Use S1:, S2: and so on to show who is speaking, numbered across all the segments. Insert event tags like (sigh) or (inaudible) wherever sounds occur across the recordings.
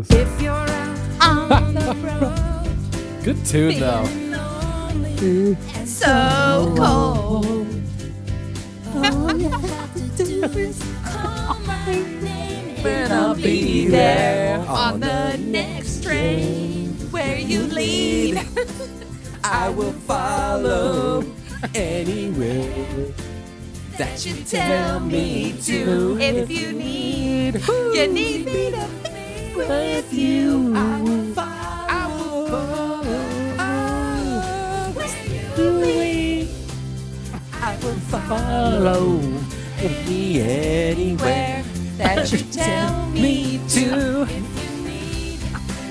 S1: If you're out (laughs) on the
S2: Good tune though.
S1: road, so cold. (laughs) All you have to do is call my name, and I'll be there on the next train where you lead.
S2: I will follow anywhere
S1: That you tell me to. If you need, you need me to be with you. I will follow. I will follow. Where you lead. I will follow.
S2: follow any anywhere
S1: Where that you (laughs) tell me to.
S2: to.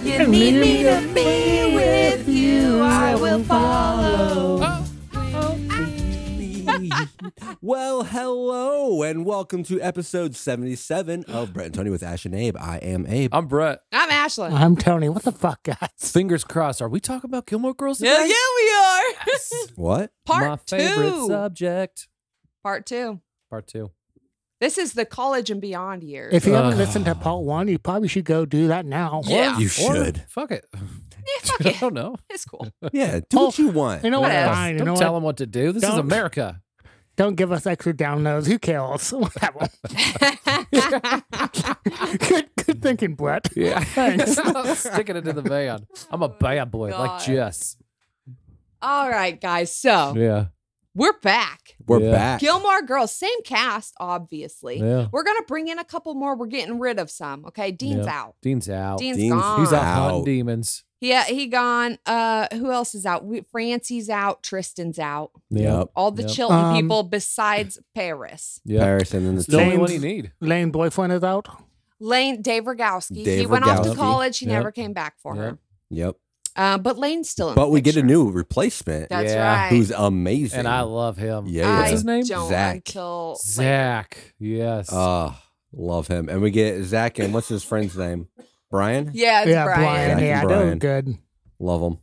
S1: You need me to be with you. Oh, I will follow.
S2: well, hello and welcome to episode 77 of Brett and Tony with Ash and Abe. I am Abe.
S3: I'm Brett.
S4: I'm Ashlyn.
S5: (laughs) I'm Tony. What the fuck, guys?
S3: Fingers crossed. Are we talking about Gilmore Girls
S4: yeah, yeah,
S3: today?
S4: we
S1: (laughs)
S4: are.
S2: What?
S3: My
S4: Part
S3: favorite
S4: two.
S3: subject.
S4: Part two.
S3: Part two.
S4: This is the college and beyond years.
S5: If you
S3: Ugh.
S5: haven't listened to part one, you probably should go do that now.
S4: Yeah.
S2: You
S3: Or-
S2: should.
S3: Fuck it.
S4: (laughs)
S3: (laughs)
S4: Yeah, fuck
S3: I
S4: it.
S3: don't know.
S4: It's cool. (laughs)
S2: Yeah, do what you want.
S5: You know what?
S4: Whatever.
S5: Fine. You
S3: don't
S5: know
S3: tell
S5: what?
S3: them what to do. This is
S2: (laughs)
S5: Don't.
S3: America.
S5: Don't give us extra downloads. Who cares? (laughs) Whatever. good, good thinking, Brett.
S3: Yeah.
S5: Thanks.
S3: (laughs) Sticking it in the van. I'm a bad boy, like
S4: God. Oh.
S3: Jess.
S4: All right, guys. So
S3: Yeah.
S4: we're back.
S2: We're
S3: Yeah.
S2: back.
S4: Gilmore Girls, same cast, obviously.
S3: Yeah.
S4: We're gonna bring in a couple more. We're getting rid of some. Okay, Dean's
S3: Yeah.
S4: out.
S3: Oh, Dean's out.
S4: Dean's
S2: Dean's-
S4: gone.
S2: he's
S3: He's out hunting
S2: Out.
S3: demons.
S4: Yeah, he gone. Uh, who else is out? We, Francie's out. Tristan's out.
S3: Yeah.
S2: Yep.
S4: All the
S3: Yep.
S4: Chilton
S5: Um,
S4: people besides Paris.
S3: Yeah.
S2: Paris and then the
S3: It's the only
S5: James-
S3: one you need.
S5: Lane boyfriend is out.
S4: Lane Dave Rogowski. he
S2: Dave
S4: went off
S2: Rogowski.
S4: to college. He
S3: Yep.
S4: never came back for
S3: Yep.
S4: her.
S2: Yep.
S4: Uh, but Lane's still in.
S2: But
S4: the
S2: we get a
S4: picture.
S2: new replacement
S4: That's
S3: Yeah.
S4: right.
S2: who's amazing.
S3: And I love him.
S2: Yeah, yeah.
S4: I
S3: What's his name?
S4: Don't
S2: Zach.
S4: Until
S3: Zach. Yes.
S2: uh, love him. And we get Zach and what's his friend's name? Brian?
S4: yeah, it's
S5: yeah,
S4: Brian.
S2: Zach and
S5: Yeah,
S2: Brian.
S5: they're good.
S2: Love him.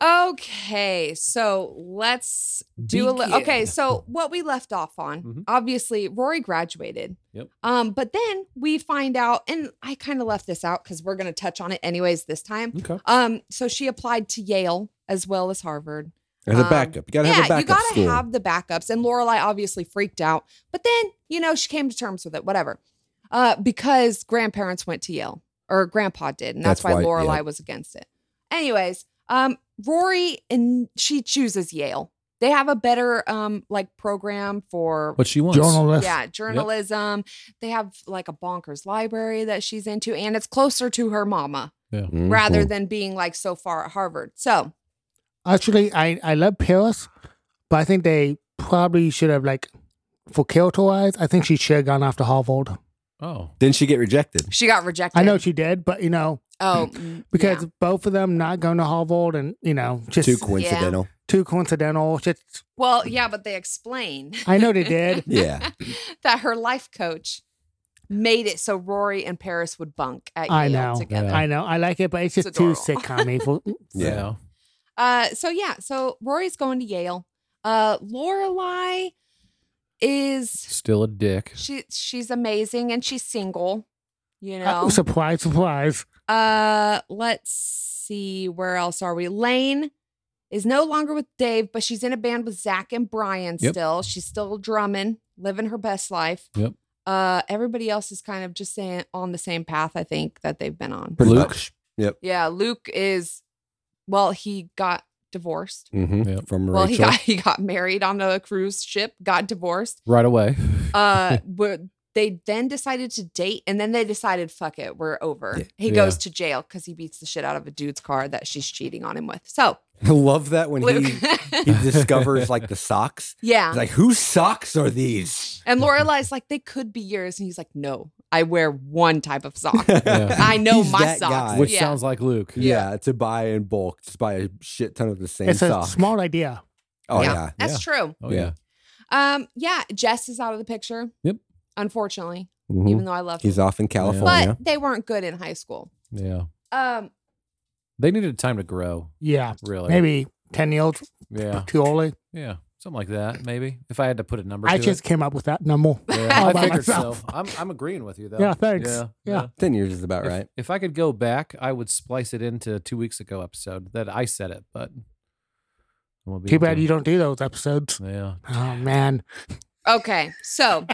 S4: Okay, so let's do a
S3: Begin.
S4: little. Okay, so what we left off on,
S3: Mhm.
S4: obviously, Rory graduated.
S3: Yep.
S4: Um, but then we find out, and I kind of left this out because we're gonna touch on it anyways this time.
S3: Okay.
S4: Um, so she applied to Yale as well as Harvard.
S2: As a
S4: Um,
S2: backup. You gotta have a
S4: yeah,
S2: backup
S4: you gotta
S2: school.
S4: have the backups. And Lorelai obviously freaked out, but then you know she came to terms with it. Whatever, uh, because grandparents went to Yale or Grandpa did, and that's,
S2: That's
S4: why,
S2: why-
S4: Lorelai
S2: yeah.
S4: was against it. Anyways, um, Rory and she chooses Yale. They have a better um like program for
S3: What she wants.
S2: (sighs)
S5: Journalist.
S4: yeah journalism. They have like a bonkers library that she's into, and it's closer to her mama
S2: Mhm.
S4: rather than being like so far at Harvard. So
S5: Actually, I, I love Paris, but I think they probably should have, like, for character wise, I think she should have gone after Harvard.
S3: Oh.
S2: Didn't she get rejected?
S4: she got rejected.
S5: I know she did, but, you know,
S4: Oh, mm,
S5: because
S4: yeah.
S5: both of them not going to Harvard and, you know, just
S2: Too coincidental.
S5: too coincidental. Just,
S4: Well, yeah, but they explain (laughs)
S5: I know they did.
S2: Yeah.
S4: that her life coach made it so Rory and Paris would bunk at
S5: I
S4: Yale
S5: know.
S4: together.
S3: Yeah.
S5: I know. I like it, but it's
S4: It's
S5: just too
S4: adorable. (laughs)
S5: sitcom for
S2: Yeah.
S4: Uh, so yeah, so Rory's going to Yale. Uh, Lorelai is
S3: Still a dick.
S4: she she's amazing and she's single. You know.
S5: Uh, surprise, surprise.
S4: Uh, let's see where else are we? Lane is no longer with Dave, but she's in a band with Zach and Brian
S3: Yep.
S4: still. She's still drumming, living her best life.
S3: Yep.
S4: Uh, everybody else is kind of just saying on the same path, I think, that they've been on.
S2: Pretty
S3: Luke.
S2: much.
S4: Yeah, Luke is well, he got divorced.
S2: Mhm.
S3: Yeah.
S2: From
S4: Well, he
S2: Rachel.
S4: got (laughs) he got married on a cruise ship, got divorced.
S3: Right away.
S2: (laughs)
S4: Uh but they then decided to date and then they decided, fuck it, we're over.
S2: Yeah.
S4: He
S3: Yeah.
S4: goes to jail because he beats the shit out of a dude's car that she's cheating on him with. So
S2: (laughs) I love that when
S4: (laughs) Luke
S2: he, he discovers like the socks.
S4: Yeah.
S2: He's like, whose socks are these?
S4: and Lorelai's like, they could be yours. And he's like, No, I wear one type of
S2: (laughs)
S4: sock. I know
S2: He's
S4: my
S2: that
S4: socks.
S2: guy.
S3: Which
S4: yeah.
S3: sounds like Luke.
S2: yeah. to buy in bulk, just buy a shit ton of the same
S5: It's a
S2: sock.
S5: small idea.
S2: oh yeah.
S4: That's true.
S3: Oh yeah.
S4: Um, yeah, Jess is out of the picture.
S3: Yep.
S4: Unfortunately,
S2: Mhm.
S4: even though I love
S2: He's
S4: him.
S2: off in
S4: But
S2: California.
S4: they weren't good in high school.
S3: Yeah.
S4: Um,
S3: They needed time to grow,
S5: Yeah.
S3: really.
S5: Maybe 10 years
S3: Yeah.
S5: too early.
S3: Yeah. It's something like that. Maybe if I had to put a number.
S5: I
S3: to
S5: just
S3: it.
S5: came up with that number.
S3: Yeah,
S5: (laughs) all
S3: I
S5: by
S3: figured
S5: myself.
S3: so. I'm I'm agreeing with you though.
S5: Yeah, thanks. Yeah.
S2: Ten years is about
S3: If-
S2: right.
S3: If, I could go back, I would splice it into two weeks ago episode that I said it, but I won't be
S5: Too
S3: able
S5: bad
S3: to.
S5: you don't do those episodes.
S3: Yeah.
S5: Oh man.
S4: Okay,
S3: (laughs)
S4: so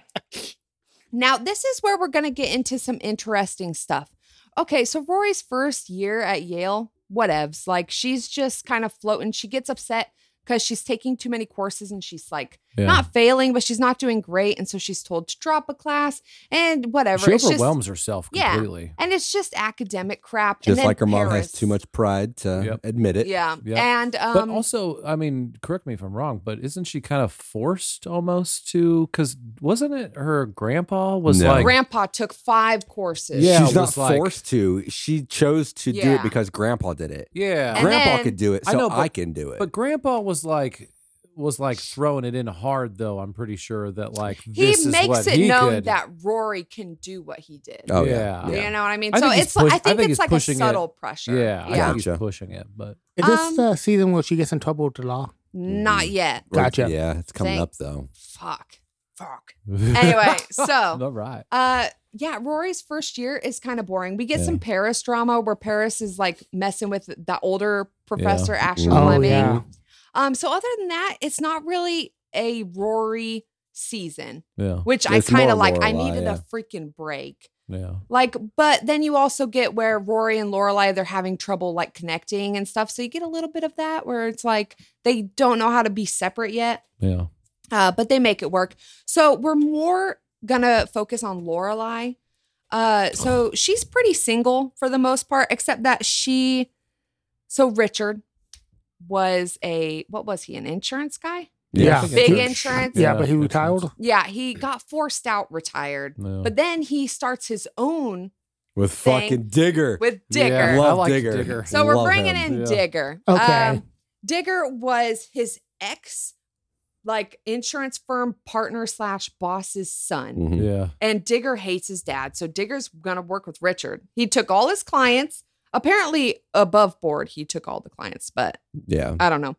S4: now this is where we're going to get into some interesting stuff. Okay, so Rory's first year at Yale, whatevs. Like she's just kind of floating. She gets upset because she's taking too many courses and she's like
S3: Yeah.
S4: not failing, but she's not doing great. And so she's told to drop a class and whatever.
S3: she
S4: It's just-
S3: overwhelms herself
S4: Yeah.
S3: completely.
S4: and it's just academic crap. And
S2: Just
S4: then
S2: like her mom has
S4: Paris.
S2: too much pride to
S3: Yep.
S2: admit it.
S4: Yeah.
S3: Yep.
S4: And um,
S3: but also, I mean, correct me if I'm wrong, but isn't she kind of forced almost to? Because wasn't it her grandpa was
S2: No.
S3: like,
S4: grandpa took five courses.
S3: Yeah,
S2: She's
S3: it
S2: not
S3: was like-
S2: forced to. She chose to do
S4: Yeah.
S2: it because grandpa did it.
S3: yeah,
S4: And
S2: grandpa
S4: then-
S2: could do it, so
S3: I
S2: I,
S3: know, but-
S2: can do it.
S3: but grandpa was like was like throwing it in hard though. I'm pretty sure that like
S4: He
S3: this is
S4: makes
S3: what
S4: it
S3: he
S4: known
S3: could-
S4: that Rory can do what he did.
S2: oh
S3: yeah.
S2: yeah. yeah.
S4: You know what I mean?
S3: I
S4: so
S3: think he's
S4: it's like,
S3: push-
S4: I
S3: I
S4: think
S3: think
S4: it's
S3: he's
S4: like a
S3: pushing it.
S4: subtle pressure.
S3: Yeah, I
S4: yeah.
S3: think he's
S2: Gotcha.
S3: pushing it, but
S5: Is this
S4: Um,
S5: uh, season where she gets in trouble with the law?
S4: Not yet.
S2: Or-
S5: Gotcha.
S2: Yeah, it's coming up though.
S4: Fuck. Fuck.
S3: (laughs)
S4: Anyway, so
S3: all right,
S4: uh yeah, Rory's first year is kind of boring. We get some Paris drama where Paris is like messing with the older professor Asher
S2: Oh,
S4: Fleming.
S5: yeah.
S4: Um so other than that, it's not really a Rory season,
S3: yeah,
S4: which I
S2: It's
S4: kind of
S2: more
S4: like. I
S2: Lorelai,
S4: needed a
S2: yeah.
S4: freaking break.
S3: yeah.
S4: Like, but then you also get where Rory and Lorelai they're having trouble like connecting and stuff. So you get a little bit of that where it's like they don't know how to be separate yet,
S3: Yeah.
S4: uh, but they make it work. So we're more gonna focus on Lorelai. Uh, so she's pretty single for the most part, except that she. So Richard was a what was he an insurance guy?
S5: Yeah.
S3: I think
S4: Big
S3: it's-
S4: insurance.
S5: Yeah, but he
S3: makes sense.
S5: retired.
S4: Yeah, he got forced out, retired.
S3: Yeah.
S4: But then he starts his own
S2: With
S4: Thing.
S2: fucking Digger.
S4: with
S3: Yeah,
S4: Digger.
S3: I
S2: Love
S3: liked
S2: Digger.
S4: So we're
S2: Love
S4: bringing
S2: him.
S4: in
S3: Yeah.
S4: Digger. Um,
S5: Okay.
S4: Digger was his ex, like insurance firm partner slash boss's son,
S2: Mhm.
S3: Yeah.
S4: and Digger hates his dad. So Digger's gonna work with Richard. He took all his clients. Apparently, above board, he took all the clients, but
S2: Yeah.
S4: I don't know.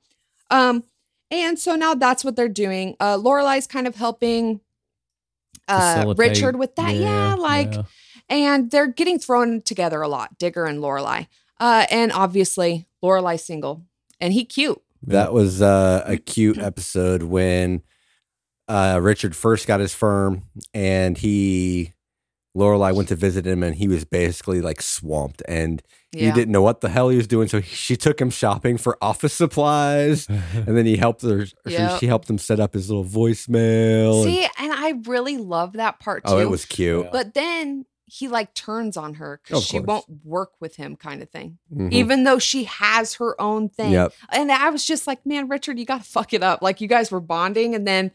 S4: Um, and so now that's what they're doing. Uh, Lorelai's kind of helping uh,
S3: Facilitate.
S4: Richard with that. Yeah, like
S3: (laughs) yeah.
S4: and they're getting thrown together a lot, Digger and Lorelai. Uh, and obviously Lorelai's single, and he cute.
S2: That was uh, a cute episode when uh, Richard first got his firm, and he Lorelai went to visit him, and he was basically like swamped, and he
S4: Yeah,
S2: didn't know what the hell he was doing. So he, she took him shopping for office supplies,
S3: (laughs)
S2: and then he helped her. she-
S4: Yep.
S2: She helped him set up his little voicemail. and-
S4: see, and I really love that part too.
S2: oh, it was cute.
S3: Yeah.
S4: but then he like turns on her
S2: Of
S4: because she
S2: course.
S4: won't work with him, kind of thing.
S2: Mhm.
S4: Even though she has her own thing,
S2: Yep.
S4: and I was just like, man, Richard, you gotta fuck it up. Like you guys were bonding, and then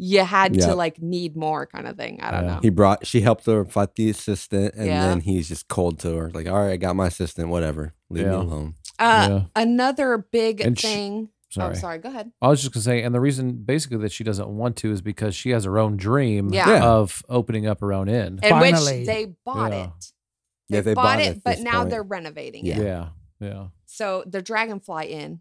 S4: you had to
S2: Yep.
S4: like need more, kind of thing. I don't
S3: Yeah.
S4: know.
S2: He brought. She helped her fight the assistant, and
S4: Yeah.
S2: then he's just cold to her. Like, all right, I got my assistant. Whatever, leave me
S3: Yeah.
S2: alone.
S4: Uh,
S3: Yeah.
S4: Another big
S3: And she-
S4: thing.
S3: Sorry.
S4: Oh, sorry. Go ahead.
S3: I was just gonna say, and the reason basically that she doesn't want to is because she has her own dream
S4: Yeah.
S2: Yeah.
S3: of opening up her own inn.
S4: in
S5: Finally.
S4: which they bought
S3: Yeah.
S4: it. They,
S2: Yeah, they
S4: bought,
S2: bought it
S4: it,
S2: at
S4: but
S2: this
S4: now
S2: point.
S4: they're renovating
S2: Yeah.
S4: it.
S3: yeah. Yeah.
S4: So the Dragonfly Inn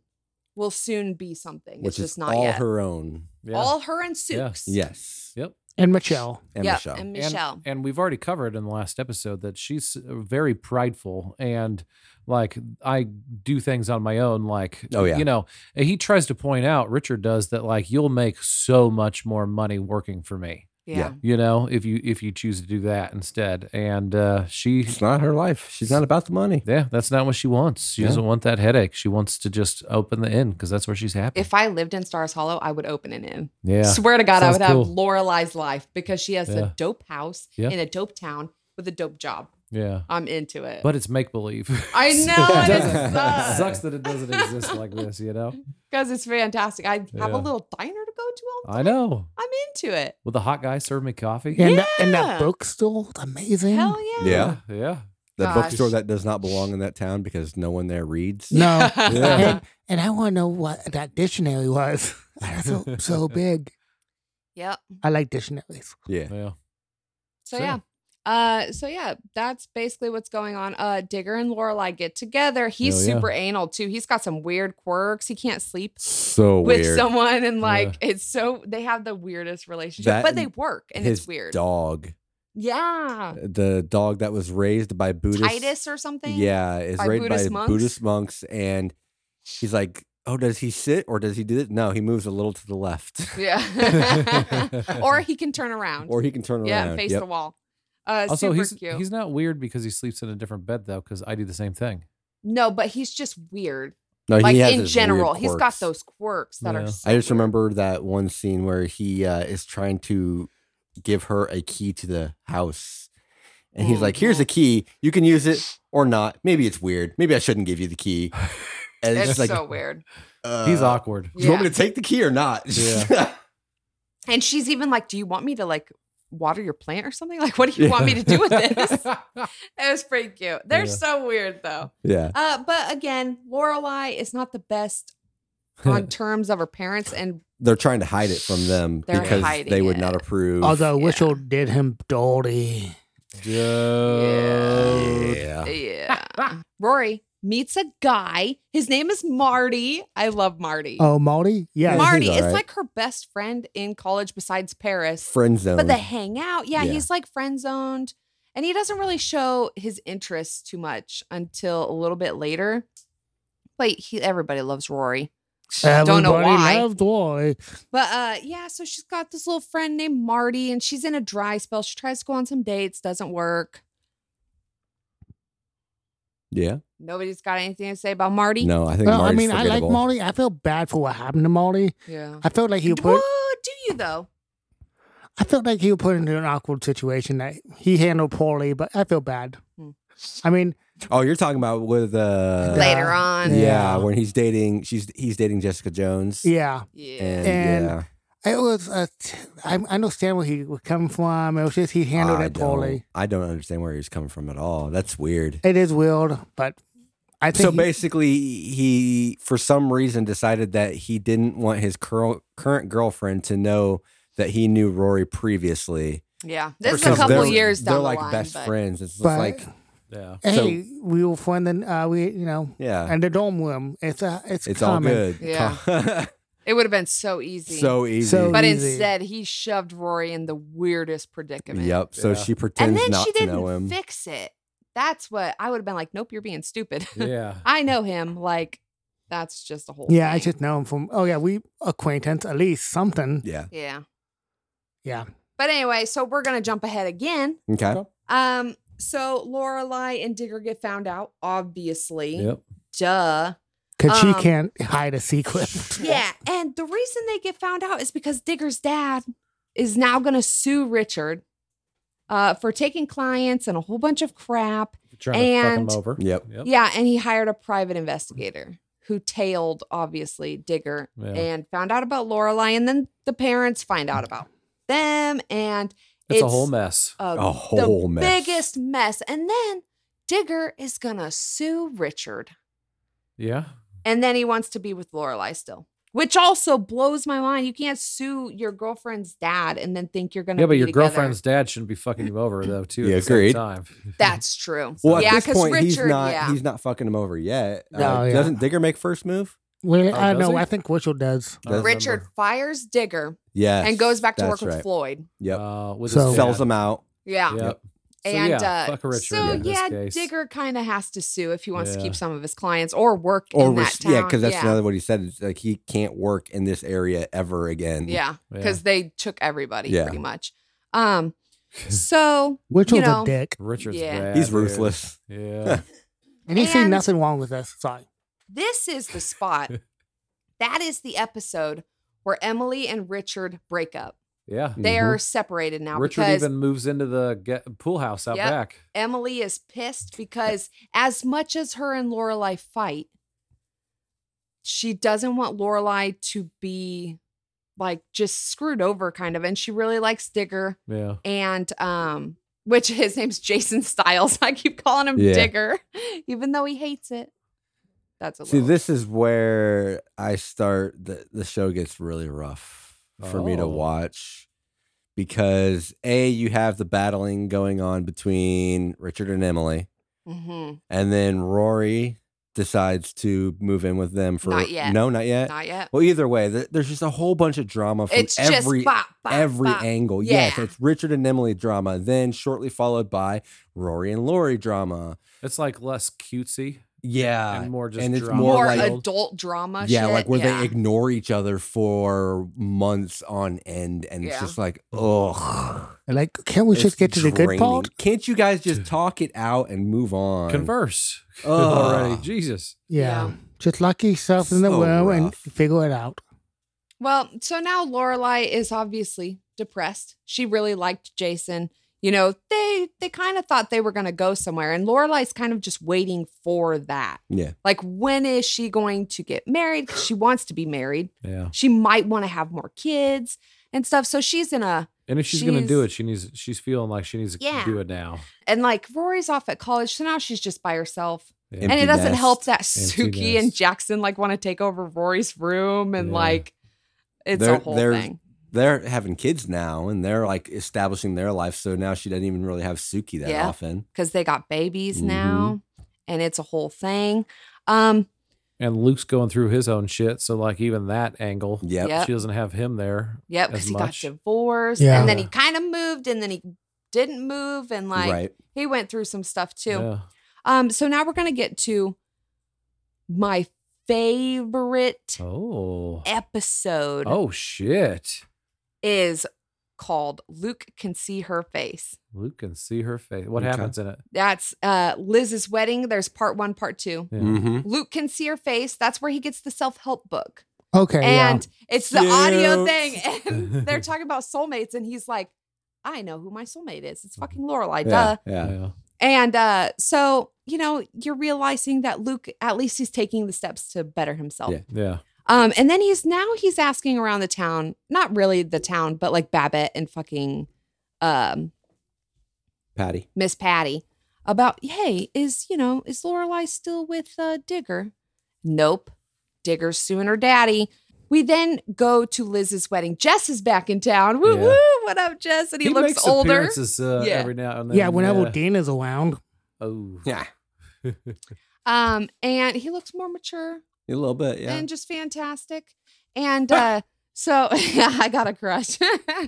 S4: will soon be something.
S2: Which
S4: it's just
S2: is
S4: not
S2: all
S4: yet.
S2: her own.
S3: yeah.
S4: All her and
S3: Yeah.
S4: Sooks.
S2: Yes.
S3: Yep.
S5: And Michelle.
S2: And
S4: Yep,
S2: Michelle.
S4: And
S3: And-
S4: Michelle.
S3: And, we've already covered in the last episode that she's uh, very prideful and like I do things on my own. Like,
S2: Oh, yeah.
S3: you know, and he tries to point out, Richard does that, like, you'll make so much more money working for me,
S4: yeah.
S2: yeah.
S3: you know, if you, if you choose to do that instead. And, uh, she,
S2: it's not her life. She's not about the money.
S3: yeah, that's not what she wants. She
S2: Yeah.
S3: doesn't want that headache. She wants to just open the inn because that's where she's happy.
S4: If I lived in Stars Hollow, I would open an inn.
S3: yeah.
S4: Swear to God,
S3: Sounds
S4: I would
S3: cool.
S4: have Lorelai's life because she has
S3: Yeah.
S4: a dope house
S3: Yeah.
S4: in a dope town with a dope job.
S3: Yeah.
S4: I'm into it.
S3: But it's make believe. (laughs)
S4: I know,
S2: and it sucks.
S3: sucks that it doesn't exist like this, you know?
S4: because it's fantastic. I have
S3: Yeah.
S4: a little diner to go to. All
S3: I know.
S4: I'm into it.
S3: Will the hot guy serve me coffee?
S5: And, that, and
S4: Yeah.
S5: that bookstore was amazing.
S4: Hell yeah.
S2: Yeah.
S3: Yeah.
S2: The
S4: Gosh.
S2: bookstore that does not belong in that town because no one there reads.
S4: (laughs)
S5: No.
S2: Yeah.
S5: and, and I want to know what that dictionary was. (laughs) That's so, so big.
S4: Yep.
S5: I like dictionaries.
S2: Yeah.
S3: Yeah.
S4: So
S3: Sure.
S4: yeah. Uh, so yeah, that's basically what's going on. Uh, Digger and Lorelai get together. He's
S3: Hell yeah.
S4: super anal too. He's got some weird quirks. He can't sleep
S2: So
S4: with
S2: weird.
S4: someone, and like it's so they have the weirdest relationship,
S2: That
S4: but they
S2: and
S4: work, and
S2: His
S4: it's weird.
S2: dog,
S4: yeah,
S2: the dog that was raised by Buddhist,
S4: Titus or something.
S2: yeah, is
S4: by
S2: raised
S4: Buddhist
S2: by
S4: monks?
S2: Buddhist monks, and he's like, oh, does he sit or does he do this? No, he moves a little to the left, (laughs)
S4: yeah. (laughs) or he can turn around.
S2: or he can turn
S4: yeah,
S2: around.
S4: and face
S2: Yep.
S4: the wall. Uh,
S3: also,
S4: super
S3: he's
S4: cute.
S3: he's not weird because he sleeps in a different bed though, because I do the same thing.
S4: no, but he's just weird.
S2: No, he
S4: like
S2: has
S4: in
S2: his weird
S4: general, he's got
S2: quirks.
S4: those quirks that
S3: Yeah.
S4: are.
S2: I just
S4: super-
S2: remember that one scene where he uh, is trying to give her a key to the house. And he's like,
S4: Mm-hmm.
S2: here's a key. You can use it or not. Maybe it's weird. Maybe I shouldn't give you
S4: (laughs)
S2: the key. And it's,
S4: It's
S2: just like,
S4: so weird.
S2: uh,
S3: he's awkward.
S2: Do you want me to take the key or not? (laughs)
S3: Yeah.
S4: And she's even like, "Do you want me to like water your plant or something? (laughs) Like, what do you want me to do
S3: (laughs)
S4: with this?" (laughs) it was pretty cute. They're
S3: Yeah.
S4: so weird though.
S2: yeah.
S4: Uh, but again, Lorelai is not the best on terms of her parents, and
S2: They're trying to hide it from them
S4: They're
S2: because they
S4: hiding
S2: would
S4: it.
S2: not approve.
S5: Although
S4: Yeah.
S5: Whistle did him dirty.
S3: Dude.
S2: Uh, yeah.
S4: yeah, (laughs) Rory meets a guy. His name is Marty. I love Marty.
S5: Oh, Marty? Yeah.
S2: he's
S4: Marty
S2: all
S4: is
S2: right.
S4: like her best friend in college besides Paris.
S2: Friend zone.
S4: But they hang out. Yeah,
S2: Yeah.
S4: he's like friend zoned. And he doesn't really show his interests too much until a little bit later. But he everybody loves Rory. Don't know
S5: Everybody
S4: why.
S5: loved Roy.
S4: But uh yeah, so she's got this little friend named Marty and she's in a dry spell. She tries to go on some dates, doesn't work.
S2: yeah.
S4: Nobody's got anything to say about Marty.
S2: No, I think
S5: Well, I
S2: Marty's
S5: mean, I like
S2: forgettable.
S5: Marty. I feel bad for what happened to Marty.
S4: Yeah.
S5: I felt like he put.
S4: Whoa, do you though?
S5: I felt like he was put into an awkward situation that he handled poorly, but I feel bad.
S4: Hmm.
S5: I mean,
S2: Oh, you're talking about with uh
S5: Like-
S4: Later on.
S2: yeah,
S4: Yeah.
S5: Yeah.
S2: when he's dating she's he's dating Jessica Jones.
S5: yeah,
S2: And,
S5: And-
S2: yeah.
S5: it was. A t- I, I understand where he was coming from. It was just he handled
S2: I
S5: it poorly.
S2: Don't, I don't understand where he's coming from at all. That's weird.
S5: It is weird, but I think.
S2: So
S5: he-
S2: basically, he for some reason decided that he didn't want his curl, current girlfriend to know that he knew Rory previously.
S4: This is
S2: Or
S4: a
S2: some-
S4: couple
S2: they're-
S4: years down
S2: They're
S4: the
S2: like
S4: line.
S2: best
S4: but-
S2: friends. It's just
S5: But-
S2: like
S3: Yeah.
S5: hey,
S2: so-
S5: we were friends, and uh, we, you know,
S2: yeah,
S5: and the dorm room. It's a, it's,
S2: it's
S5: common.
S2: all good.
S4: Yeah.
S2: (laughs)
S4: It would have been so easy.
S2: so easy.
S5: So-
S4: But
S5: Easy.
S4: instead, he shoved Rory in the weirdest predicament.
S2: yep. So
S3: Yeah.
S2: she pretends
S4: And then
S2: not
S4: she
S2: to know him.
S4: didn't fix it. That's what I would have been like, nope, you're being stupid.
S3: Yeah.
S4: (laughs) I know him. Like, that's just a whole
S5: Yeah, I
S4: thing.
S5: just know him from. Oh yeah, we acquaintance at least something.
S2: yeah.
S4: Yeah.
S5: Yeah.
S4: But anyway, so we're going to jump ahead again.
S2: Okay.
S4: Um, so Lorelai and Digger get found out, obviously.
S3: Yep.
S4: Duh.
S5: Because
S4: Um,
S5: she can't hide a secret.
S4: (laughs)
S5: (laughs)
S4: Yeah. And the reason they get found out is because Digger's dad is now going to sue Richard uh, for taking clients and a whole bunch of crap.
S3: Trying
S4: And-
S3: to fuck him over.
S2: Yep.
S3: Yep.
S4: Yeah, and he hired a private investigator who tailed obviously Digger
S3: Yeah.
S4: and found out about Lorelai, and then the parents find out about them, and
S3: It's, a whole mess.
S4: a-
S2: A whole
S4: the
S2: mess.
S4: biggest mess. And then Digger is gonna sue Richard,
S3: Yeah.
S4: and then he wants to be with Lorelai still. Which also blows my mind. You can't sue your girlfriend's dad and then think you're gonna.
S3: Yeah, but
S4: be
S3: your
S4: together.
S3: girlfriend's (laughs) dad shouldn't be fucking you over though, too.
S2: Yeah,
S3: at the same
S2: agreed.
S3: time.
S4: That's true.
S2: Well, at
S4: yeah,
S2: this point, he's not
S4: yeah.
S2: he's not fucking him over yet. Uh,
S5: No, yeah.
S2: Doesn't Digger make first move?
S5: Really?
S3: Oh,
S5: I
S3: does
S5: know.
S3: he?
S5: I think Whistle does.
S3: I don't
S4: Richard
S3: remember.
S4: fires Digger
S2: Yeah.
S4: and goes back to work
S2: that's
S4: with
S2: right.
S4: Floyd.
S2: Yep.
S3: Uh, with
S5: So-
S3: his
S2: Sells
S3: dad.
S2: him out.
S4: Yeah.
S3: Yep. So,
S4: And
S3: yeah,
S4: uh,
S3: fuck Richard
S4: so
S3: in this
S4: yeah,
S3: case.
S4: Digger kind of has to sue if he wants to
S3: Yeah.
S4: keep some of his clients or work
S2: or
S4: in that
S2: res-
S4: town.
S2: yeah, because that's
S4: yeah.
S2: another what he said. It's like he can't work in this area ever again.
S4: yeah,
S3: Yeah.
S4: because they took everybody
S2: Yeah.
S4: pretty much.
S3: (laughs)
S4: Um, so
S5: Whistle's
S4: know,
S5: a dick.
S3: Richard's
S4: Yeah.
S3: bad,
S2: he's
S3: dude.
S2: ruthless. (laughs)
S3: Yeah.
S5: And he's seen
S4: and-
S5: nothing wrong with us. Sorry.
S4: this is the spot. that is the episode where Emily and Richard break up.
S3: yeah.
S4: They are separated now
S3: Richard
S4: because
S3: even moves into the ge- pool house out
S4: Yep.
S3: back.
S4: Emily is pissed because as much as her and Lorelai fight, she doesn't want Lorelai to be like just screwed over kind of and she really likes Digger
S3: Yeah.
S4: and um which (laughs) his name's Jason Styles. I keep calling him
S2: Yeah.
S4: Digger even though he hates it. That's a
S2: See,
S4: little.
S2: this is where I start. the The show gets really rough for me to
S3: Oh.
S2: watch because a you have the battling going on between Richard and Emily,
S4: hmm
S2: and then Rory decides to move in with them for
S4: Not yet.
S2: no, not yet.
S4: Not yet.
S2: well, either way, th- there's just a whole bunch of drama from
S4: It's
S2: every
S4: just bop, bop,
S2: every
S4: bop.
S2: angle. Yes,
S4: Yeah.
S2: it's Richard and Emily drama, then shortly followed by Rory and Lori drama.
S3: It's like less cutesy
S2: Yeah,
S3: and more just
S2: and it's
S3: drama.
S2: more
S4: more
S2: like-
S4: adult drama.
S2: yeah,
S4: Oh, shit.
S2: like where
S4: yeah.
S2: they ignore each other for months on end, and it's
S4: Yeah.
S2: just like, ugh.
S5: Like, can we
S2: it's
S5: just get to the good
S2: draining.
S5: part?
S2: Can't you guys just talk it out and move on?
S3: converse
S2: Ugh.
S3: already. Jesus.
S5: Yeah.
S4: Yeah.
S5: Just lock yourself in the
S2: So
S5: room and
S2: rough.
S5: figure it out.
S4: Well, so now Lorelai is obviously depressed. She really liked Jason. You know, they they kind of thought they were going to go somewhere, and Lorelai's kind of just waiting for that.
S2: Yeah.
S4: Like, when is she going to get married? 'Cause she wants to be married.
S3: Yeah.
S4: She might want to have more kids and stuff. So she's in a
S3: And if she's, gonna do
S4: She's-
S3: it, she needs she's feeling like she needs to
S4: Yeah.
S3: do it now.
S4: and like Rory's off at college, so now she's just by herself.
S3: Yeah.
S2: And-
S4: and it
S2: Empty
S4: doesn't
S2: nest.
S4: help that
S3: Empty
S4: Suki and
S3: nest.
S4: Jackson like want to take over Rory's room and
S3: Yeah.
S4: like it's
S2: They're-
S4: a whole
S2: they're-
S4: thing.
S2: They're having kids now, and they're like establishing their life. So now she doesn't even really have Suki that
S4: Yeah.
S2: often.
S4: because they got babies
S2: Mhm.
S3: Mm-hmm.
S4: now and it's a whole thing. Um,
S3: And Luke's going through his own shit, so like even that angle,
S2: Yep.
S4: Yep.
S3: she doesn't have him there.
S4: yep,
S3: As
S4: because he
S3: much.
S4: got divorced
S5: Yeah.
S4: and then he kind of moved and then he didn't move and like
S2: right.
S4: he went through some stuff too.
S3: Yeah.
S4: Um, so now we're gonna get to my favorite
S3: Oh.
S4: episode
S3: Oh shit.
S4: is called Luke Can See Her Face.
S3: Luke can see her face. What
S2: Okay.
S3: happens in it?
S4: That's uh Liz's wedding. There's part one, part two.
S3: Yeah.
S2: Mm-hmm.
S4: Luke can see her face. That's where he gets the self-help book.
S5: Okay. yeah.
S4: and it's the audio
S2: Cute.
S4: thing (laughs) and they're talking about soulmates and he's like i know who my soulmate is it's fucking lorelei
S2: Yeah.
S4: duh
S2: Yeah.
S3: Yeah.
S4: and uh so you know you're realizing that luke at least he's taking the steps to better himself
S2: Yeah.
S3: Yeah.
S4: um and then he's now he's asking around the town not really the town but like babbitt and fucking um
S2: Patty.
S4: Miss Patty about, hey, is you know, is Lorelai still with uh, Digger? Nope. Digger's suing her daddy. We then go to Liz's wedding. Jess is back in town. Woo
S3: Yeah.
S4: woo! What up, Jess? And he, looks
S3: makes
S4: older.
S3: appearances uh,
S4: Yeah.
S3: every now and then.
S5: yeah, whenever Dean is around.
S3: Oh.
S2: Yeah.
S4: Um, and he looks more mature
S2: A little bit. Yeah.
S4: and just fantastic. And uh so (laughs) I got a crush.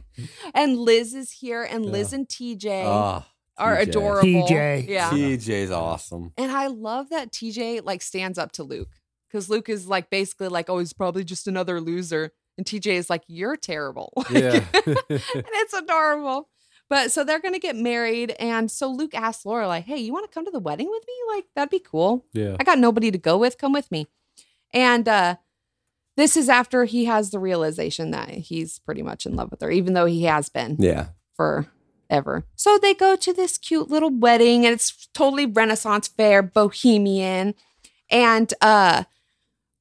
S4: (laughs) and Liz is here, and Liz and TJ
S2: Ah,
S4: are
S2: TJ.
S4: adorable.
S5: TJ.
S4: Yeah.
S2: TJ's awesome.
S4: And I love that TJ like stands up to Luke because Luke is like basically like, oh, he's probably just another loser. And TJ is like, you're terrible. (laughs)
S2: (laughs)
S3: Yeah.
S4: and it's adorable. But so they're going to get married. And so Luke asks Laura, like, hey, you want to come to the wedding with me? Like, that'd be cool.
S3: (laughs) yeah.
S4: I got nobody to go with. Come with me. And uh, this is after he has the realization that he's pretty much in love with her, even though he has been
S2: Yeah.
S4: forever. So they go to this cute little wedding and it's totally Renaissance fair, bohemian. And uh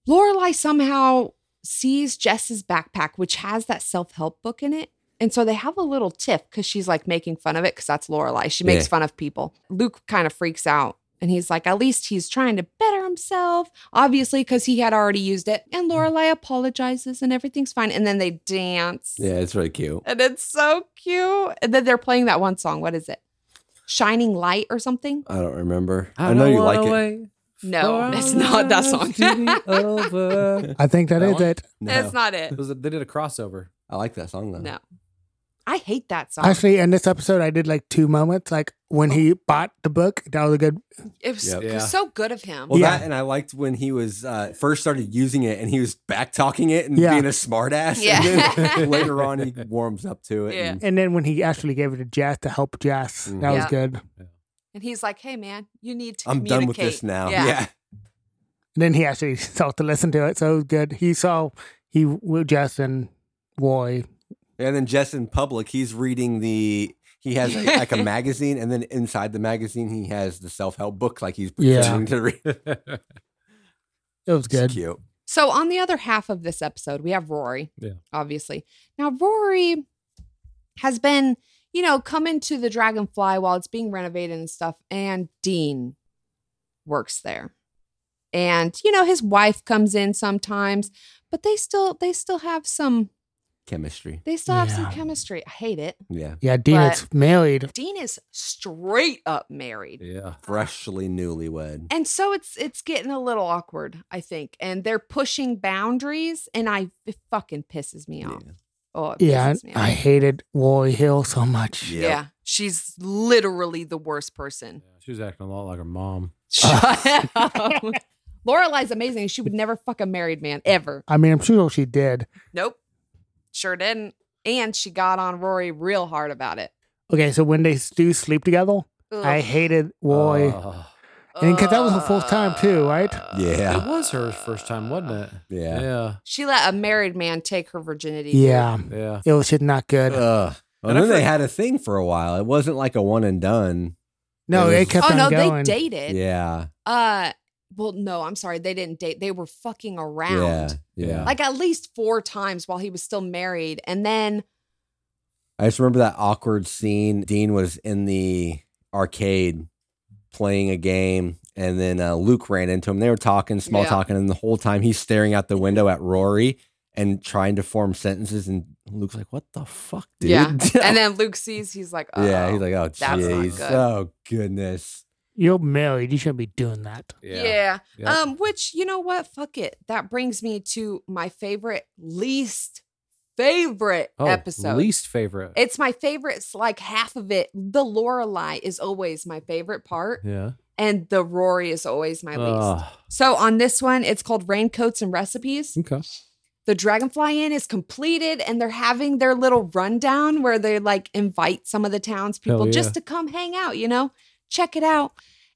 S4: Lorelai somehow sees Jess's backpack, which has that self-help book in it. And so they have a little tiff because she's like making fun of it because that's Lorelai. She makes
S2: Yeah.
S4: fun of people. Luke kind of freaks out and he's like, at least he's trying to better himself, obviously, because he had already used it. And Lorelai apologizes and everything's fine. And then they dance.
S2: Yeah. It's really cute.
S4: And it's so cute. And then they're playing that one song. What is it? Shining Light or something?
S2: I don't remember. I, know you like it.
S4: No, it's not that song. (laughs)
S3: over.
S5: I think
S3: That
S5: that is
S3: one?
S5: it.
S2: No,
S4: That's not it.
S2: (laughs)
S3: It was a- they did a crossover. (laughs)
S2: I like that song though.
S4: No. I hate that song.
S5: Actually, in this episode, I did like two moments. Like when he bought the book, that was a good.
S4: it was
S2: Yep.
S4: it was
S3: Yeah.
S4: so good of him.
S2: Well,
S5: Yeah.
S2: that and I liked when he was uh, first started using it and he was back talking it and
S5: Yeah.
S2: being a smartass.
S4: Yeah.
S2: And then (laughs) later on, he warms up to it.
S4: Yeah.
S2: and-
S5: And then when he actually gave it to Jess to help Jess,
S2: Mm.
S5: that was
S4: Yeah.
S5: good.
S4: And he's like, hey, man, you need to
S2: I'm done with
S4: communicate."
S2: this now.
S4: Yeah.
S5: And then he actually (laughs) sought to listen to it, so it was good. He saw he with Jess and Roy.
S2: And then Jess in public, he's reading the. He has a, like
S4: (laughs)
S2: a magazine, and then inside the magazine, he has the self help book. Like he's
S5: Yeah.
S2: pretending to read.
S5: It was
S2: It's
S5: good.
S2: cute.
S4: So on the other half of this episode, we have Rory.
S3: Yeah.
S4: Obviously. Now Rory has been, you know, coming to the Dragonfly while it's being renovated and stuff, and Dean works there. And, you know, his wife comes in sometimes, but they still they still have some
S2: chemistry.
S4: They still have some
S5: Yeah.
S4: chemistry. I hate it.
S2: Yeah.
S5: Yeah, Dean
S4: But-
S5: is married.
S4: Dean is straight up married.
S3: Yeah.
S2: Freshly newlywed.
S4: And so it's it's getting a little awkward, I think. And they're pushing boundaries and I it fucking pisses me off.
S2: Yeah.
S4: Oh, it
S5: Yeah,
S4: pisses me off.
S5: I hated Rory Hill so much.
S2: Yeah.
S4: Yeah. She's literally the worst (laughs) person.
S3: She was acting a lot like her mom.
S4: Shut up. (laughs) Lorelai's amazing. She would never fuck a married man ever.
S5: I mean, I'm sure she did.
S4: Nope. Sure didn't. And she got on Rory real hard about it.
S5: Okay, so when they do sleep together, I hated Rory.
S3: Uh,
S5: and 'cause that was her fourth time too, right?
S2: Yeah.
S3: it was her first time, wasn't it?
S2: Yeah.
S3: Yeah.
S4: She let a married man take her virginity. dude.
S5: yeah,
S3: Yeah.
S5: it was just not good.
S2: Ugh. And
S3: And I
S2: then they
S3: for-
S2: had a thing for a while. It wasn't like a one and done.
S5: no,
S2: it
S5: it
S2: was-
S5: kept
S4: Oh
S5: on
S4: no,
S5: going.
S4: they dated.
S2: Yeah.
S4: Uh well, no, I'm sorry. They didn't date. They were fucking around.
S2: Yeah. Yeah.
S4: Like at least four times while he was still married. And then
S2: I just remember that awkward scene. Dean was in the arcade playing a game, and then uh, Luke ran into him. They were talking, small
S4: Yeah.
S2: talking, and the whole time he's staring out the window at Rory and trying to form sentences. And Luke's like, "What the fuck, dude?" (laughs)
S4: Yeah.
S3: (laughs)
S4: and then Luke sees he's like, oh
S2: yeah, he's like, "Oh,
S4: not
S2: jeez,
S4: good."
S2: oh goodness."
S5: You're married. You shouldn't be doing that.
S4: Yeah.
S3: Yep.
S4: Um, which you know what? Fuck it. That brings me to my favorite, least favorite
S3: Oh,
S4: episode.
S3: least favorite.
S4: It's my favorite. It's like half of it. The Lorelei is always my favorite
S3: (laughs)
S4: part,
S3: yeah.
S4: and the Rory is always my least.
S3: Ah,
S4: So on this one, it's called Raincoats and Recipes.
S3: okay.
S4: The Dragonfly Inn is completed, and they're having their little rundown where they like invite some of the townspeople
S3: Hell yeah.
S4: just to come hang out. You know, check it out,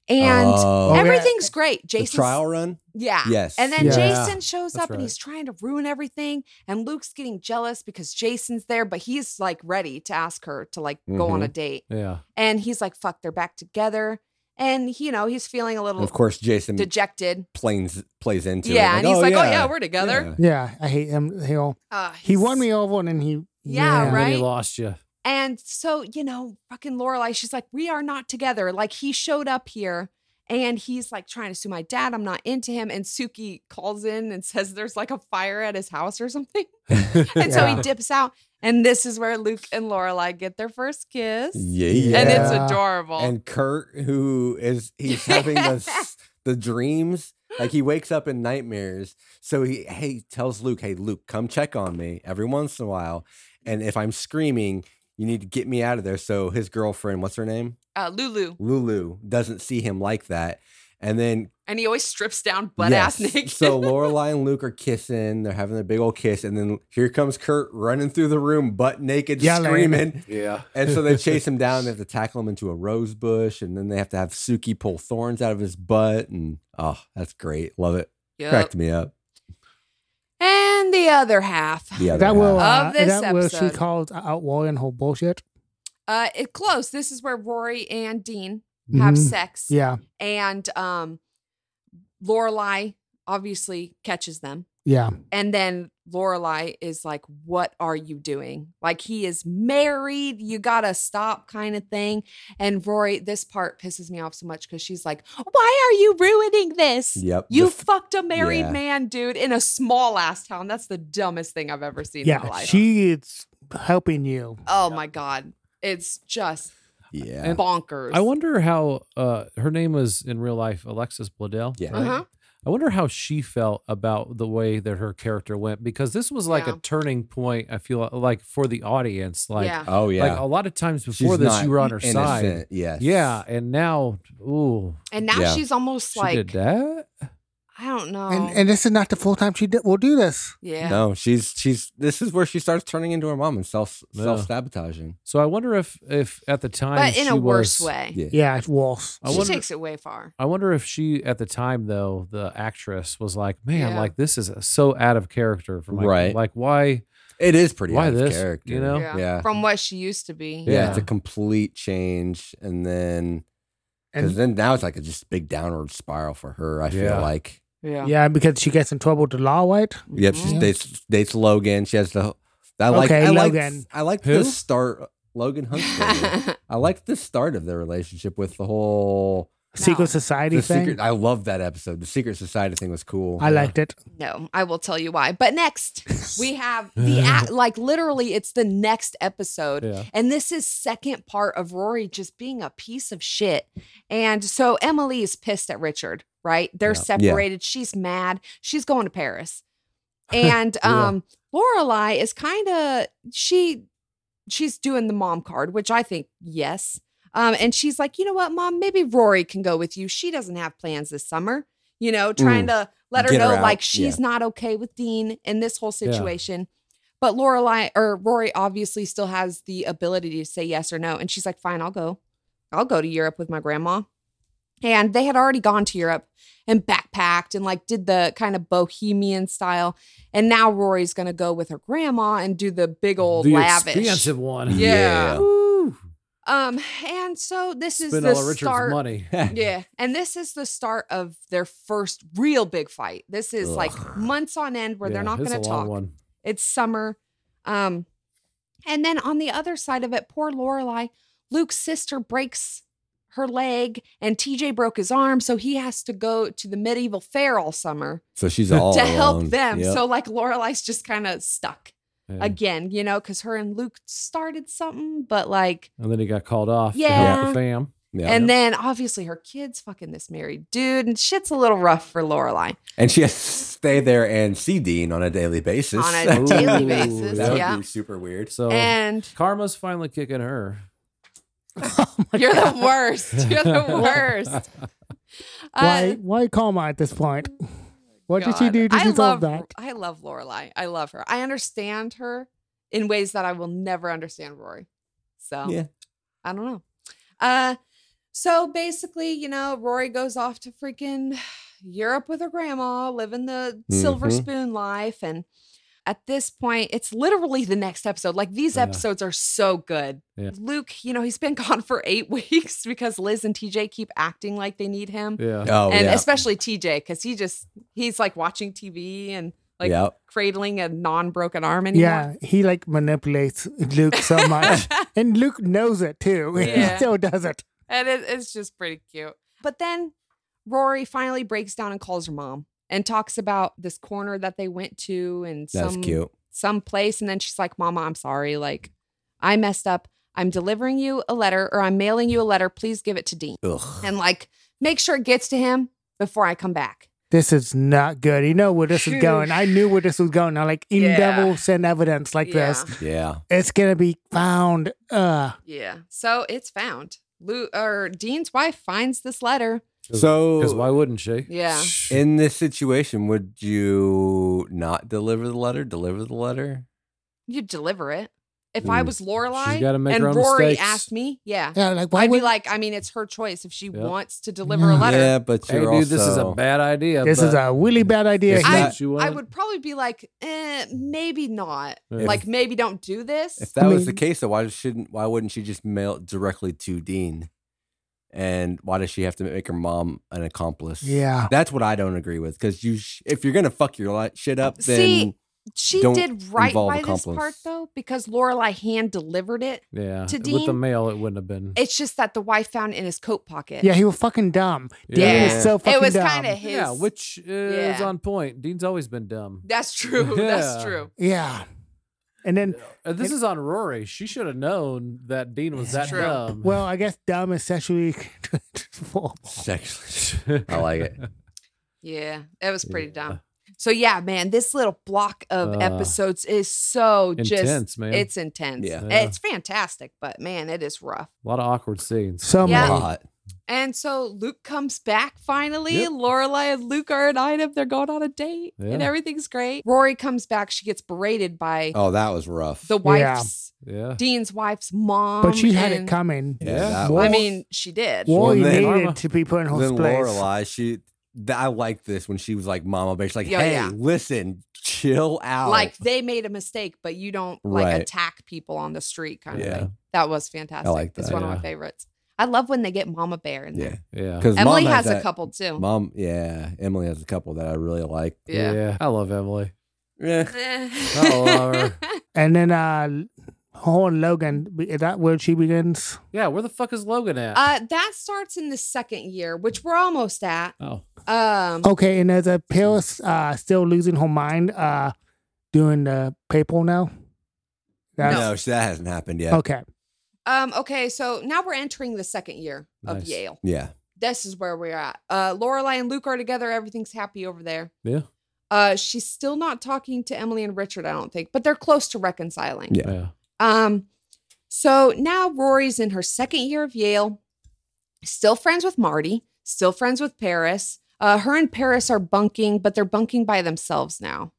S4: and
S2: Oh.
S5: yeah.
S4: everything's great.
S2: the
S4: Jason's
S2: trial run,
S4: yeah.
S2: yes,
S4: And then
S5: Yeah.
S4: Jason shows
S3: That's
S4: up and
S3: right.
S4: he's trying to ruin everything. And Luke's getting jealous because Jason's there, but he's like ready to ask her to like go
S2: Mm-hmm.
S4: on a date.
S3: Yeah.
S4: And he's like, fuck, they're back together. And he- you know, he's feeling a
S2: And
S4: little
S2: of course Jason
S4: dejected.
S2: plays plays into it.
S4: Yeah. and he's like, Oh yeah, we're
S2: yeah."
S4: together.
S5: Yeah, I hate him. Hill.
S4: Uh,
S5: He
S4: he's-
S5: won me over, and then he.
S4: Yeah,
S3: And then he
S4: Right?
S3: lost you.
S4: And so, you know, fucking Lorelai, she's like, we are not together. Like he showed up here and he's like trying to sue my dad. I'm not into him. And Suki calls in and (laughs) says there's like a fire at his house or
S2: (laughs)
S4: something. and so he
S5: Yeah.
S4: dips out. And this is where Luke and Lorelai get their first kiss.
S2: Yeah,
S4: And it's
S5: Yeah.
S4: adorable.
S2: and Kurt, who is he's having the s- the dreams, like he wakes up in nightmares. So he hey tells Luke, hey Luke, come check on me every once in a while, and if I'm screaming, you need to get me out of there. So his girlfriend, what's her name,
S4: uh, Lulu.
S2: Lulu, doesn't see him like that, and then
S4: And he always strips down butt ass
S2: Yes.
S4: naked.
S2: (laughs)
S4: (laughs)
S2: So Lorelai and Luke are kissing. They're having their big old kiss, and then here comes Kurt running through the room, butt naked,
S5: Yelling.
S2: screaming.
S3: Yeah.
S2: And so they chase him
S3: (laughs)
S2: down. They have to tackle him into a rose bush, and then they have to have Suki pull thorns out of his butt. And oh, that's great. Love it.
S4: Yep.
S2: Cracked me up.
S4: And the other half.
S2: The other
S5: that will.
S2: half.
S5: Uh,
S4: Of
S5: is
S4: this
S5: that where she
S4: episode.
S5: calls out Rory and her bullshit?
S4: Uh, it close. This is where Rory and Dean have
S2: Mm-hmm.
S5: Mhm.
S4: sex.
S5: Yeah,
S4: And um, Lorelai obviously catches them.
S5: yeah.
S4: And then Lorelai is like, "What are you doing? Like he is married. You gotta stop," kind of thing. And Rory, this part pisses me off so much because she's like, "Why are you ruining this?
S2: Yep.
S4: You
S2: The f-
S4: fucked a married
S2: yeah.
S4: man, dude, in a small ass town. That's the dumbest thing I've ever seen in my
S5: Yeah,
S4: life.
S5: she is helping you.
S4: oh my god, it's just
S2: yeah.
S3: And-
S4: bonkers.
S3: I wonder how uh, her name was in real life Alexis Bledel.
S2: Yeah.
S3: right?
S4: Uh-huh.
S3: I wonder how she felt about the way that her character went because this was like
S4: Yeah.
S3: a turning point. I feel like for the audience, like
S4: yeah,
S2: oh yeah.
S3: like a lot of times
S2: She's
S3: before this,
S2: not
S3: you were on her
S2: innocent.
S3: side.
S2: Yes.
S3: Yeah, and now, ooh,
S4: and now
S2: yeah.
S4: she's almost
S3: she did
S4: like,
S3: that.
S4: I don't know.
S2: Um,
S5: And and this is not the full time she did, will do this.
S4: yeah,
S2: No, she's she's. This is where she starts turning into her mom and self
S3: Yeah.
S2: self sabotaging.
S3: So I wonder if if at the time,
S4: but in
S3: she
S4: a worse
S3: was-
S4: way.
S2: Yeah.
S5: Yeah, it's worse.
S3: I
S4: she
S3: wonder,
S4: takes it way far.
S3: I wonder if she at the time though, the actress was like, man,
S4: Yeah.
S3: like this is so out of character from like,
S2: Right.
S3: like why?
S2: It is pretty
S3: Why
S2: out of
S3: this,
S2: character,
S3: you know?
S4: Yeah.
S2: yeah.
S4: From what she used to be.
S2: Yeah, it's a
S3: Yeah.
S2: complete change, and then because
S5: And
S2: then now it's like a just big downward spiral for her. I feel
S3: Yeah.
S2: like.
S4: Yeah.
S5: yeah, because she gets in trouble with the law, right?
S2: Yep, she
S5: Mhm.
S2: dates dates Logan. She has the. I like.
S5: Okay,
S2: I like.
S5: Logan.
S2: I like
S3: Who?
S4: (laughs)
S2: the start. Logan Huntsman. I like the start of their relationship with the whole
S5: Secret
S4: No.
S5: Society
S2: The
S5: thing.
S2: secret. I love that episode. The secret society thing was cool.
S5: I liked
S2: (laughs)
S5: it. (laughs)
S4: No, I will tell you why. But next, we have the a- like literally it's the next episode.
S3: Yeah.
S4: And this is second part of Rory just being a piece of shit. And so Emily is pissed at Richard, right? They're
S3: Yeah.
S2: Yeah.
S4: separated. She's mad. She's going to Paris. And um Lorelai is kind of she she's doing the mom card, which I think yes. Um, and she's like, you know what, mom, maybe Rory can go with you. She doesn't have plans this summer, you know, trying to let her
S2: Get her
S4: know
S2: out.
S4: like
S2: Yeah.
S4: she's not okay with Dean in this whole
S3: Yeah.
S4: situation. But Lorelai or Rory obviously still has the ability to say yes or no. And she's like, fine, I'll go. I'll go to Europe with my grandma. And they had already gone to Europe and backpacked and like did the kind of bohemian style. And now Rory's gonna go with her grandma and do the big old
S3: the
S4: lavish.
S3: expensive one. (laughs)
S4: Yeah.
S3: Woo.
S4: Um, and so this is
S3: Spend
S4: the
S3: all of Richard's
S4: start.
S3: money. (laughs)
S4: (laughs) Yeah. And this is the start of their first real big fight. This is like
S2: Ugh.
S4: months on end where they're
S3: Yeah,
S4: not
S3: it's
S4: gonna
S3: a long
S4: talk.
S3: One.
S4: It's summer. Um, and then on the other side of it, poor Lorelai, Luke's sister breaks her leg, and TJ broke his arm, so he has to go to the medieval fair all summer
S2: So she's all
S4: to help
S2: alone.
S4: them.
S2: Yep.
S4: So like Lorelai's just kind of stuck
S3: Yeah.
S4: again, you know, because her and Luke started something, but like,
S3: And then he got called off. To help
S4: Yeah.
S3: the fam.
S2: yeah.
S4: and
S2: and,
S4: then obviously her kids fucking this married dude, and shit's a little rough for Lorelai
S2: she has to stay there and see Dean on a daily basis.
S4: on
S2: (laughs)
S4: a daily
S3: Ooh,
S4: basis.
S2: that would
S4: Yeah,
S2: be super weird.
S3: So
S4: and
S3: karma's finally kicking her.
S5: Oh (laughs)
S4: you're the worst. You're the worst.
S5: Why?
S4: Uh,
S5: why Karma at this point? What did she
S4: God.
S5: do to
S4: I love
S5: deserve that?
S4: I love Lorelai. I love her. I understand her in ways that I will never understand Rory. So
S2: Yeah.
S4: I don't know. Uh so basically, you know, Rory goes off to freaking Europe with her grandma, living the silver
S5: Mm-hmm.
S2: Mhm.
S4: spoon life. And at this point, it's literally the next episode. Like these
S3: Yeah.
S4: episodes are so good.
S3: Yeah.
S4: Luke, you know, he's been gone (laughs) for eight weeks because Liz and TJ keep acting like they need him
S3: Yeah.
S2: Oh
S4: and
S2: yeah.
S4: especially TJ because he just he's like watching TV and like
S2: Yep.
S4: cradling a non-broken arm anymore.
S5: Yeah, he like manipulates Luke so much, and Luke knows it too. (laughs)
S4: Yeah.
S5: He still does it.
S4: (laughs) and it, it's just pretty cute. But then Rory finally breaks down and calls her mom and talks about this corner that they went to and
S2: That's
S4: some
S2: cute.
S4: some place. And then she's like, "Mama, I'm sorry. Like, I messed up. I'm delivering you a letter, or I'm mailing you a letter. Please give it to Dean
S2: Ugh.
S4: and like make sure it gets to him before I come back."
S5: This is not good. You know where this is going. I knew where this was going. I'm like, you
S4: Yeah.
S5: never send evidence like this.
S2: Yeah.
S5: It's gonna be found. Uh,
S4: Yeah. So it's found. Lou or Dean's wife finds this letter.
S3: Because
S2: So
S3: why wouldn't she?
S4: Yeah.
S2: in this situation, would you not deliver the letter? Deliver the letter?
S4: You deliver it. If I
S2: Mm.
S4: was Lorelai
S3: She's gotta make
S4: and
S3: her own
S4: Rory
S3: mistakes.
S4: asked me, yeah.
S5: yeah, like why
S4: I'd be
S5: would
S4: like, I mean, it's her choice if she
S3: Yeah. Mm,
S4: wants to deliver a
S5: Yeah.
S4: letter.
S2: Yeah, but
S3: Hey,
S2: you're
S3: dude,
S2: also
S3: this is a bad idea.
S5: this is
S3: but
S5: a really bad idea.
S2: It's
S3: if
S5: here.
S2: not-
S3: that's what
S4: I
S3: you want-
S4: would probably be like, eh, maybe not.
S3: Yeah.
S4: Like, maybe don't do this.
S2: If that
S5: I
S2: was the
S5: mean-
S2: case, then why shouldn't why wouldn't she just mail it directly to Dean? And why does she have to make her mom an accomplice?
S5: Yeah.
S2: that's what I don't agree with. Because you, sh- if you're gonna fuck your li- shit up, then
S4: See, she
S2: don't
S4: did right
S2: involve
S4: by this
S2: accomplice.
S4: part though, because Lorelai hand delivered it.
S3: yeah.
S4: to
S3: With the
S4: Dean-
S3: mail, it wouldn't have been.
S4: It's just that the wife found it in his coat pocket.
S5: Yeah, he was fucking dumb. Dean
S3: Yeah.
S5: was so fucking
S4: it was
S5: dumb.
S4: kind of his.
S3: yeah, which is
S4: yeah.
S3: on point. Dean's always been dumb.
S4: That's true. (laughs) That's
S3: Yeah.
S4: true.
S5: yeah. And then,
S3: And Uh, this is on Rory. She should have known that Dean was that
S4: True.
S3: dumb. (laughs)
S5: well, I guess dumb is sexually. (laughs)
S2: sexually. I like it.
S4: Yeah, it was pretty
S3: Yeah.
S4: dumb. So yeah, man, this little block of
S3: Uh,
S4: episodes is so just
S3: Intense, man.
S4: it's intense.
S2: Yeah.
S3: Yeah.
S4: It's fantastic, but man, it is rough.
S3: a lot of awkward scenes.
S5: so
S4: Yeah.
S5: many.
S2: Hot.
S4: And so Luke comes back finally.
S3: Yep.
S4: Lorelai and Luke are an item. They're going on a date and
S3: Yeah.
S4: everything's great. Rory comes back. She gets berated by
S2: Oh, that was rough.
S4: the
S5: Yeah.
S4: wife's,
S3: Yeah.
S4: Dean's wife's mom.
S5: But she had it
S4: and-
S5: coming.
S2: yeah,
S3: Yeah.
S2: that
S5: Well,
S2: was-
S4: I mean, she did.
S2: Well,
S5: Rory
S2: then-
S5: needed to be put in her
S2: then
S5: place.
S2: Lorelai, she. th- I like this when she was like mama bitch, like,
S4: Yeah,
S2: hey,
S4: yeah.
S2: listen, chill out.
S4: Like they made a mistake, but you don't like
S2: Oh. Right.
S4: attack people on the street kind of
S2: Yeah.
S4: thing. That was fantastic.
S2: like
S4: It's
S2: that,
S4: one of
S3: yeah.
S4: my favorites. I love when they get Mama Bear in
S2: yeah,
S4: there.
S3: Yeah.
S2: because
S4: Emily has, a couple too.
S2: Mom, yeah, Emily has a couple that I really like.
S3: I love Emily.
S2: Yeah,
S4: (laughs) Eh.
S3: I love her.
S5: And then uh, Hall and Logan, be- is that where she begins?
S3: Yeah, where the fuck is Logan at?
S4: Uh, that starts in the second year, which we're almost at.
S3: oh,
S4: Um,
S5: Okay, and there's a Paris uh, still losing her mind uh, doing the paper now. That's-
S2: No, that hasn't happened
S4: Oh,
S2: yet.
S5: Okay.
S4: um, okay, so now we're entering the second year of
S3: Nice.
S4: Yale.
S2: Yeah.
S4: This is where we're at. Uh, Lorelai and Luke are together. Everything's happy over there.
S3: yeah,
S4: Uh, she's still not talking to Emily and Richard, I don't think, but they're close to reconciling.
S2: Yeah.
S3: yeah.
S4: Um, so now Rory's in her second year of Yale, still friends with Marty, still friends with Paris. Uh, her and Paris are bunking, but they're bunking by themselves now.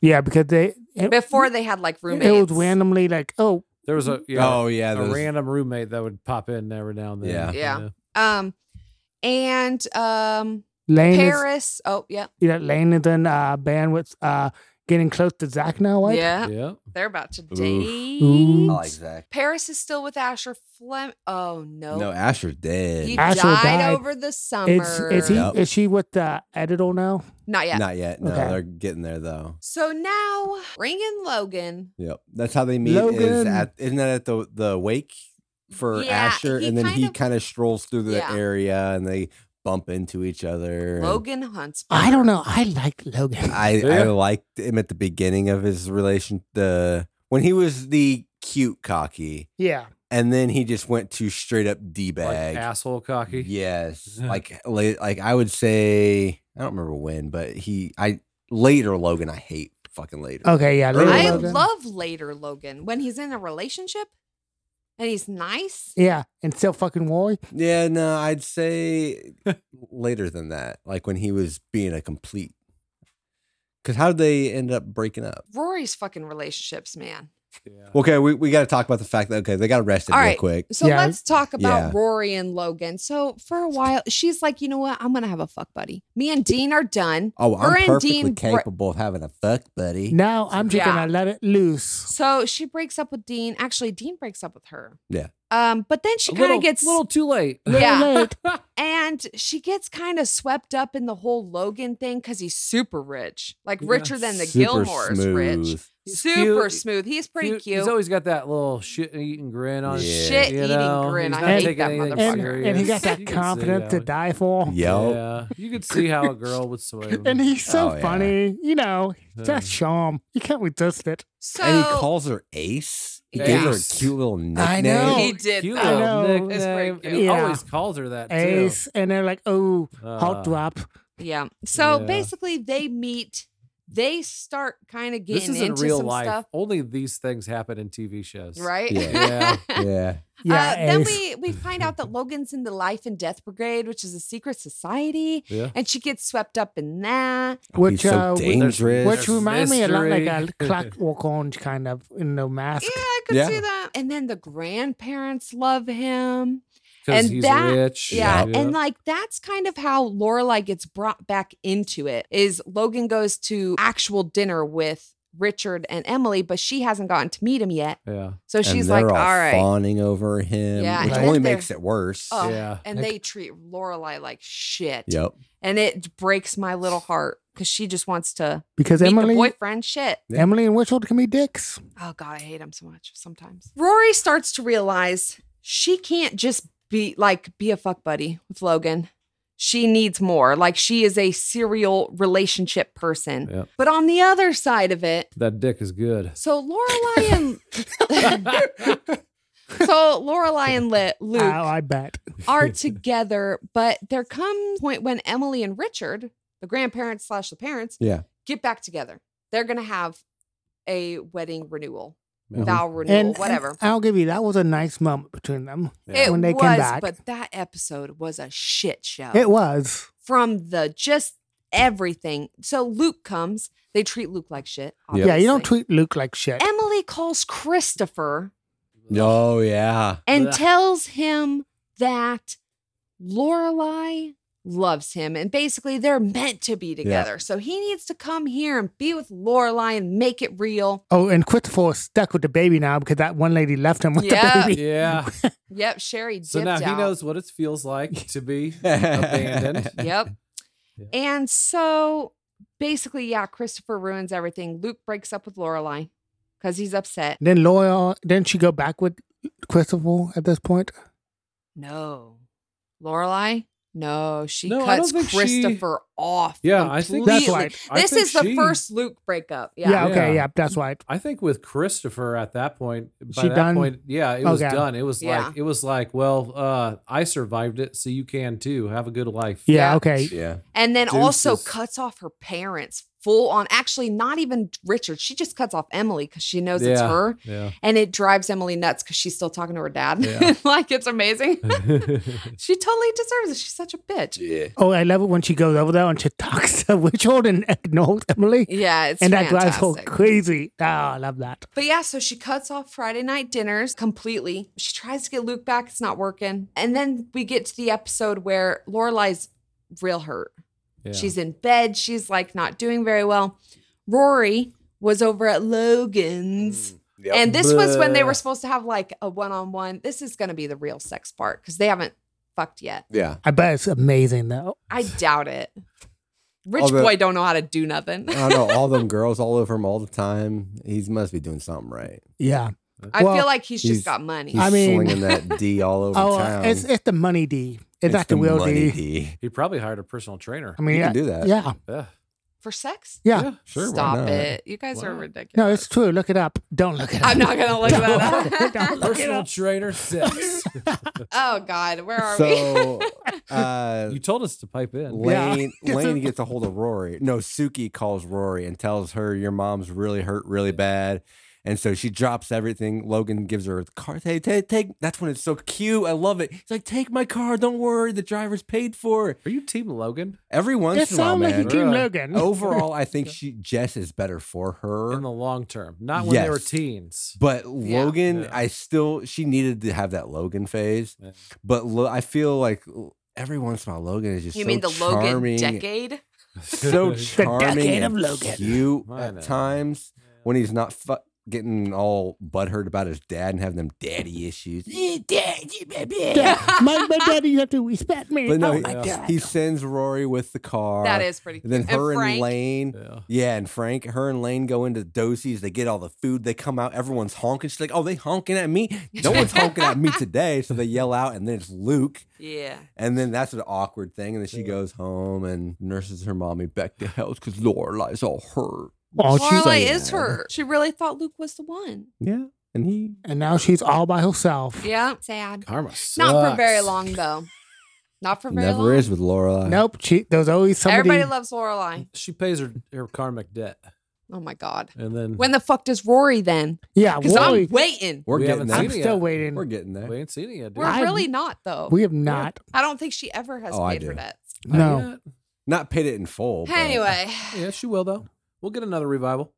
S5: Yeah, because they eh, it,
S4: Before they had like roommates.
S5: it was randomly like, oh,
S3: There was a yeah,
S2: Oh yeah.
S3: a
S2: those-
S3: random roommate that would pop in every now and then.
S2: Yeah.
S4: Yeah. Um, and um,
S5: Lane is
S4: Paris. Oh yeah,
S5: yeah, Lane is in uh, band with uh, getting close to Zach now, right?
S4: yeah,
S3: yeah. yeah.
S4: they're about to
S2: Oof.
S4: date.
S5: Ooh.
S2: I like Zach.
S4: Paris is still with Asher Flem. Oh no,
S2: No, Asher's dead.
S4: he
S5: Asher
S4: died,
S5: died.
S4: over the summer.
S5: Is, is he
S2: Yep.
S5: is she with the editor now?
S4: Not yet.
S2: Not yet. No,
S5: Okay.
S2: they're getting there though.
S4: so now, Ring and Logan
S2: Yep. That's how they meet. Is
S5: Logan.
S2: at isn't that at the the wake for
S4: Yeah,
S2: Asher,
S4: he
S2: and then
S4: kind
S2: he
S4: of-
S2: kind of strolls through the
S4: Yeah.
S2: area and they bump into each other. and-
S4: Logan hunts.
S5: I don't know. I like Logan.
S2: I I
S3: Yeah.
S2: liked him at the beginning of his relation. The when he was the cute cocky,
S5: Yeah.
S2: and then he just went to straight up d
S3: Like
S2: bag.
S3: asshole cocky.
S2: (laughs) Yes, like late, like I would say I don't remember when, but he I later Logan I hate fucking later.
S4: Oh.
S5: Okay. Yeah.
S2: Later
S4: I
S2: Logan.
S4: love later Logan when he's in a relationship and he's nice.
S5: Yeah, and still fucking Roy.
S2: Yeah, no, I'd say later than that, like when he was being a complete. Because how did they end up breaking up?
S4: Rory's fucking relationships, man.
S3: Yeah.
S2: Okay, we, we got to talk about the fact that okay they got arrested
S4: All
S2: real
S4: right.
S2: quick.
S4: So
S5: Yeah.
S4: let's talk about
S2: Yeah.
S4: Rory and Logan. So for a while, she's like, you know what? I'm gonna have a fuck buddy. Me and Dean are done.
S2: Oh,
S4: Her
S2: I'm
S4: and
S2: perfectly
S4: Dean bra-
S2: capable of having a fuck buddy.
S5: Now I'm just
S4: Yeah.
S5: gonna let it loose.
S4: So she breaks up with Dean. Actually, Dean breaks up with her.
S2: Yeah.
S4: Um, but then she
S3: A
S4: kind
S3: little-
S4: of gets
S2: (laughs)
S3: little too late.
S4: (laughs)
S3: (laughs)
S4: yeah,
S5: Late.
S4: and she gets kind of swept up in the whole Logan thing because he's super rich, like
S3: Yeah.
S4: richer than the
S2: Super
S4: Gilmores rich.
S2: smooth.
S3: He's
S4: super
S3: cute.
S4: smooth. He's pretty cute.
S3: He's always got that little shit eating grin on his
S2: Yeah.
S4: Shit
S3: you
S4: eating
S3: know?
S4: grin.
S3: He's
S4: I
S3: not
S5: hate
S3: taking
S4: that
S3: anything
S5: and,
S4: Serious.
S5: and he got
S3: You
S5: that
S3: can see
S5: confidence to
S3: that.
S5: die for.
S2: Yo,
S3: Yeah, you could see how a girl
S5: (laughs)
S3: would sway. him.
S5: And he's so
S2: Oh, yeah.
S5: funny. You know,
S3: (laughs) Yeah.
S5: that charm. You can't resist it.
S4: so
S2: and he calls her Ace. He gave her a
S3: Ace.
S2: cute little nickname.
S5: I know.
S4: He did
S3: Cute
S4: that.
S3: little
S5: I know.
S3: nickname,
S4: It's pretty
S3: and he
S5: cute.
S3: always calls her that
S5: Ace. And they're like, oh,
S3: too. Uh,
S5: hot drop.
S4: yeah. So
S3: Yeah.
S4: basically, they meet. They start kind of
S3: This
S4: getting
S3: isn't
S4: into
S3: real
S4: some
S3: life.
S4: stuff,
S3: Only these things happen in TV shows,
S4: right? (laughs)
S2: Yeah. Yeah.
S5: Yeah,
S4: uh, then
S5: Ace.
S4: we we find out that Logan's in the Life and Death Brigade, which is a secret society,
S3: Yeah.
S4: and she gets swept up in that.
S2: Oh, he's
S5: Which,
S2: so
S5: uh,
S2: dangerous.
S5: Which
S3: There's
S5: reminds me a lot like a
S3: mystery. (laughs)
S5: clockwork orange kind of, you know, mask.
S4: Yeah, I could
S2: Yeah.
S4: see that. And then the grandparents love him.
S3: Because
S4: And
S3: he's
S4: that-
S3: rich.
S4: Yeah, and like that's kind of how Lorelai gets brought back into it. Is Logan goes to actual dinner with Richard and Emily, but she hasn't gotten to meet him yet,
S3: yeah,
S4: so
S2: And
S4: she's
S2: they're
S4: like, "All
S2: all
S4: right."
S2: fawning over him,
S4: Yeah,
S2: which
S5: and
S2: only
S4: then they're-
S2: makes it worse.
S4: Oh,
S3: yeah.
S4: And they treat Lorelai like shit,
S2: Yep.
S4: and it breaks my little heart because she just wants to
S5: Because
S4: meet the
S5: Emily
S4: boyfriend. Shit.
S5: Emily and Richard can be dicks.
S4: Oh God, I hate him so much sometimes. Rory starts to realize she can't just be like be a fuck buddy with Logan. She needs more. Like she is a serial relationship person.
S3: Yep.
S4: But on the other side of it,
S3: That dick
S4: (laughs)
S3: is good.
S4: so Lorelai (laughs) and so Lorelai and Li-
S5: Oh,
S4: Luke
S5: I bet.
S4: are together, but there comes a point when Emily and Richard, the grandparents slash the parents,
S2: Yeah.
S4: get back together. They're gonna have a wedding renewal,
S2: Mhm.
S4: vow renewal,
S5: And
S4: whatever.
S5: and I'll give you that was a nice moment between them.
S2: Yeah.
S4: It
S5: when they
S4: was,
S5: came back.
S4: but that episode was a shit show.
S5: It was.
S4: From the just everything. So Luke comes. They treat Luke like shit.
S2: Yep.
S5: Yeah, you don't
S4: obviously.
S5: treat Luke like shit.
S4: Emily calls Christopher
S2: Oh yeah.
S4: and
S3: Ugh.
S4: tells him that Lorelai loves him, and basically they're meant to be together. So he needs to come here and be with Lorelai and make it real.
S5: Oh, and Christopher is stuck with the baby now because that one lady left him with
S4: Yeah.
S5: the baby.
S3: Yeah.
S4: Yep, Sherry. Dipped
S3: So now he
S4: out.
S3: knows what it
S4: (laughs)
S3: feels like to be.
S2: (laughs) Abandoned.
S4: yep.
S3: (laughs) Yeah.
S4: And so basically, yeah, Christopher ruins everything. Luke breaks up with Lorelai because he's upset.
S5: Then Laura, didn't she go back with Christopher at this point?
S4: No, Lorelai. No, she
S3: No, I don't
S4: cuts
S3: think she-
S4: Christopher off.
S3: Yeah, I think
S5: That's
S4: completely.
S5: right.
S3: I
S4: This
S3: think
S4: is the
S3: she-
S4: first Luke breakup.
S5: Yeah.
S4: Yeah.
S5: okay.
S3: Yeah.
S5: Yeah. That's right.
S3: I think with Christopher at that point, by
S5: She
S3: that
S5: done?
S3: point, yeah, it was
S5: Okay.
S3: done. It was
S4: Yeah.
S3: like it was like, well, uh, I survived it, so you can too. Have a good life.
S5: Yeah.
S4: Yeah.
S5: Okay.
S2: Yeah.
S4: And then also
S3: Deuces.
S4: cuts off her parents full on. Actually, not even Richard. She just cuts off Emily because she knows it's
S3: Yeah.
S4: her.
S3: Yeah.
S4: And it drives Emily nuts because she's still talking to her dad.
S3: Yeah.
S4: (laughs) like it's amazing.
S3: (laughs)
S4: she totally deserves it. She's such a bitch.
S2: Yeah.
S5: Oh, I love it when she goes over there and she (laughs) talks to Richard and ignores Emily.
S4: Yeah, it's
S5: and that
S4: fantastic.
S5: drives her crazy. Oh, I love that.
S4: But yeah, so she cuts off Friday night dinners completely. She tries to get Luke back, it's not working. And then we get to the episode where Lorelai's real hurt.
S3: Yeah.
S4: She's in bed, she's like not doing very well. Rory was over at
S2: Mm,
S4: Logan's. And this was when they were
S3: Bleh.
S4: supposed to have like a one-on-one. This is going to be the real sex part cuz they haven't fucked yet.
S2: Yeah.
S5: I bet it's amazing though.
S4: I doubt it. Rich
S2: Although- Uh,
S4: boy don't know how to do nothing.
S2: I don't know. All them girls all over him all the time. He must be doing something right.
S5: Yeah.
S4: (laughs) I
S5: Well,
S4: feel like he's,
S2: he's-
S4: just got money.
S2: He's
S5: I mean-
S2: slinging
S4: (laughs)
S2: that D all over
S5: Oh,
S2: town.
S5: it's it's the money D. It's, not the, real
S2: money
S5: D.
S2: D.
S3: he probably hired a personal trainer.
S5: I mean,
S2: You
S5: yeah,
S2: can do that.
S5: Yeah.
S3: Yeah.
S4: For sex?
S5: Yeah.
S2: Sure. why
S4: Stop
S2: not?
S4: it. You guys are
S3: Wow.
S4: ridiculous.
S5: No, it's true. Look it up. Don't look it up.
S4: I'm not gonna (laughs)
S2: (laughs)
S4: look that up.
S5: Don't look it
S3: Personal
S5: up.
S3: trainer sex.
S4: (laughs) oh God, where are
S2: (laughs)
S4: we?
S2: So, uh,
S3: you told us to pipe in.
S2: Lane
S5: Yeah.
S2: Lane gets a hold of Rory. No, Suki calls Rory and tells her your mom's really hurt really bad. And so she drops everything. Logan gives her the car. Hey, take, take. That's when it's so cute. I love it. He's like, take my car. Don't worry. The driver's paid for it.
S3: Are you team Logan?
S2: Every
S5: That
S2: once in a while,
S5: sounds like a
S2: man.
S5: Team
S3: Really? (laughs)
S5: Logan.
S2: Overall, I think she Jess is better for her.
S3: In the long term, not when they were
S2: Yes.
S3: teens.
S2: But Logan,
S3: Yeah.
S2: I still she needed to have that Logan phase.
S3: Yeah.
S2: But lo- I feel like l- every once in a while, Logan is just
S4: You
S2: so
S4: mean the Logan
S2: charming,
S4: decade?
S5: (laughs)
S2: so charming
S5: decade
S2: and
S5: of Logan.
S2: cute
S3: I know.
S2: at times when he's not fu- getting all butthurt about his dad and having them daddy
S5: (laughs)
S2: issues.
S5: (laughs) Yeah. my, my daddy, you have to respect me.
S2: But no,
S5: oh,
S2: he,
S5: my
S3: yeah.
S5: God.
S2: he sends Rory with the car.
S4: That is pretty.
S2: And then
S4: cute.
S2: her and,
S4: Frank,
S2: Lane.
S3: Yeah.
S2: Yeah, and Frank, her and Lane go into Dosey's. They get all the food. They come out. Everyone's honking. She's like, "Oh, they honking at me. No
S5: (laughs)
S2: one's honking at me today." So they yell out, and then it's Luke.
S4: Yeah.
S2: And then that's an awkward thing. And then she
S3: Yeah.
S2: goes home and nurses her mommy back to health because Lorelai's all hurt.
S5: Oh, she-
S4: Lorelai
S2: saying
S4: is
S2: that.
S4: her. She really thought Luke was the one.
S2: Yeah, and he
S5: and now she's all by herself.
S4: Yeah. Sad.
S3: Karma.
S4: Not for very
S3: sucks.
S4: long though. Not for very
S2: never
S4: long.
S2: is with Lorelai.
S5: Nope. She, there's always somebody.
S4: Everybody loves Lorelai.
S3: She pays her, her karmic debt,
S4: Oh my God.
S3: and
S2: Mm.
S3: then
S4: When the fuck does Rory then?
S5: yeah.
S4: Because I'm
S5: Uh, Rory,
S4: waiting.
S2: we're
S3: We
S2: getting
S3: haven't
S5: I'm
S2: there.
S3: seen it
S5: still
S3: yet.
S5: waiting.
S2: We're getting
S3: we
S2: there.
S3: ain't seen it yet. dude.
S4: We're
S5: I-
S4: really not though.
S5: We have not.
S4: I don't think she ever has
S2: Oh, I
S4: paid her
S2: do. Oh,
S4: debts.
S3: Not
S5: No.
S2: Not paid it in full. but-
S4: Anyway.
S2: (laughs)
S3: yet. Yeah, she will though. We'll get another revival.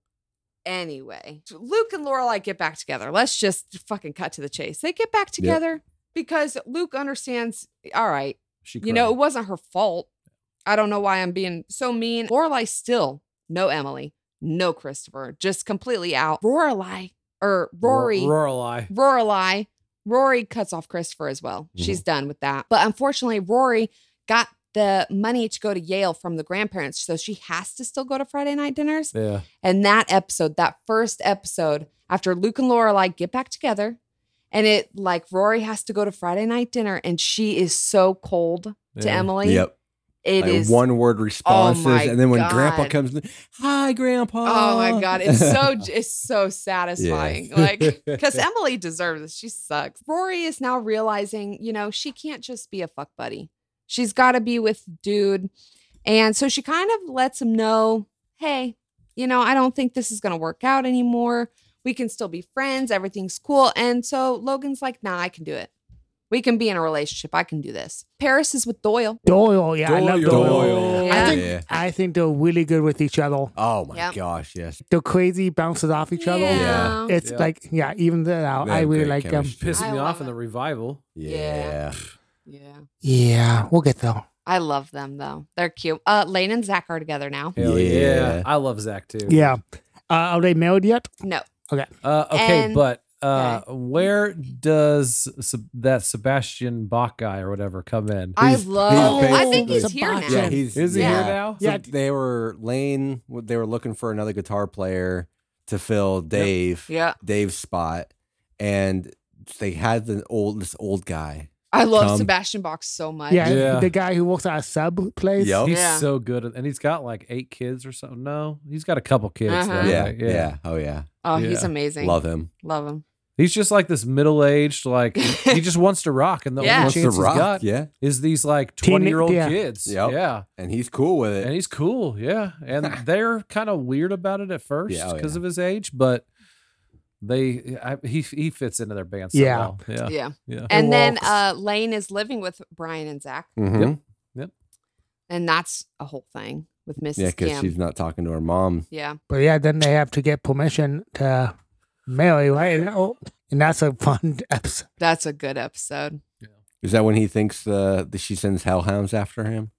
S4: anyway. Luke and Lorelai get back together. Let's just fucking cut to the chase. They get back together because Luke understands. All right,
S3: She,
S4: you know it
S3: cried.
S4: wasn't her fault. I don't know why I'm being so mean. Lorelai still no Emily, no Christopher, just completely out. Lorelai or Rory.
S3: Ro- Mm-hmm.
S4: Rorelai.
S3: Rorelai.
S4: Rory cuts off Christopher as well. She's done with that. But unfortunately, Rory got the money to go to Yale from the grandparents. So she has to still go to Friday night dinners.
S3: Yeah,
S4: And that episode, that first episode, after Luke and Lorelai get back together, and it like Rory has to go to Friday night dinner, and she is so cold to
S3: yeah.
S4: Emily.
S2: Yep.
S4: It
S2: like
S4: is. Oh
S2: one word responses,
S4: my
S2: and then when Grandpa
S4: God.
S2: comes, in, hi Grandpa.
S4: Oh my god, it's
S2: (laughs)
S4: so it's so satisfying.
S2: Yeah.
S4: Like cuz Emily deserves it. She sucks. Rory is now realizing, you know, she can't just be a fuck buddy. She's got to be with dude. And so she kind of lets him know, "Hey, you know, I don't think this is going to work out anymore. We can still be friends. Everything's cool." And so Logan's like, "Nah, I can do it. We can be in a relationship. I can do this." Paris is with Doyle.
S5: Doyle. Yeah. I love
S3: Doyle.
S5: Doyle.
S2: Doyle.
S4: Yeah.
S5: I think I think they're really good with each other.
S2: Oh my
S4: Yep.
S2: gosh, yes.
S5: They're crazy, bounces off each other.
S2: Yeah.
S5: It's
S3: Yeah.
S5: like yeah, even though
S2: They
S5: I
S2: have
S5: really
S2: great
S5: like um, them.
S2: chemistry.
S3: pissed
S4: I
S3: me
S4: love
S3: off in
S4: it.
S3: the revival.
S2: Yeah.
S4: Yeah.
S5: Yeah, we'll get there.
S4: I love them though. They're cute. Uh, Lane and Zach are together now.
S3: Hell yeah.
S2: Yeah.
S3: I love Zach too.
S5: Yeah. Uh, are they married yet?
S4: No.
S3: Uh, okay,
S4: And-
S3: but uh, where does Seb- that Sebastian Bach guy or whatever come in?
S4: I
S2: He's-
S5: Uh,
S4: love.
S2: he's
S4: Oh, I think
S2: basically-
S4: he's here now.
S5: Yeah,
S2: he's
S3: Is he
S4: Yeah.
S3: here now?
S2: So
S5: Yeah.
S2: they were Lane. They were looking for another guitar player. to fill Dave
S4: Yeah.
S2: Dave's spot, and they had the old this old guy.
S4: I love
S2: Come.
S4: Sebastian Bach so much.
S5: Yeah,
S3: Yeah.
S5: the guy who works at a sub place.
S2: Yup.
S3: He's
S4: Yeah.
S3: so good, at, and he's got like eight kids or something. No, he's got a couple kids. though,
S4: Uh-huh.
S2: Yeah,
S3: right?
S2: yeah, oh yeah,
S4: Oh, he's
S3: Yeah.
S4: amazing.
S2: love him.
S4: Love him.
S3: He's just like this middle aged, like he just wants to
S2: (laughs)
S3: rock, and the
S4: Yeah.
S3: only
S2: Wants to
S3: chance he's
S2: rock,
S3: got
S2: yeah,
S3: is these like
S5: Teen-
S3: twenty year old
S5: yeah.
S3: kids.
S2: Yep.
S3: Yeah,
S2: and he's cool with it.
S3: and he's cool. Yeah,
S2: (laughs)
S3: and they're kind of weird about it at first
S2: Yeah,
S3: because
S2: oh, yeah.
S3: of his age, but they I, he he fits into their band. So
S5: Yeah.
S3: well. yeah,
S4: Yeah.
S3: yeah.
S4: And then
S5: walks.
S4: uh, Lane is living with Brian and Zach,
S2: Mhm.
S3: Yep.
S4: and that's a whole thing with Mrs.
S2: Yeah, because
S4: Kim.
S2: she's not talking to her mom.
S4: yeah.
S5: But yeah, then they have to get permission to marry, right? And, oh, and that's a fun (laughs) episode.
S4: That's a good
S2: (laughs)
S4: episode.
S2: Is that when he thinks uh, that she sends hellhounds after him,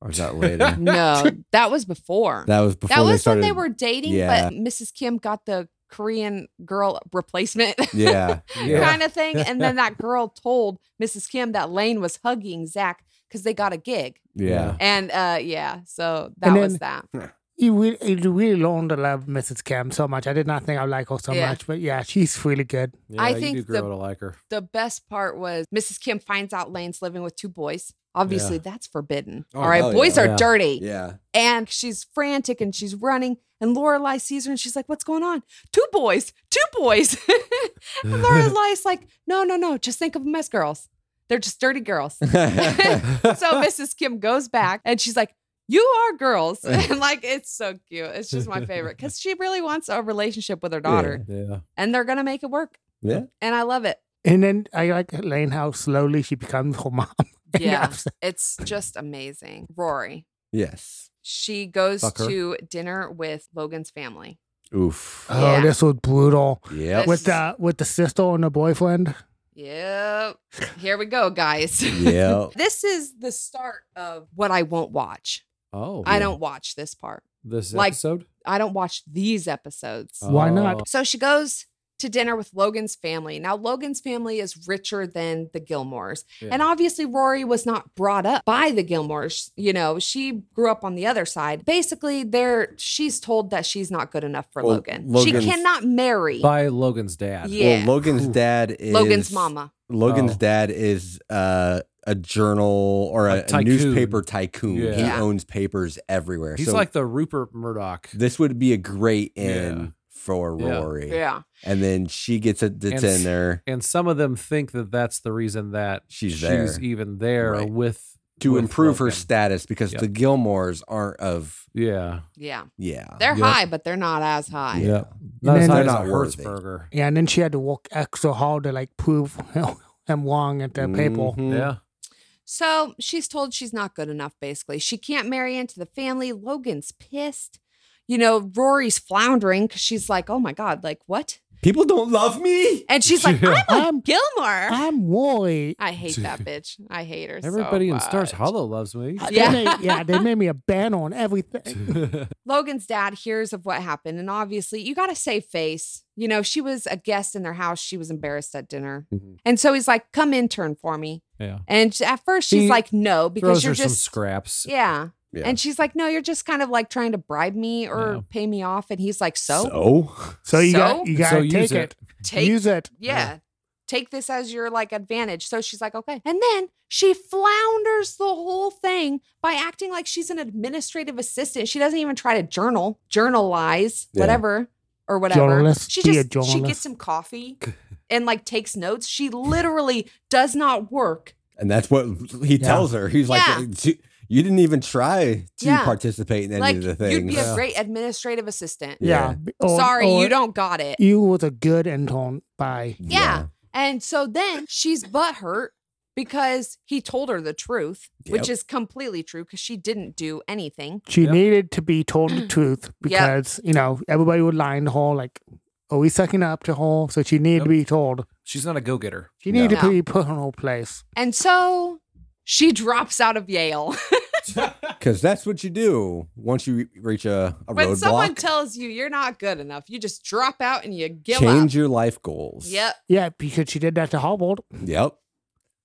S2: or is (laughs) that later?
S4: No, that was before.
S2: that was before
S4: that was
S2: they started.
S4: when they were dating,
S2: Yeah.
S4: but Mrs. Kim got the Korean girl replacement
S2: (laughs) yeah,
S3: Yeah.
S4: kind of thing. And then that girl told Mrs. Kim that Lane was hugging Zach because they got a gig.
S2: yeah,
S4: And uh, yeah, so that
S5: And
S4: was
S5: then-
S4: that.
S5: You really, you really learned to love Mrs. Kim so much. I did not think I would like her so
S4: Yeah.
S5: much, but yeah, she's really good.
S3: Yeah,
S4: I
S3: you
S4: think
S3: do
S4: the-
S3: grow to like her.
S4: The best part was Mrs. Kim finds out Lane's living with two boys. Obviously, that's forbidden.
S2: Oh,
S4: All right,
S2: hell
S4: boys
S2: yeah.
S4: are
S3: Yeah.
S4: dirty. (laughs)
S2: yeah.
S4: and she's frantic and she's running and Lorelai sees her and she's like, "What's going on? Two boys, two boys." (laughs) and Lorelai's like, "No, no, no. Just think of them as girls. They're just dirty girls." so Mrs. Kim goes back and she's like, "You are girls," (laughs) and like it's so cute. It's just my favorite because she really wants a relationship with her daughter,
S3: Yeah,
S4: and they're gonna make it work.
S2: Yeah.
S4: and I love it.
S5: And then I like Lane how slowly she becomes her mom. (laughs) in the
S4: Yeah.
S5: episode.
S4: It's just amazing. Rory,
S2: (laughs) Yes.
S4: she goes
S3: Fuck her.
S4: to dinner with Logan's family.
S2: (laughs) Oof.
S5: Oh,
S4: Yeah.
S5: this was brutal.
S2: Yep.
S4: This-
S5: With the with the sister and the boyfriend.
S4: Yep. Here we go, guys. (laughs)
S2: yeah.
S4: This is the start of what I won't watch.
S3: Oh,
S4: I don't watch this part.
S3: this
S4: like-
S3: episode.
S4: I don't watch these episodes.
S5: Why not?
S3: Oh,
S4: So she goes to dinner with Logan's family. Now, Logan's family is richer than the Gilmores.
S3: Yeah.
S4: And obviously, Rory was not brought up by the Gilmores. You know, she grew up on the other side. Basically, there she's told that she's not good enough for
S2: Well,
S4: Logan.
S2: Logan's-
S4: she cannot marry
S3: by Logan's dad.
S4: Yeah.
S2: Well, Logan's
S3: Oof.
S2: dad is
S4: Logan's mama.
S2: Logan's
S3: Oh.
S2: dad is uh, a journal or
S3: A
S2: a, a
S3: tycoon.
S2: newspaper tycoon.
S3: Yeah.
S2: He
S4: Yeah.
S2: owns papers everywhere.
S3: He's
S2: so
S3: like the Rupert Murdoch.
S2: this would be a great in
S3: Yeah.
S2: for
S3: Yeah.
S2: Rory.
S4: Yeah.
S2: And then she gets a
S3: And
S2: that's
S3: s-
S2: in there
S3: and some of them think that that's the reason that
S2: She's there.
S3: even there
S2: Right.
S3: with
S2: to
S3: with
S2: improve her
S3: Logan.
S2: status because
S3: Yep.
S2: the Gilmores aren't of
S3: Yeah,
S4: Yeah.
S2: yeah.
S4: They're
S3: Yeah.
S4: high, but they're not as high.
S2: Uh, Yeah.
S3: Not as
S5: then-
S3: high
S2: They're
S3: as a
S2: not worthy.
S3: Hertzberger.
S5: Yeah, and then she had to work extra hard to like prove (laughs) him wrong at the paper.
S2: Mhm.
S3: Yeah,
S4: So she's told she's not good enough, basically. She can't marry into the family. Logan's pissed. You know, Rory's floundering because she's like, oh my God, like what?
S2: People don't love me.
S4: And she's like,
S3: Yeah.
S4: I'm a
S5: I'm-
S4: Gilmore.
S5: I'm worried.
S4: I hate that bitch. I hate her. so
S3: everybody in
S4: much.
S3: Stars Hollow loves me.
S5: Uh, they
S4: Yeah.
S5: made- yeah, they made me a ban
S3: (laughs)
S5: on everything.
S4: Logan's dad hears of what happened. And obviously, you got to save face. You know, she was a guest in their house. She was embarrassed at dinner.
S3: Mm-hmm.
S2: Mhm.
S4: And so he's like, come intern for me.
S3: yeah,
S4: And she- at first, she's
S3: He
S4: like, no, because
S3: throws
S4: you're
S3: her some
S4: just.
S3: scraps.
S4: Yeah.
S2: Yeah.
S4: And she's like, no, you're just kind of like trying to bribe me or
S3: Yeah.
S4: pay me off. And he's like, so,
S2: So?
S5: So you
S4: So?
S5: got you got
S3: So
S5: to
S3: use
S5: take
S3: it.
S5: it.
S4: take,
S5: Use it.
S4: yeah, take this as your like advantage. So she's like, okay. And then she flounders the whole thing by acting like she's an administrative assistant. She doesn't even try to journal, journalize,
S2: Yeah.
S4: whatever. Or whatever.
S5: Journalist,
S4: she
S5: be a
S4: just she
S5: journalist.
S4: gets some
S2: (laughs)
S4: coffee and like takes notes. She literally does not work.
S2: And that's what he
S5: Yeah.
S2: tells her. He's like,
S4: Yeah.
S2: "You- you didn't even try to
S4: Yeah.
S2: participate in any
S4: like
S2: of the
S4: you'd
S2: things.
S4: be a
S3: Yeah.
S4: great administrative assistant.
S5: Yeah. Or-
S4: Sorry,
S5: or
S4: you don't got it.
S5: You was a good intern by
S4: Yeah. And so then she's butthurt because he told her the truth, which
S2: Yep.
S4: is completely true because she didn't do anything.
S5: she
S3: Yep.
S5: needed to be told
S4: (clears throat)
S5: the truth because you know everybody would lying to her like always sucking up to her so she needed
S3: Yep.
S5: to be told
S3: She's not
S4: (laughs)
S3: a go-getter.
S5: she needed
S4: No.
S5: to be put in her place
S4: And so she drops out of Yale.
S2: Because that's what you do once you re- reach a,
S4: (laughs)
S2: a
S4: when someone
S2: roadblock.
S4: tells you you're not good enough, you just drop out and you give
S2: change
S4: up.
S2: your life goals.
S4: Yep.
S5: yeah because she did that to Harvard
S2: Yep.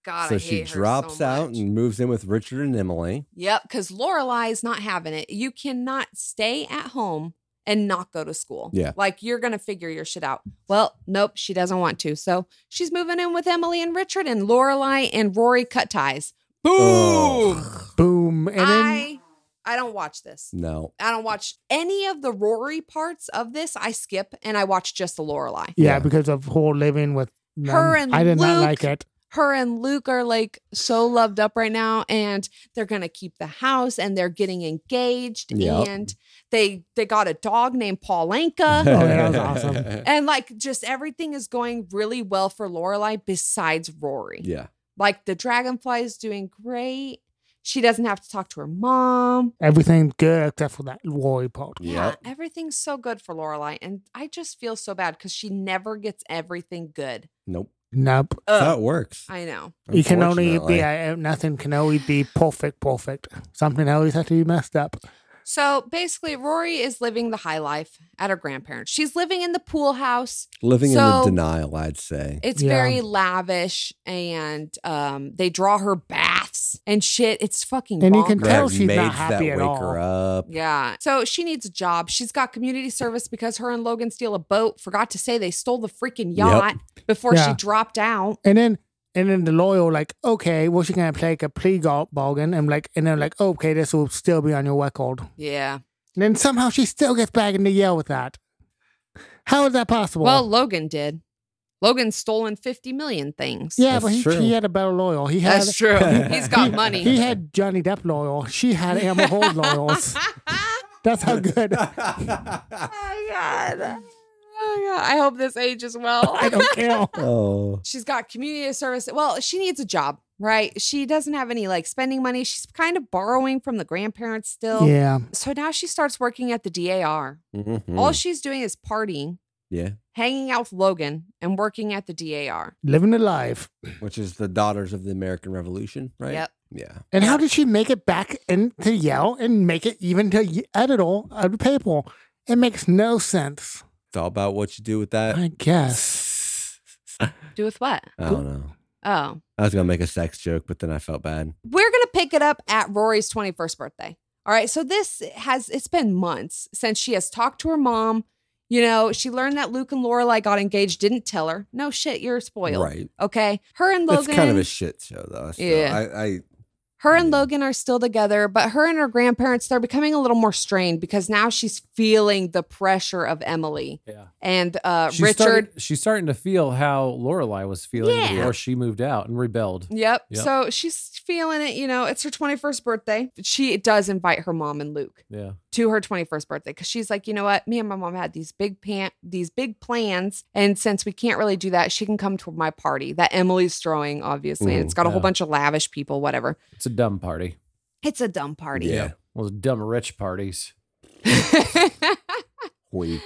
S4: God, I
S2: so she
S4: hate her
S2: drops
S4: so
S2: out
S4: much.
S2: and moves in with Richard and Emily.
S4: Yep, because Lorelai is not having it. You cannot stay at home and not go to school.
S2: Yeah.
S4: Like you're going to figure your shit out. Well, nope, she doesn't want to. So she's moving in with Emily and Richard and Lorelai and Rory cut ties. Boom.
S2: Ugh.
S5: Boom. And then
S4: I I don't watch this.
S2: No.
S4: I don't watch any of the Rory parts of this. I skip and I watch just the Lorelai.
S5: yeah,
S2: Yeah.
S5: because of whole living with them.
S4: Her and
S5: I did not like
S4: Luke.
S5: it.
S4: her and Luke are like so loved up right now and they're going to keep the house and they're getting engaged
S2: Yep.
S4: and they they got a dog named
S2: (laughs)
S4: Paulanka
S5: Oh, that was awesome.
S4: and like just everything is going really well for Lorelai besides Rory.
S2: Yeah.
S4: Like the dragonfly is doing great. She doesn't have to talk to her mom.
S5: Everything good except for that Rory part.
S4: Yeah,
S2: Yep.
S4: everything's so good for Lorelai and I just feel so bad cuz she never gets everything good.
S2: Nope.
S5: Nope.
S2: That's
S4: Ugh,
S2: how it works.
S4: I know.
S5: You can only
S2: unfortunately.
S5: be uh, nothing can only be perfect, perfect. Something always has to be messed up.
S4: So basically, Rory is living the high life at her grandparents. She's living in the pool house.
S2: living in
S4: So-
S2: the denial. I'd say.
S4: It's
S5: Yeah.
S4: very lavish, and um, they draw her baths and shit. It's fucking.
S5: And you can
S4: bonkers.
S5: tell
S2: That
S5: she's not
S2: maids that
S5: happy
S2: wake
S5: at
S2: her up.
S4: Yeah. So she needs a job. She's got community service because her and Logan steal a boat. Forgot to say they stole the freaking
S2: Yep.
S4: yacht before she
S5: Yeah.
S4: dropped out.
S5: And then and then the lawyer like, okay, well she gonna play like a plea gal- bargain and like and then like, okay, this will still be on your record.
S4: Yeah.
S5: And then somehow she still gets back in the yell with that. How is that possible?
S4: Well, Logan did. Logan's stolen 50 million things.
S5: yeah,
S2: That's
S5: but he,
S2: true.
S5: he had a better lawyer. He had
S4: That's true.
S5: (laughs)
S4: He's got
S5: he-
S4: money.
S5: He
S4: (laughs)
S5: had Johnny Depp loyal. She had Amber Heard loyals.
S4: (laughs)
S5: That's how good.
S4: Oh god. Oh god. I hope this ages well.
S5: (laughs) I don't
S4: (laughs)
S5: care.
S2: (laughs) oh.
S4: She's got community service. Well, she needs a job, right? She doesn't have any like spending money. She's kind of borrowing from the grandparents still.
S5: Yeah.
S4: So now she starts working at the DAR.
S2: Mhm.
S4: All she's doing is partying,
S2: yeah.
S4: hanging out with Logan, and working at the DAR.
S5: Living the life.
S2: Which is the daughters of the American Revolution, right?
S4: Yep.
S2: Yeah.
S5: And how did she make it back into Yale and make it even to Ye- edit all of the paper? It makes no sense.
S2: It's all about what you do with that.
S5: I guess.
S2: I
S4: Do with what?
S2: don't know.
S4: Oh.
S2: I was gonna make a sex joke, but then I felt bad.
S4: We're gonna pick it up at Rory's 21st birthday. All right. So this has it's been months since she has talked to her mom. You know, she learned that Luke and Lorelai got engaged, didn't tell her. No shit, you're spoiled.
S2: Right.
S4: Okay. Her and
S2: That's
S4: Logan.
S2: kind of a shit show, though. So
S4: Yeah.
S2: I, I
S4: her and
S2: Yeah.
S4: Logan are still together, but her and her grandparents, they're becoming a little more strained because now she's feeling the pressure of Emily
S3: Yeah.
S4: and uh,
S3: She's
S4: Richard.
S3: starting- she's starting to feel how Lorelai was feeling
S4: Yeah.
S3: before she moved out and rebelled.
S4: Yep.
S3: Yep.
S4: So she's feeling it. You know, it's her 21st birthday. She does invite her mom and Luke
S3: Yeah.
S4: to her 21st birthday because she's like, you know what? Me and my mom had these big pan- these big plans, and since we can't really do that, she can come to my party that Emily's throwing. Obviously, and
S2: Mhm.
S4: it's got a whole
S3: Yeah.
S4: bunch of lavish people. Whatever.
S3: It's a dumb party.
S4: It's a dumb party.
S2: Yeah.
S3: Those dumb rich parties.
S4: (gasps)
S2: hoity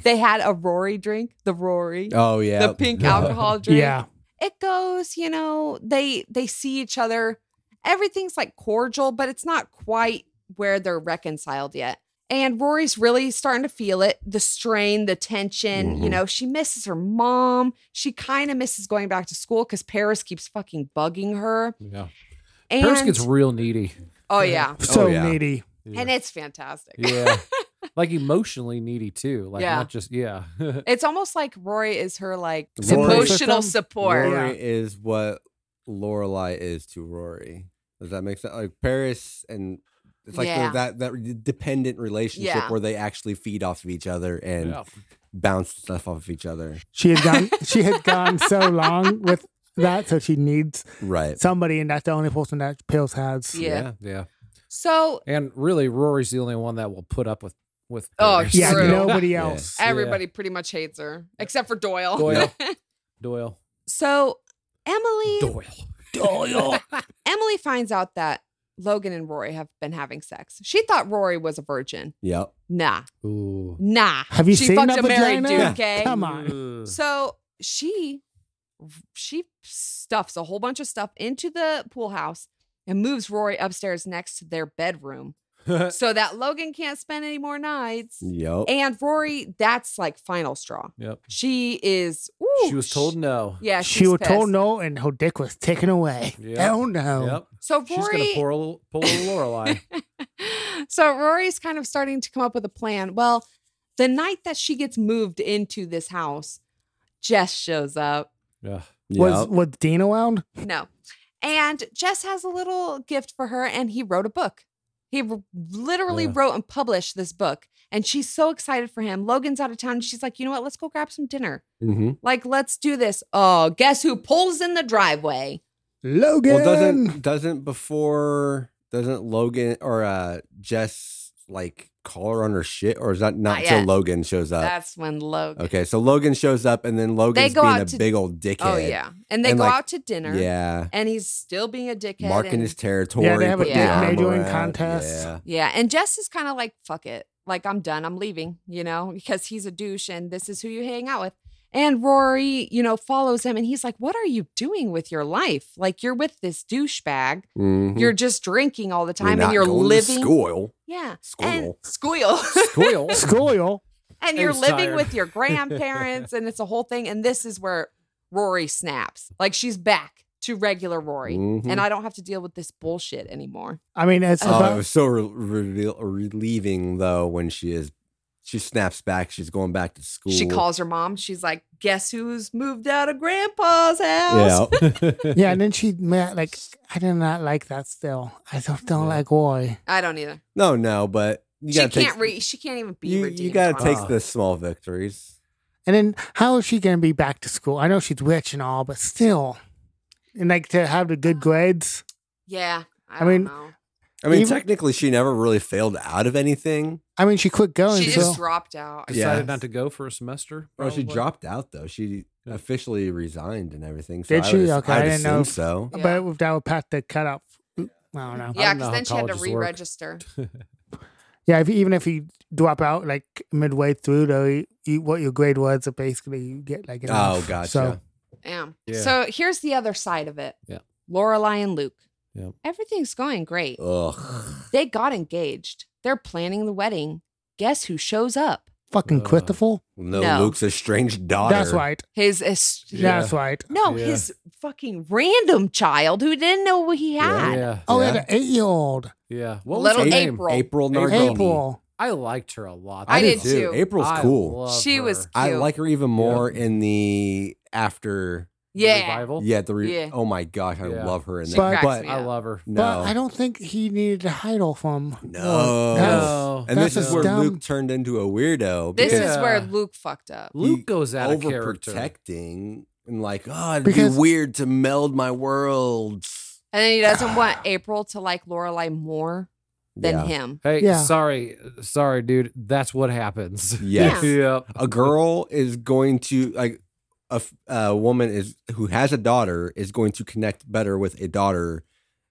S4: (laughs) they had a Rory drink. The Rory.
S2: Oh (laughs) yeah.
S4: the pink alcohol drink.
S5: Yeah.
S4: It goes, you know, they they see each other. Everything's like cordial, but it's not quite where they're reconciled yet. And Rory's really starting to feel it, the strain, the tension. You
S2: Mhm.
S4: know, she misses her mom. She kind of misses going back to school because Paris keeps fucking bugging her.
S3: Yeah.
S4: And
S3: Paris gets real needy.
S4: oh yeah.
S5: So
S2: Oh, yeah.
S5: needy.
S3: Yeah.
S4: And it's fantastic.
S3: yeah. Like emotionally needy too. Like
S4: Yeah.
S3: not just yeah. (laughs)
S4: It's almost like Rory is her like
S2: Rory-
S4: emotional
S5: Support system?
S4: support.
S2: Rory
S5: Yeah.
S2: is what Lorelai is to Rory. Does that make sense? Like Paris and it's like the-
S4: Yeah.
S2: that that dependent relationship
S4: Yeah.
S2: where they actually feed off of each other and
S3: Yeah.
S2: bounce stuff off of each other.
S5: She had gone she had gone so long with that, so she needs
S2: Right.
S5: somebody and that's the only person that Pills has.
S4: Yeah.
S3: Yeah.
S4: So
S3: And really Rory's the only one that will put up with with
S4: Oh,
S3: Paris. (laughs)
S5: Yeah,
S4: True.
S5: nobody
S2: Yeah.
S5: else.
S3: Yeah.
S4: everybody pretty much hates her except for Doyle.
S5: (laughs)
S3: Doyle. Doyle.
S4: So Emily
S3: Doyle.
S4: Emily finds out that Logan and Rory have been having sex. She thought Rory was a virgin.
S2: Yep.
S4: Nah,
S3: Ooh.
S4: nah.
S5: Have you
S4: she
S5: seen
S4: fucked
S5: that
S4: a married
S5: vagina?
S4: dude, okay?
S5: Come on.
S3: Ugh. (laughs)
S4: So she she stuffs a whole bunch of stuff into the pool house and moves Rory upstairs next to their bedroom
S5: Uh,
S4: so that Logan can't spend any more nights.
S2: Yep.
S4: And Rory, that's like final straw.
S3: yep.
S4: She is.
S3: She
S4: ooh,
S3: was told no.
S4: Yeah, she's
S5: She was told
S4: pissed.
S5: no and her dick was taken away.
S3: Yep.
S5: Oh no.
S3: Yep.
S4: So Rory,
S3: She's gonna pour a little, pull a Lorelai.
S4: so Rory's kind of starting to come up with a plan. Well, The night that she gets moved into this house, Jess shows up.
S3: Yeah.
S5: Was was Dean around?
S4: No. And Jess has a little gift for her, and he wrote a book. He r- literally
S3: Yeah.
S4: wrote and published this book. And she's so excited for him. Logan's out of town. And she's like, you know what? Let's go grab some dinner.
S2: hmm
S4: Like, let's do this. Oh, guess who pulls in the driveway?
S5: Logan.
S2: Well, doesn't doesn't before doesn't Logan or uh Jess like call her on her shit, or is that not
S4: Not
S2: till
S4: yet.
S2: Logan shows up?
S4: That's when Logan.
S2: okay, so Logan shows up, and then Logan's
S4: go
S2: being
S4: out
S2: a
S4: to-
S2: big old dickhead.
S4: Oh, yeah. And they
S2: And,
S4: go
S2: like,
S4: out to dinner.
S2: yeah,
S4: And he's still being a dickhead.
S2: marking
S4: and-
S2: his territory.
S5: have a
S2: putting the
S4: dick
S2: arm
S5: measuring
S2: around,
S5: contest.
S2: Yeah.
S4: Yeah. And Jess is kind of like, fuck it. Like, I'm done. I'm leaving, you know, because he's a douche and this is who you hang out with. And Rory, you know, follows him and he's like, what are you doing with your life? Like, you're with this douchebag.
S2: Mhm.
S4: You're just drinking all the
S2: You're
S4: Mm-hmm. time
S2: Mm-hmm. not
S4: and you're
S2: going to
S4: living.
S2: school.
S4: Yeah. And
S2: School.
S4: squeal.
S3: (laughs) Squeal.
S5: Scoil.
S4: (laughs) and you're
S3: was
S4: living
S2: (laughs)
S3: tired.
S4: with your grandparents and it's a whole thing. And this is where Rory snaps. Like, she's back to regular Rory.
S2: Mhm.
S4: And I don't have to deal with this bullshit anymore.
S5: I mean, it's
S2: Oh, it
S5: about
S2: was so re- reveal- relieving though when she is she snaps back. She's going back to school.
S4: She calls her mom. She's like, "Guess who's moved out of Grandpa's house?"
S2: Yeah,
S5: yeah, and then she met like I did not like that. Still, I don't, don't like Roy.
S4: I don't either.
S2: no, no, but you
S4: she
S2: gotta
S4: can't
S2: take,
S4: re- She can't even be
S2: you,
S4: redeemed.
S2: you gotta
S4: on
S2: take
S4: it.
S3: Ah.
S2: the small victories.
S5: And then how is she gonna be back to school? I know she's rich and all, but still, and like to have the good grades.
S4: Yeah, I,
S5: I
S4: don't
S5: mean,
S4: know.
S2: I mean,
S5: Even-
S2: technically, she never really failed out of anything.
S5: I mean, she quit going.
S4: she
S5: so
S4: just dropped out.
S2: Yeah.
S3: Decided not to go for a semester.
S2: Bro, Oh, she
S3: probably.
S2: dropped out though. She officially resigned and everything. So
S5: Did
S2: I
S5: she?
S2: would-
S5: Okay,
S2: I,
S5: I
S2: would
S5: didn't
S2: assume
S5: know if-
S2: So
S4: Yeah.
S5: but with that would pat the cutoff. I don't know.
S4: Yeah,
S3: know
S4: because
S3: how
S4: then she had to
S3: colleges work.
S4: re-register.
S5: Yeah, if, even if you drop out like midway through, though, you, you, what your grade was, uh, basically you get like an
S2: Oh,
S5: F.
S2: gotcha.
S5: So
S4: Yeah.
S3: Yeah.
S4: So here's the other side of it.
S3: Yeah.
S4: Lorelai and Luke.
S3: Yep.
S4: Everything's going great.
S2: Ugh.
S4: They got engaged. They're planning the wedding. Guess who shows up?
S5: fucking
S3: Uh,
S5: Christopher.
S2: No,
S4: No.
S2: Luke's estranged daughter.
S5: That's right.
S4: His es-
S3: Yeah.
S5: That's right.
S4: no,
S3: Yeah.
S4: his fucking random child who didn't know what he had.
S3: Yeah.
S5: Oh, yeah,
S2: Yeah.
S5: the eight-year-old
S3: Yeah. What
S4: Little
S3: was her name?
S4: Oh, April.
S2: April Nardini.
S5: April.
S3: I liked her a lot.
S4: I did too.
S2: April's
S3: I
S2: cool.
S3: love
S4: She
S3: her.
S4: was-
S2: I
S4: Cute.
S2: like her even more in the after.
S4: Yeah.
S3: Revival.
S2: Yeah, the re-
S4: Yeah.
S2: oh my gosh, I
S3: Yeah.
S2: love her in
S4: She
S2: that.
S5: But-
S4: cracks
S2: but
S4: me
S3: I
S4: up.
S3: love her.
S2: no,
S5: But I don't think he needed a title from.
S2: No.
S5: That's-
S2: and this
S5: that's
S2: is where
S5: dumb.
S2: Luke turned into a weirdo.
S4: This
S2: because
S4: is where
S3: Yeah.
S4: Luke fucked up.
S2: he
S3: Luke goes out of character.
S2: overprotecting and like, oh, it'd
S5: Because-
S2: be weird to meld my worlds.
S4: And then he doesn't
S2: (sighs)
S4: want April to like Lorelai more than
S2: yeah.
S4: him.
S3: Hey,
S5: Yeah.
S3: sorry, sorry, dude. That's what happens.
S2: (laughs) Yes.
S3: (laughs) Yep.
S2: a girl is going to like a, f- a woman is who has a daughter is going to connect better with a daughter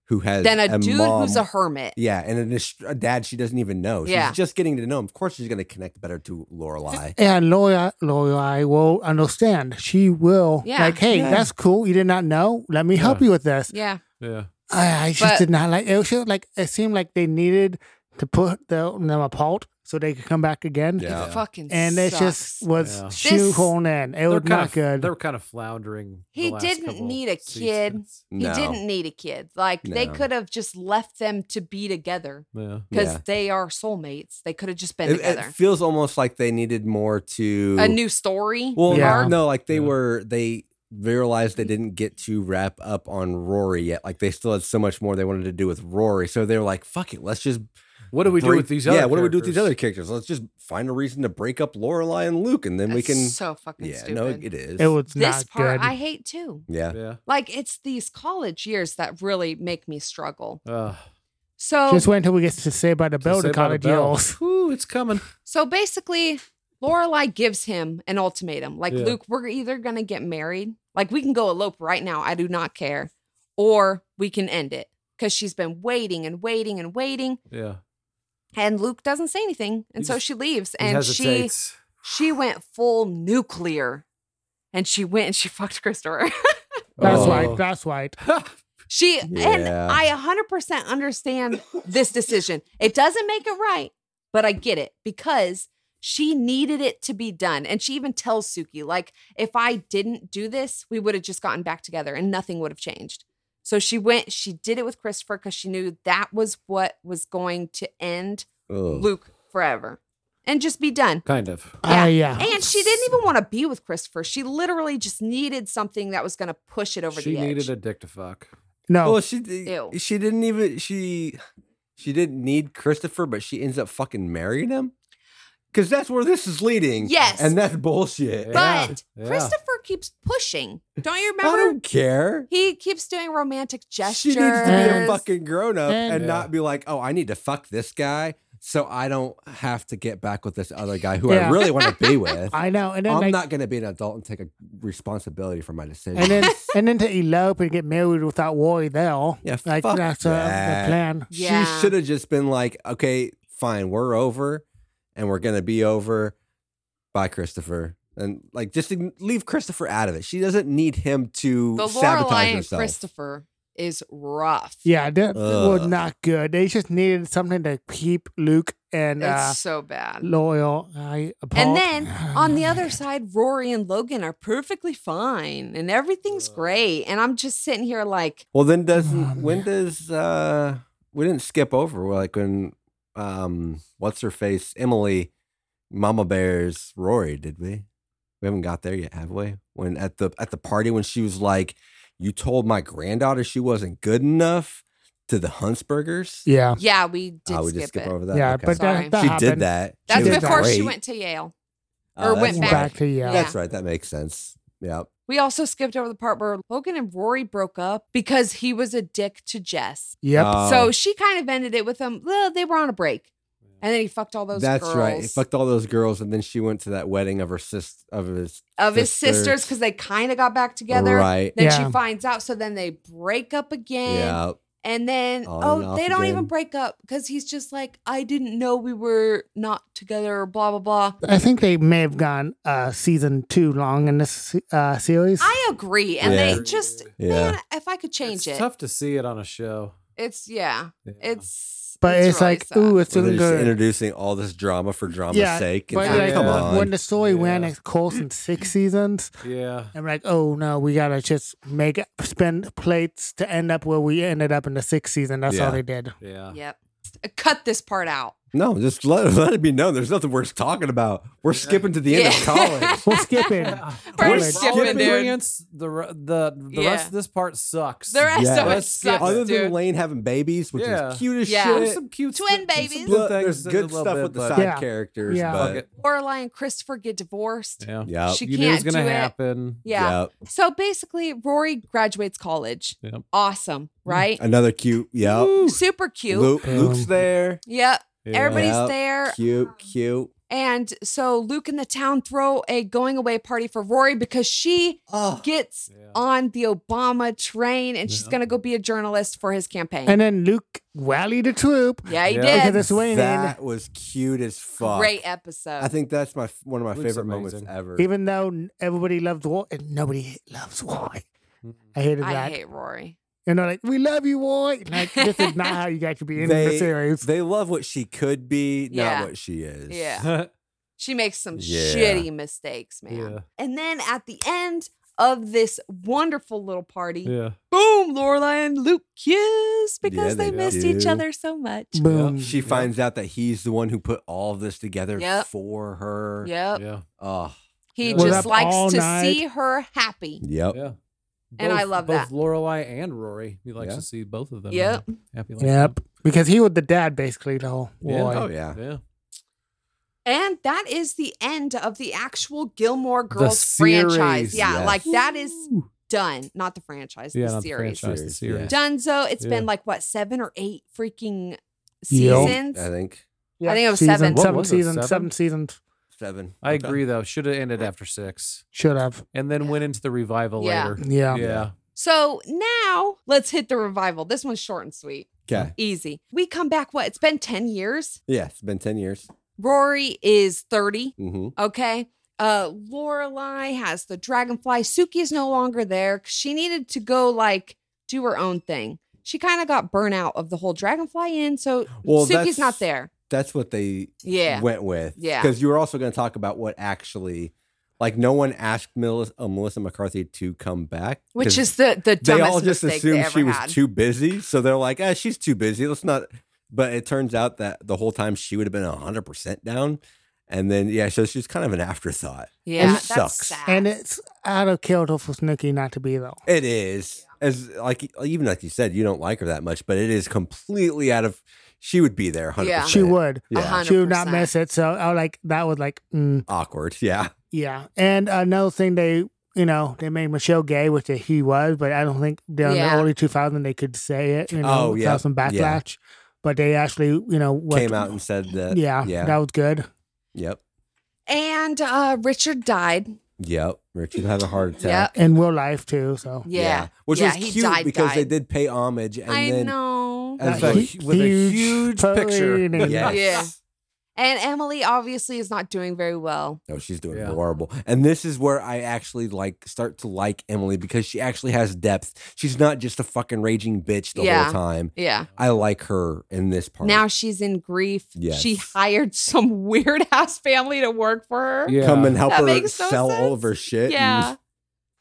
S2: who has
S4: Than a, dude
S2: mom.
S4: who's a hermit.
S2: yeah, and an est- a dad she doesn't even know. She's
S4: Yeah.
S2: just getting to know him. Of course, she's going to connect better to Lorelai.
S5: And Lori, Lori will understand. She will.
S4: Yeah.
S5: Like, hey,
S2: Yeah.
S5: that's cool. You did not know. Let me help
S3: Yeah.
S5: you with this.
S4: Yeah.
S3: Yeah.
S5: I, I just
S4: But-
S5: did not like it. Was just like it seemed like they needed to put the, them apart so they could come back again.
S2: Yeah.
S4: It fucking
S5: And it
S4: sucks.
S5: just was
S3: Yeah.
S5: shoehorned in. It was
S3: kind
S5: not
S3: of,
S5: good.
S3: They were kind of floundering. the
S4: He
S3: last
S4: didn't
S3: couple
S4: need a kid.
S3: seasons.
S4: he
S2: No.
S4: didn't need a kid. Like they
S2: No.
S4: could have just left them to be together
S3: Yeah.
S4: because
S2: Yeah.
S4: they are soulmates. They could have just been
S2: It, it
S4: together.
S2: feels almost like they needed more to
S4: a new story.
S2: Well,
S5: Yeah.
S2: no, no, like they
S3: Yeah.
S2: were they realized they didn't get to wrap up on Rory yet. Like they still had so much more they wanted to do with Rory. So they were like, "Fuck it, let's just
S3: What do we do
S2: break-
S3: with these other?
S2: Yeah, what do we do with these other
S3: characters?
S2: characters? Let's just find a reason to break up Lorelai and Luke, and then we
S4: That's
S2: can.
S4: so fucking
S2: yeah,
S4: stupid.
S2: no, it is.
S5: it was
S4: this
S5: not
S4: part
S5: good.
S4: I hate too.
S2: yeah,
S4: Like it's these college years that really make me struggle.
S3: Yeah. Uh,
S4: So
S5: Just wait until we get to say about the building
S3: Saved by the
S5: college
S3: Bell. (laughs)
S5: years.
S3: Ooh, it's coming.
S4: So basically, Lorelai gives him an ultimatum. Like,
S3: Yeah.
S4: Luke, we're either gonna get married, like we can go elope right now. I do not care, or we can end it. Cause she's been waiting and waiting and waiting.
S3: Yeah.
S4: And Luke doesn't say anything. And
S3: He
S4: so
S3: just-
S4: she leaves.
S3: He
S4: And she
S3: hesitates.
S4: she went full nuclear. And she went and she (laughs) fucked Christopher.
S5: (laughs) That's
S2: Oh.
S3: (laughs)
S5: right. That's right.
S4: she and
S2: Yeah.
S4: I 100% understand this decision. It doesn't make it right, but I get it because she needed it to be done. And she even tells Suki, like, if I didn't do this, we would have just gotten back together and nothing would have changed. So she went, she did it with Christopher because she knew that was what was going to end
S2: Ugh.
S4: Luke forever. and just be done.
S3: kind of.
S5: Yeah.
S4: Yeah.
S5: Oh, yeah.
S4: And she didn't even want to be with Christopher. She literally just needed something that was going to push it over
S3: she
S4: the edge.
S3: needed a dick to fuck.
S5: No.
S2: Well, she d-
S4: Ew.
S2: she didn't even she she didn't need Christopher, but she ends up fucking marrying him because that's where this is leading.
S4: Yes.
S2: and that's bullshit.
S3: Yeah,
S4: But
S3: yeah.
S4: Christopher keeps pushing. Don't you
S2: I
S4: remember?
S2: don't care.
S4: He keeps doing romantic gestures.
S2: Oh. She needs to be a
S5: gestures.
S2: fucking grown up
S5: And-
S2: and
S3: Yeah.
S2: not be like, oh, I need to fuck this guy so I don't have to get back with this other guy who I
S5: Yeah.
S2: really want
S5: (laughs)
S2: to be with.
S5: I know. And then
S2: I'm
S5: like,
S2: not going to be an adult and take a responsibility for my decisions.
S5: and then and then to elope and get married without worry there.
S2: (laughs) Yeah,
S5: (laughs) Like
S2: fuck
S5: that's uh,
S2: that.
S5: the plan.
S4: Yeah.
S2: She should have just been like, okay, fine, we're over and we're going to be over. Bye, Christopher. And like, just ign- leave Christopher out of it. She doesn't need him to
S4: the Lorelai
S2: sabotage
S4: and
S2: herself.
S4: Christopher is rough.
S5: Yeah, that was
S2: Ugh.
S5: not good. They just needed something to keep Luke and
S4: It's
S5: uh,
S4: so bad.
S5: Loyal I apart.
S4: And
S2: (sighs)
S4: then
S2: Oh
S4: on the other side, Rory and Logan are perfectly fine and everything's great. And I'm just sitting here like,
S2: Well, then doesn't,
S5: Oh,
S2: when does, uh, we didn't skip over like when, um, what's her face, Emily, Mama Bear's Rory, did we? We haven't got there yet, have we? When at the at the party when she was like, "You told my granddaughter she wasn't good enough to the Huntsburgers."
S5: (laughs) yeah,
S4: yeah, we did
S2: I would
S4: skip,
S2: just skip
S4: it.
S2: over that.
S5: yeah,
S2: okay.
S5: but
S4: Sorry.
S5: that, that
S2: she
S5: happened.
S2: did that. She
S4: That's
S2: was
S5: did
S4: before she
S2: great.
S4: went to Yale.
S2: Oh,
S4: or
S2: that's
S4: went
S2: right.
S5: back to yeah.
S4: Yeah.
S2: That's right. That makes sense. Yeah.
S4: We also skipped over the part where Logan and Rory broke up because he was a dick to Jess.
S5: Yep.
S2: Oh,
S4: so she kind of ended it with them. Well, they were on a break. And then he fucked all those
S2: that's
S4: girls
S2: right. He fucked all those girls, and then she went to that wedding of her sis of his
S4: of his
S2: sisters.
S4: sisters because they kind of got back together.
S2: Right.
S4: Then
S5: Yeah.
S4: she finds out. So then they break up again.
S2: Yeah.
S4: And then,
S2: On and
S4: oh,
S2: off
S4: they don't even
S2: again.
S4: break up because he's just like, I didn't know we were not together, or blah, blah, blah.
S5: I think they may have gone uh, season too long in this uh, series.
S4: I agree. And
S2: Yeah.
S4: they just,
S2: Yeah.
S4: man, if I could change
S3: it's
S4: it,
S3: tough to see it on a show.
S4: it's, yeah,
S3: Yeah.
S4: it's,
S5: but it's,
S4: really
S5: like,
S4: sad.
S5: ooh, it's
S2: So they're
S5: doing
S2: just
S5: good.
S2: introducing all this drama for drama's
S5: Yeah,
S2: sake. And
S5: But
S2: it's
S3: Yeah. uh,
S2: like,
S5: like,
S2: come on.
S5: when the story ran
S3: Yeah.
S5: its course in six seasons,
S3: Yeah.
S5: I'm like, oh no, we gotta just make spin plates to end up where we ended up in the sixth season. That's
S2: Yeah.
S5: all they did.
S3: Yeah.
S4: yep. Cut this part out.
S2: no, just let, (laughs) let it be known. There's nothing worth talking about. We're
S3: Yeah.
S2: skipping to the end
S4: Yeah. (laughs)
S2: of college.
S5: We'll skip it.
S4: We're
S3: All
S4: skipping,
S3: the
S4: dude.
S3: experience, the re- the the
S4: Yeah.
S3: rest of this part sucks.
S4: The rest
S2: Yeah.
S4: of it
S3: Let's skip
S4: sucks,
S2: Other
S4: dude.
S2: than Lane having babies, which
S3: Yeah.
S2: is cute as
S4: Yeah.
S3: There's
S2: shit.
S3: some cute
S4: Twin
S3: stu- some
S4: babies.
S3: good
S2: Look,
S3: things
S2: there's
S3: in it a
S2: good
S3: little
S2: stuff
S3: bit,
S2: with the
S3: but-
S2: side
S5: Yeah.
S2: characters,
S5: Yeah.
S3: Fuck
S2: but
S3: it.
S4: Lorelai and Christopher get divorced.
S3: Yeah.
S2: yeah,
S4: She
S3: you knew it
S4: can't
S3: was gonna
S4: do it.
S3: happen.
S4: Yeah.
S2: Yep.
S4: So basically, Rory graduates college.
S3: Yep.
S4: Awesome, right?
S2: Another cute. Yeah.
S4: Super cute. Er,
S2: Luke,
S5: Um,
S2: Luke's there.
S4: Yep.
S3: Yeah. (laughs)
S4: Everybody's
S2: Yep.
S4: there.
S2: Cute, cute.
S4: And so Luke and the town throw a going away party for Rory because she
S2: Oh,
S4: gets
S3: Yeah.
S4: on the Obama train and she's
S3: Yeah.
S4: going to go be a journalist for his campaign.
S5: And then Luke rallied the troop.
S4: yeah, he
S3: Yeah.
S5: Okay,
S4: did.
S5: this way
S2: that was cute as fuck.
S4: Great episode.
S2: I think that's my f- one of my
S3: Luke's
S2: favorite moments
S3: amazing.
S2: ever.
S5: even though n- everybody loved Roy, and nobody loves Roy. I hated
S4: I
S5: that.
S4: hate Rory.
S5: and they're like, "We love you, Roy." Like, this is not how you guys should be in the
S2: They-
S5: series.
S2: they love what she could be,
S4: Yeah.
S2: not what she is.
S4: Yeah. She makes some
S2: Yeah.
S4: shitty mistakes, man.
S3: Yeah.
S4: And then at the end of this wonderful little party,
S3: yeah.
S4: boom, Lorelai and Luke kiss because they,
S2: they
S4: missed
S2: do.
S4: each other so much.
S5: Boom.
S2: She
S3: Mm-hmm.
S2: finds out that he's the one who put all of this together
S4: Yep.
S2: for her.
S4: Yep.
S3: Yeah.
S2: Oh,
S4: He
S3: Was
S4: just
S5: up
S4: likes
S5: all
S4: to
S5: night.
S4: see her happy.
S2: yep.
S3: Yeah.
S4: And I love
S3: both
S4: that.
S3: Lorelai and Rory. He likes
S2: Yeah.
S3: to see both of them.
S4: Yep.
S3: uh, Happy like
S5: Yep, because he was the dad basically the whole
S3: Yeah.
S5: Roy.
S2: Oh yeah.
S3: that. Yeah.
S4: And that is the end of the actual Gilmore Girls
S3: series,
S4: franchise. Yeah,
S2: yes.
S4: like that is done. Not the franchise,
S3: Yeah,
S4: the
S3: not the
S4: series.
S3: franchise, the
S2: Series,
S3: series.
S2: yeah.
S4: Dunzo, It's
S3: Yeah.
S4: been like what, seven or eight freaking
S5: Yep.
S4: seasons?
S2: I think
S4: I think it was
S5: Season-
S4: seven.
S3: What
S5: Seven
S3: was it,
S5: seasons.
S3: seven?
S5: Seven? seasons.
S2: seven.
S3: I
S2: Okay.
S3: agree though. Should have ended after six,
S5: Should have.
S3: and then went into the revival
S4: Yeah.
S3: later.
S5: Yeah.
S3: Yeah.
S4: So now let's hit the revival. This one's short and sweet.
S2: Okay.
S4: Easy. We come back, what? It's been 10 years.
S2: Yeah, it's been ten years.
S4: Rory is 30.
S2: Mm-hmm.
S4: Okay. Uh Lorelai has the dragonfly. Suki is no longer there. 'cause She needed to go like do her own thing. She kind of got burnt out of the whole dragonfly in, so
S2: Well,
S4: Suki's
S2: that's-
S4: not there.
S2: That's what they
S4: Yeah.
S2: went with.
S4: Yeah.
S2: Because you were also going to talk about what actually, like, no one asked Melissa, uh, Melissa McCarthy to come back,
S4: Which
S2: 'cause
S4: is the the
S2: they
S4: dumbest
S2: all just
S4: mistake they
S2: assumed
S4: ever
S2: she was
S4: had.
S2: too busy. So they're like, ah, she's too busy. Let's not. But it turns out that the whole time she would have been hundred percent down, And then yeah, so she's kind of an afterthought.
S4: Yeah,
S2: It
S4: that's
S2: sucks.
S4: sad.
S5: And it's out of kilter for Snooky not to be though.
S2: It is as like even like you said, you don't like her that much, but it is completely out of. She would be there, hundred
S4: Yeah.
S2: percent.
S5: She would.
S4: A
S2: Yeah.
S4: hundred
S5: She would not
S4: percent.
S5: miss it. So I was like that was like mm,
S2: Awkward. Yeah.
S5: yeah. And another thing they you know they made Michelle gay, which he was, but I don't think they're in
S4: Yeah.
S5: the early two thousand they could say it. You know,
S2: Oh,
S5: without
S2: yeah.
S5: some
S2: Yeah.
S5: backlash. But they actually you know what,
S2: Came out and said that.
S5: yeah,
S2: Yeah.
S5: that was good.
S2: Yep.
S4: And uh, Richard died.
S2: Yep. Richard had a heart attack.
S4: (laughs) Yep.
S5: In real life too. So
S4: Yeah.
S2: Which
S4: Yeah, he
S2: was cute
S4: died,
S2: because they
S4: died.
S2: did pay homage and
S4: I
S2: then
S4: know.
S2: as
S5: That
S2: a,
S5: hu-
S2: with a
S5: huge
S2: huge
S5: plane
S2: picture.
S5: and-
S2: Yes.
S4: Yeah. And Emily obviously is not doing very well.
S2: No, she's doing
S3: Yeah.
S2: horrible. And this is where I actually like start to like Emily because she actually has depth. She's not just a fucking raging bitch the
S4: Yeah.
S2: whole time.
S4: Yeah.
S2: I like her in this part.
S4: Now she's in grief.
S2: Yes.
S4: She hired (laughs) some weird ass family to work for her.
S3: Yeah.
S2: come and help
S4: That
S2: her
S4: makes no
S2: sell all
S4: sense.
S2: of her shit.
S4: Yeah.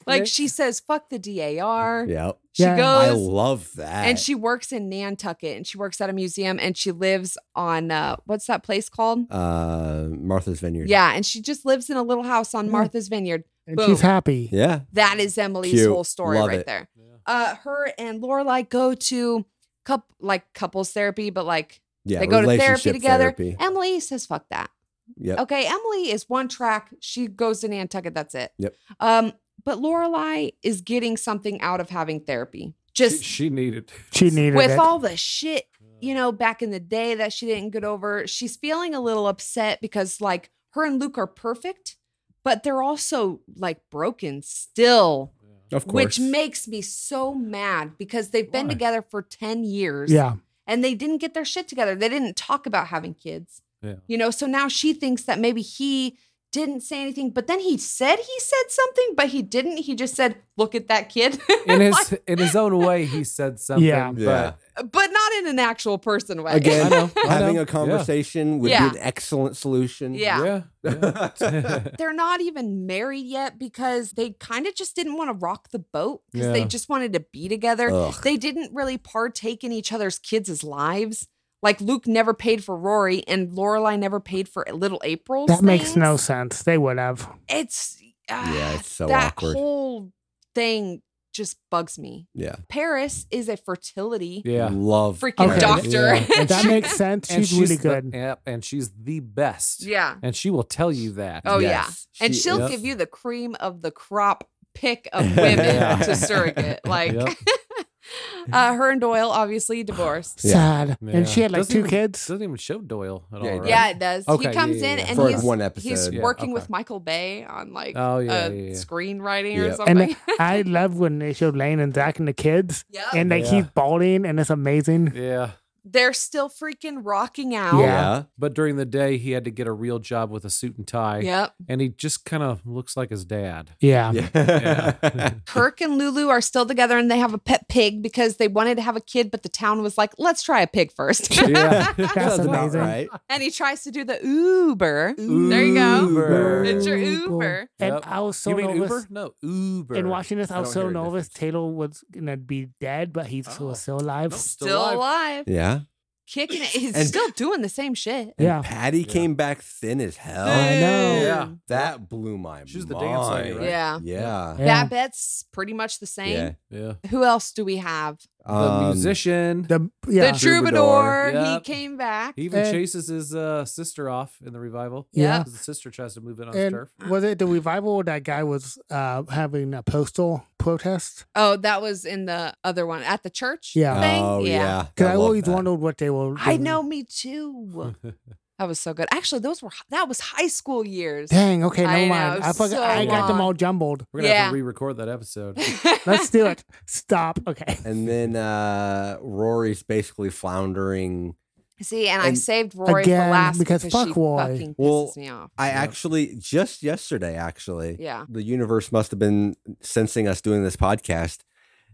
S4: Like
S3: Right.
S4: she says, fuck the DAR.
S2: And, yep.
S4: She
S5: Yeah.
S2: I
S4: goes
S2: love that.
S4: and she works in Nantucket and she works at a museum and she lives on uh what's that place called?
S2: uh Martha's Vineyard.
S4: Yeah, and she just lives in a little house on
S5: Yeah.
S4: Martha's Vineyard.
S5: And
S4: Boom.
S5: she's happy.
S2: Yeah.
S4: That is Emily's
S2: Cute.
S4: whole story
S2: Love
S4: right
S2: it.
S4: there. Uh her and Lorelai go to cup like couples therapy, but like
S2: Yeah.
S4: They go to therapy
S2: relationship
S4: together.
S2: Therapy.
S4: Emily says fuck that.
S2: Yep.
S4: Okay, Emily is one track. She goes to Nantucket. That's it.
S2: Yep.
S4: Um, but Lorelai is getting something out of having therapy.
S3: She,
S4: Just
S3: she needed.
S5: She needed
S4: with
S5: it.
S4: all the shit, you know, back in the day that she didn't get over. She's feeling a little upset because like her and Luke are perfect, but they're also like broken still,
S2: Of course.
S4: which makes me so mad because they've been
S3: Why?
S4: together for 10 years
S5: yeah.
S4: and they didn't get their shit together. They didn't talk about having kids.
S3: Yeah.
S4: You know, so now she thinks that maybe he didn't say anything, but then he said he said something, but he didn't. He just said, "Look at that kid,"
S3: (laughs) In his in his own way, he said something.
S5: Yeah.
S2: Yeah.
S4: (laughs)
S3: But
S4: but not in an actual person way.
S2: Again,
S3: I know, I
S2: having
S3: know.
S2: a conversation would
S4: Yeah.
S2: be an excellent solution. (laughs)
S4: Yeah.
S3: yeah, yeah.
S4: (laughs) They're not even married yet because they kind of just didn't want to rock the boat because they
S3: Yeah.
S4: just wanted to be together.
S2: Ugh.
S4: They didn't really partake in each other's kids' lives. Like Luke never paid for Rory, and Lorelai never paid for little April's.
S5: That makes no
S4: things.
S5: sense. They would have.
S4: It's ah,
S2: Yeah, it's so
S4: that
S2: awkward.
S4: whole thing just bugs me.
S2: yeah.
S4: Paris is a fertility
S3: yeah.
S2: Love
S4: freaking
S5: Okay.
S4: doctor.
S3: Yeah.
S4: (laughs)
S5: And that makes sense.
S3: And
S5: She's, really
S3: she's the-
S5: good.
S3: yep, and she's the best.
S4: yeah.
S3: And she will tell you that.
S4: Oh
S2: Yes.
S4: yeah. And
S2: She-
S4: she, will
S3: yep.
S4: give you the cream of the crop pick
S2: (laughs)
S4: of women
S3: Yeah.
S4: to
S3: (laughs)
S4: surrogate. Like
S3: Yep.
S4: (laughs) uh, her and Doyle obviously divorced.
S2: Yeah.
S5: Sad.
S3: Yeah.
S5: And she had like
S3: Doesn't
S5: two
S3: even-
S5: kids.
S3: Doesn't even show Doyle at
S2: Yeah,
S3: all. Right?
S4: Yeah, it does.
S3: Okay,
S4: he
S3: yeah,
S4: comes
S3: yeah,
S4: in
S3: yeah.
S4: and
S2: for
S4: he's
S2: one episode.
S4: he's
S3: Yeah,
S4: working with
S3: okay.
S4: Michael Bay on like
S3: Oh yeah.
S4: uh,
S3: yeah, yeah.
S4: screenwriting
S2: Yeah.
S4: or
S2: And
S5: And
S4: (laughs) something.
S5: I- I love when they show Lane and Zach and the kids.
S4: Yeah,
S5: And like
S3: Yeah.
S5: he's balding and it's amazing.
S3: Yeah.
S4: they're still freaking rocking out.
S5: Yeah.
S3: But during the day, he had to get a real job with a suit and tie.
S4: Yep.
S3: And he just kind of looks like his dad.
S4: (laughs)
S5: Yeah.
S2: Yeah. (laughs)
S4: Kirk and Lulu are still together and they have a pet pig because they wanted to have a kid, but the town was like, let's try a pig first. (laughs)
S3: Yeah.
S5: (laughs) That's
S2: about
S5: amazing.
S2: right.
S4: and he tries to do the Uber.
S3: There
S4: you go.
S3: Uber.
S4: It's your
S5: Uber.
S4: Uber.
S5: And
S3: Yep.
S5: I was so
S3: you mean
S5: nervous.
S3: Uber? No, Uber.
S5: In watching this, I
S2: I
S5: was
S2: don't
S5: so
S2: hear a
S5: nervous.
S2: difference.
S5: Taylor was gonna be dead, but he was
S3: Oh.
S5: still alive.
S3: Nope.
S4: Still,
S3: Still
S4: alive.
S3: alive.
S2: Yeah.
S4: Kicking it. He's
S2: And-
S4: still doing the same shit.
S2: And
S5: Yeah.
S2: Patty
S3: Yeah.
S2: came back thin as hell.
S5: Oh, I know.
S3: Yeah.
S2: That blew my mind.
S3: She's the dance lady, right?
S4: Yeah.
S2: Yeah.
S5: Yeah.
S4: That bet's pretty much the same.
S2: Yeah.
S3: Yeah.
S4: Who else do we have?
S3: The
S2: Um,
S3: musician.
S5: The yeah.
S4: The troubadour.
S3: Troubadour. Yep.
S4: He came back.
S3: He even
S5: And-
S3: chases his uh, sister off in the revival.
S5: Yeah.
S3: 'Cause The sister tries to move in on his
S5: and
S2: (laughs)
S3: turf.
S5: was it the revival where that guy was uh, having a postal protest?
S4: oh, that was in the other one at the church.
S5: Yeah. Mm-hmm.
S4: Thing?
S2: Oh yeah.
S5: Because I,
S2: love
S5: always
S2: that.
S5: wondered what they were.
S4: I
S5: doing.
S4: know, me too. That was so good. Actually, those were that was high school years.
S5: Dang. Okay.
S4: I
S5: Never
S4: know,
S5: mind. I forgot.
S4: so
S5: I got them
S4: long.
S5: all jumbled.
S3: We're gonna
S4: Yeah.
S3: have to re-record that episode. (laughs)
S5: Let's do it. Stop. Okay.
S2: And then uh Rory's basically floundering.
S4: (laughs) See, and, I
S2: And
S4: saved Rory for
S5: again,
S4: last
S5: because fuck
S4: she
S5: Rory.
S4: fucking pisses
S2: Well-
S4: me off.
S2: I
S3: Yep.
S2: actually just yesterday actually.
S4: Yeah.
S2: the universe must have been sensing us doing this podcast.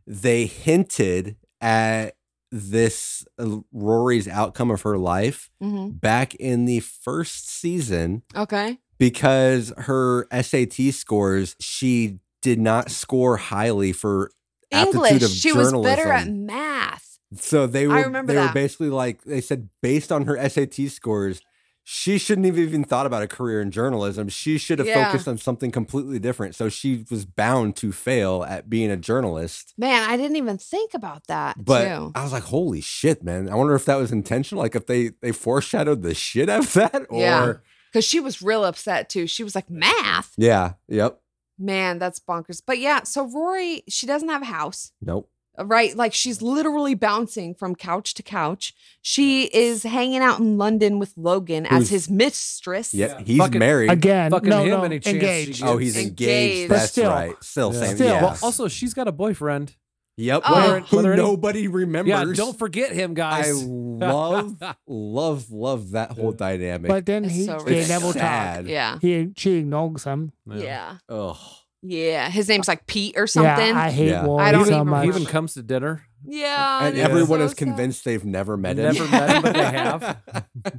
S2: They hinted at this uh, Rory's outcome of her life
S4: Mm-hmm.
S2: back in the first season
S4: Okay.
S2: because her SAT scores, she did not score highly for aptitude
S4: English.
S2: of
S4: She
S2: journalism.
S4: was better at math.
S2: so they were
S4: I remember
S2: they were
S4: that.
S2: basically like they said based on her SAT scores, she shouldn't have even thought about a career in journalism. She should have
S4: Yeah.
S2: focused on something completely different. So she was bound to fail at being a journalist.
S4: Man, I didn't even think about that.
S2: But
S4: too.
S2: I was like, holy shit, man. I wonder if that was intentional. Like if they they foreshadowed the shit out of that
S4: (laughs)
S2: or
S4: Yeah. because she was real upset too. She was like, math.
S2: Yeah, Yep.
S4: Man, that's bonkers. But yeah, so Rory, she doesn't have a house, uh,
S2: Nope.
S4: right? Like she's literally bouncing from couch to couch. She is hanging out in London with Logan as
S2: Who's-
S4: his mistress.
S2: Yeah.
S3: Yeah.
S2: He's
S3: Fucking-
S2: married.
S5: Again,
S3: Fucking
S5: no,
S3: him
S5: no,
S3: any chance she
S5: engaged.
S3: gets.
S2: oh, he's engaged.
S4: Engaged.
S5: But
S2: That's
S5: still.
S2: right. Still
S3: Yeah.
S2: same.
S5: Still.
S2: Yeah.
S3: Well, also she's got a boyfriend.
S2: yep.
S4: Oh. Whether-
S2: Who
S3: whether any-
S2: nobody remembers.
S3: Yeah, don't forget him,
S2: I
S3: guys. (laughs)
S2: love, love, love that whole
S3: Yeah.
S2: dynamic.
S5: But then
S4: It's
S5: he
S4: so
S5: they
S4: ridiculous.
S5: never talk.
S2: Sad.
S4: Yeah.
S5: He she ignores him.
S4: Yeah.
S2: Ugh.
S4: Yeah. His name's like Pete or something.
S5: Yeah, I hate
S2: Yeah.
S5: Rory
S4: I don't
S5: so
S4: even
S5: much.
S3: He even comes to dinner.
S4: Yeah,
S2: and
S4: it
S2: everyone
S4: so
S2: is
S4: sad.
S2: convinced they've never met him.
S3: Never met him, but they have.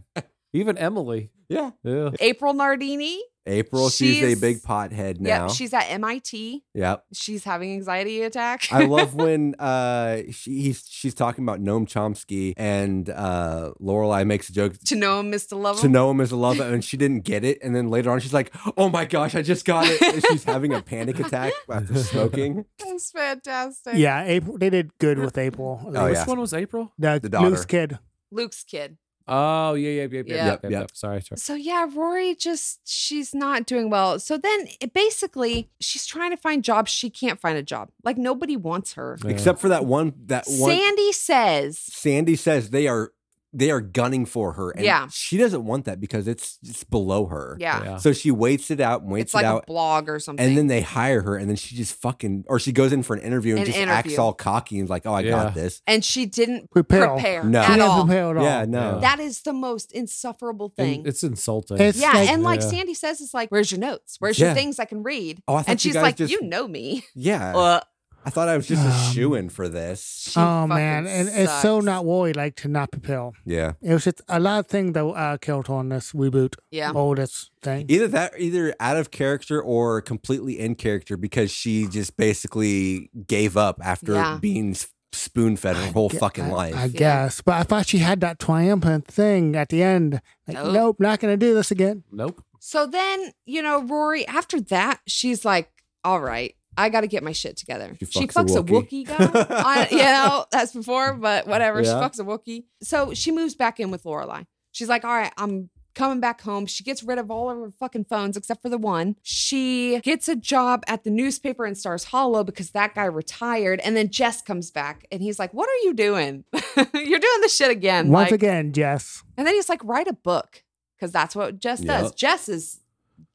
S3: Even Emily.
S2: (laughs) yeah.
S3: Yeah.
S4: April Nardini.
S2: April, she's, a
S4: She's-
S2: big pothead now.
S4: Yep, she's at MIT.
S2: Yep.
S4: She's having anxiety attack. (laughs)
S2: I love when uh, she, he's, she's talking about Noam Chomsky and uh, Lorelai makes a joke
S4: to know him is to love
S2: to
S4: him.
S2: know him as a lover and she didn't get it. And then later on, she's like, oh my gosh, I just got it. And she's having a
S4: (laughs)
S2: panic attack after smoking.
S4: That's fantastic.
S5: Yeah, April they did good with April.
S2: Oh,
S3: Which
S2: yeah.
S3: one was April?
S5: The,
S2: The daughter.
S5: Luke's kid.
S4: Luke's kid.
S3: Oh, yeah, yeah, yeah, yeah. yeah,
S4: Yeah.
S3: yeah,
S2: Yep,
S3: yeah.
S2: yep.
S3: Sorry, sorry.
S4: So yeah, Rory just she's not doing well. So then it basically she's trying to find jobs. She can't find a job. Like nobody wants her.
S3: (laughs) Yeah.
S2: Except for that one, that one.
S4: Sandy says,
S2: Sandy says they are they are gunning for her, and
S4: Yeah.
S2: she doesn't want that because it's it's below her.
S4: yeah,
S2: So she waits it out and waits
S4: it's like
S2: it
S4: a
S2: out,
S4: blog or something.
S2: and then they hire her, and then she just fucking or she goes in for an interview and
S4: An
S2: just acts
S4: interview.
S2: all cocky and is like, "Oh, I
S3: Yeah.
S2: got this."
S4: and she didn't
S5: Prepare.
S4: prepare
S2: No.
S5: She
S4: at
S5: didn't
S4: all.
S5: prepare at all.
S2: Yeah, no.
S3: Yeah.
S4: That is the most insufferable thing.
S3: And It's insulting.
S5: It's-
S4: yeah,
S5: like-
S4: and like
S3: Yeah.
S4: Sandy says, it's like, where's your notes? Where's
S2: Yeah.
S4: your things I can read?
S2: Oh, I thought
S4: And
S2: you
S4: she's
S2: guys
S4: like,
S2: just-
S4: you know me.
S2: Yeah,
S4: Uh,
S2: I thought I was just a
S5: Um,
S2: shoe in for this.
S4: (laughs) she
S5: Oh
S4: fucking
S5: man, and it's so
S4: sucks.
S5: not Rory like to not prepare.
S2: Yeah,
S5: It was just a lot of things that uh, killed her on this reboot.
S4: Yeah.
S5: all this thing.
S2: either that, either out of character or completely in character because she just basically gave up after
S4: Yeah.
S2: being spoon fed her whole
S5: Gu-
S2: fucking
S5: I,
S2: life.
S5: I guess. But I thought she had that triumphant thing at the end. Like,
S4: Nope.
S5: nope. not gonna do this again.
S3: nope.
S4: So then, you know, Rory, after that, she's like, all right, I got to get my shit together.
S2: She
S4: she
S2: fucks
S4: fucks
S2: a
S4: a Wookiee guy.
S2: (laughs)
S4: I- you know, that's before, but whatever. She
S2: Yeah.
S4: fucks a Wookiee. So she moves back in with Lorelai. She's like, all right, I'm coming back home. She gets rid of all of her fucking phones except for the one. She gets a job at the newspaper in Stars Hollow because that guy retired. And then Jess comes back and he's like, what are you doing? (laughs) You're doing this shit again.
S5: Once
S4: like,
S5: again, Jess.
S4: and then he's like, write a book because that's what Jess does.
S2: Yep.
S4: Jess is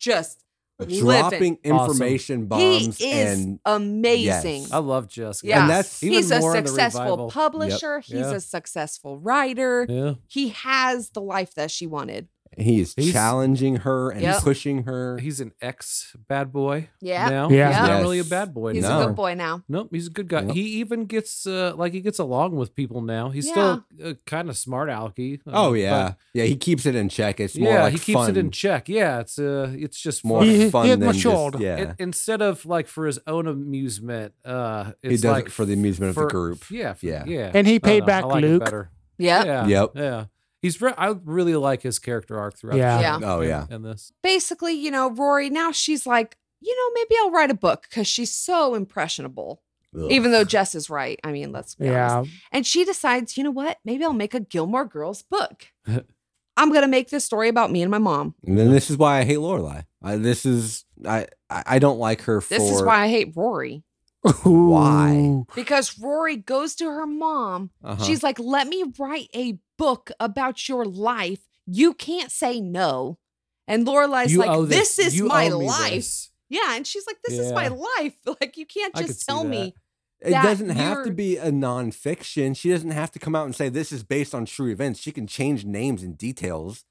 S4: just
S2: Dropping
S3: Awesome.
S2: information
S4: He is
S2: bombs and
S4: amazing.
S2: yes.
S3: I love Jessica.
S4: Yeah.
S2: and that's
S3: even
S4: He's a
S3: more in the
S4: successful
S3: revival.
S4: publisher. He's
S3: Yeah.
S4: a successful writer.
S3: Yeah.
S4: He has the life that she wanted.
S2: He is
S3: He's-
S2: challenging her and
S4: Yep.
S2: pushing her.
S3: He's an ex bad boy.
S4: Yeah.
S3: Now.
S5: Yeah.
S3: He's not
S2: Yes.
S3: really a bad boy.
S4: He's
S3: now.
S4: a good boy now.
S3: Nope, he's a good guy.
S2: Nope.
S3: He even gets uh, like he gets along with people now. He's still uh, kind of smart alecky. uh,
S2: oh
S3: but-
S2: yeah, yeah. He keeps it in check. It's more
S3: yeah.
S2: like
S3: he keeps
S2: fun.
S3: it in check. Yeah, it's uh, it's just
S2: More
S3: fun.
S5: He- he
S2: fun
S5: is
S2: than just-
S5: matured.
S2: yeah.
S3: It- instead of like for his own amusement, uh,
S2: he
S3: it's
S2: does
S3: like
S2: it for the amusement of
S3: for-
S2: the group.
S3: Yeah, for-
S2: Yeah.
S3: yeah.
S5: And he
S3: I don't
S5: paid
S3: know,
S5: back
S3: I like it
S5: Luke.
S3: better.
S4: Yeah.
S3: Yeah,
S2: Yep.
S3: yeah. He's. Re- I really like his character arc throughout. the
S5: Yeah.
S4: Yeah.
S3: show
S2: Oh,
S3: and-
S2: yeah.
S3: And this.
S4: Basically, you know, Rory, now she's like, you know, maybe I'll write a book because she's so impressionable.
S2: Ugh.
S4: Even though Jess is right. I mean, let's be honest.
S5: Yeah.
S4: And she decides, you know what? Maybe I'll make a Gilmore Girls
S3: (laughs)
S4: book. I'm going to make this story about me and my mom.
S2: and then this is why I hate Lorelai. I, this is I I I don't like her for.
S4: This is why I hate Rory
S2: Why?
S5: Ooh.
S4: because Rory goes to her mom.
S2: Uh-huh.
S4: She's like, "Let me write a book about your life. You can't say no." And Lorelai's
S3: you owe
S4: like, "This is
S3: You
S4: my
S3: owe me
S4: life."
S3: this.
S4: Yeah, and she's like, "This is my
S3: Yeah.
S4: life. (laughs) Like, you can't
S3: I could
S4: just
S3: see
S4: tell me."
S2: it
S4: that
S2: doesn't have to
S4: you're-
S2: be a nonfiction. She doesn't have to come out and say this is based on true events. She can change names and details.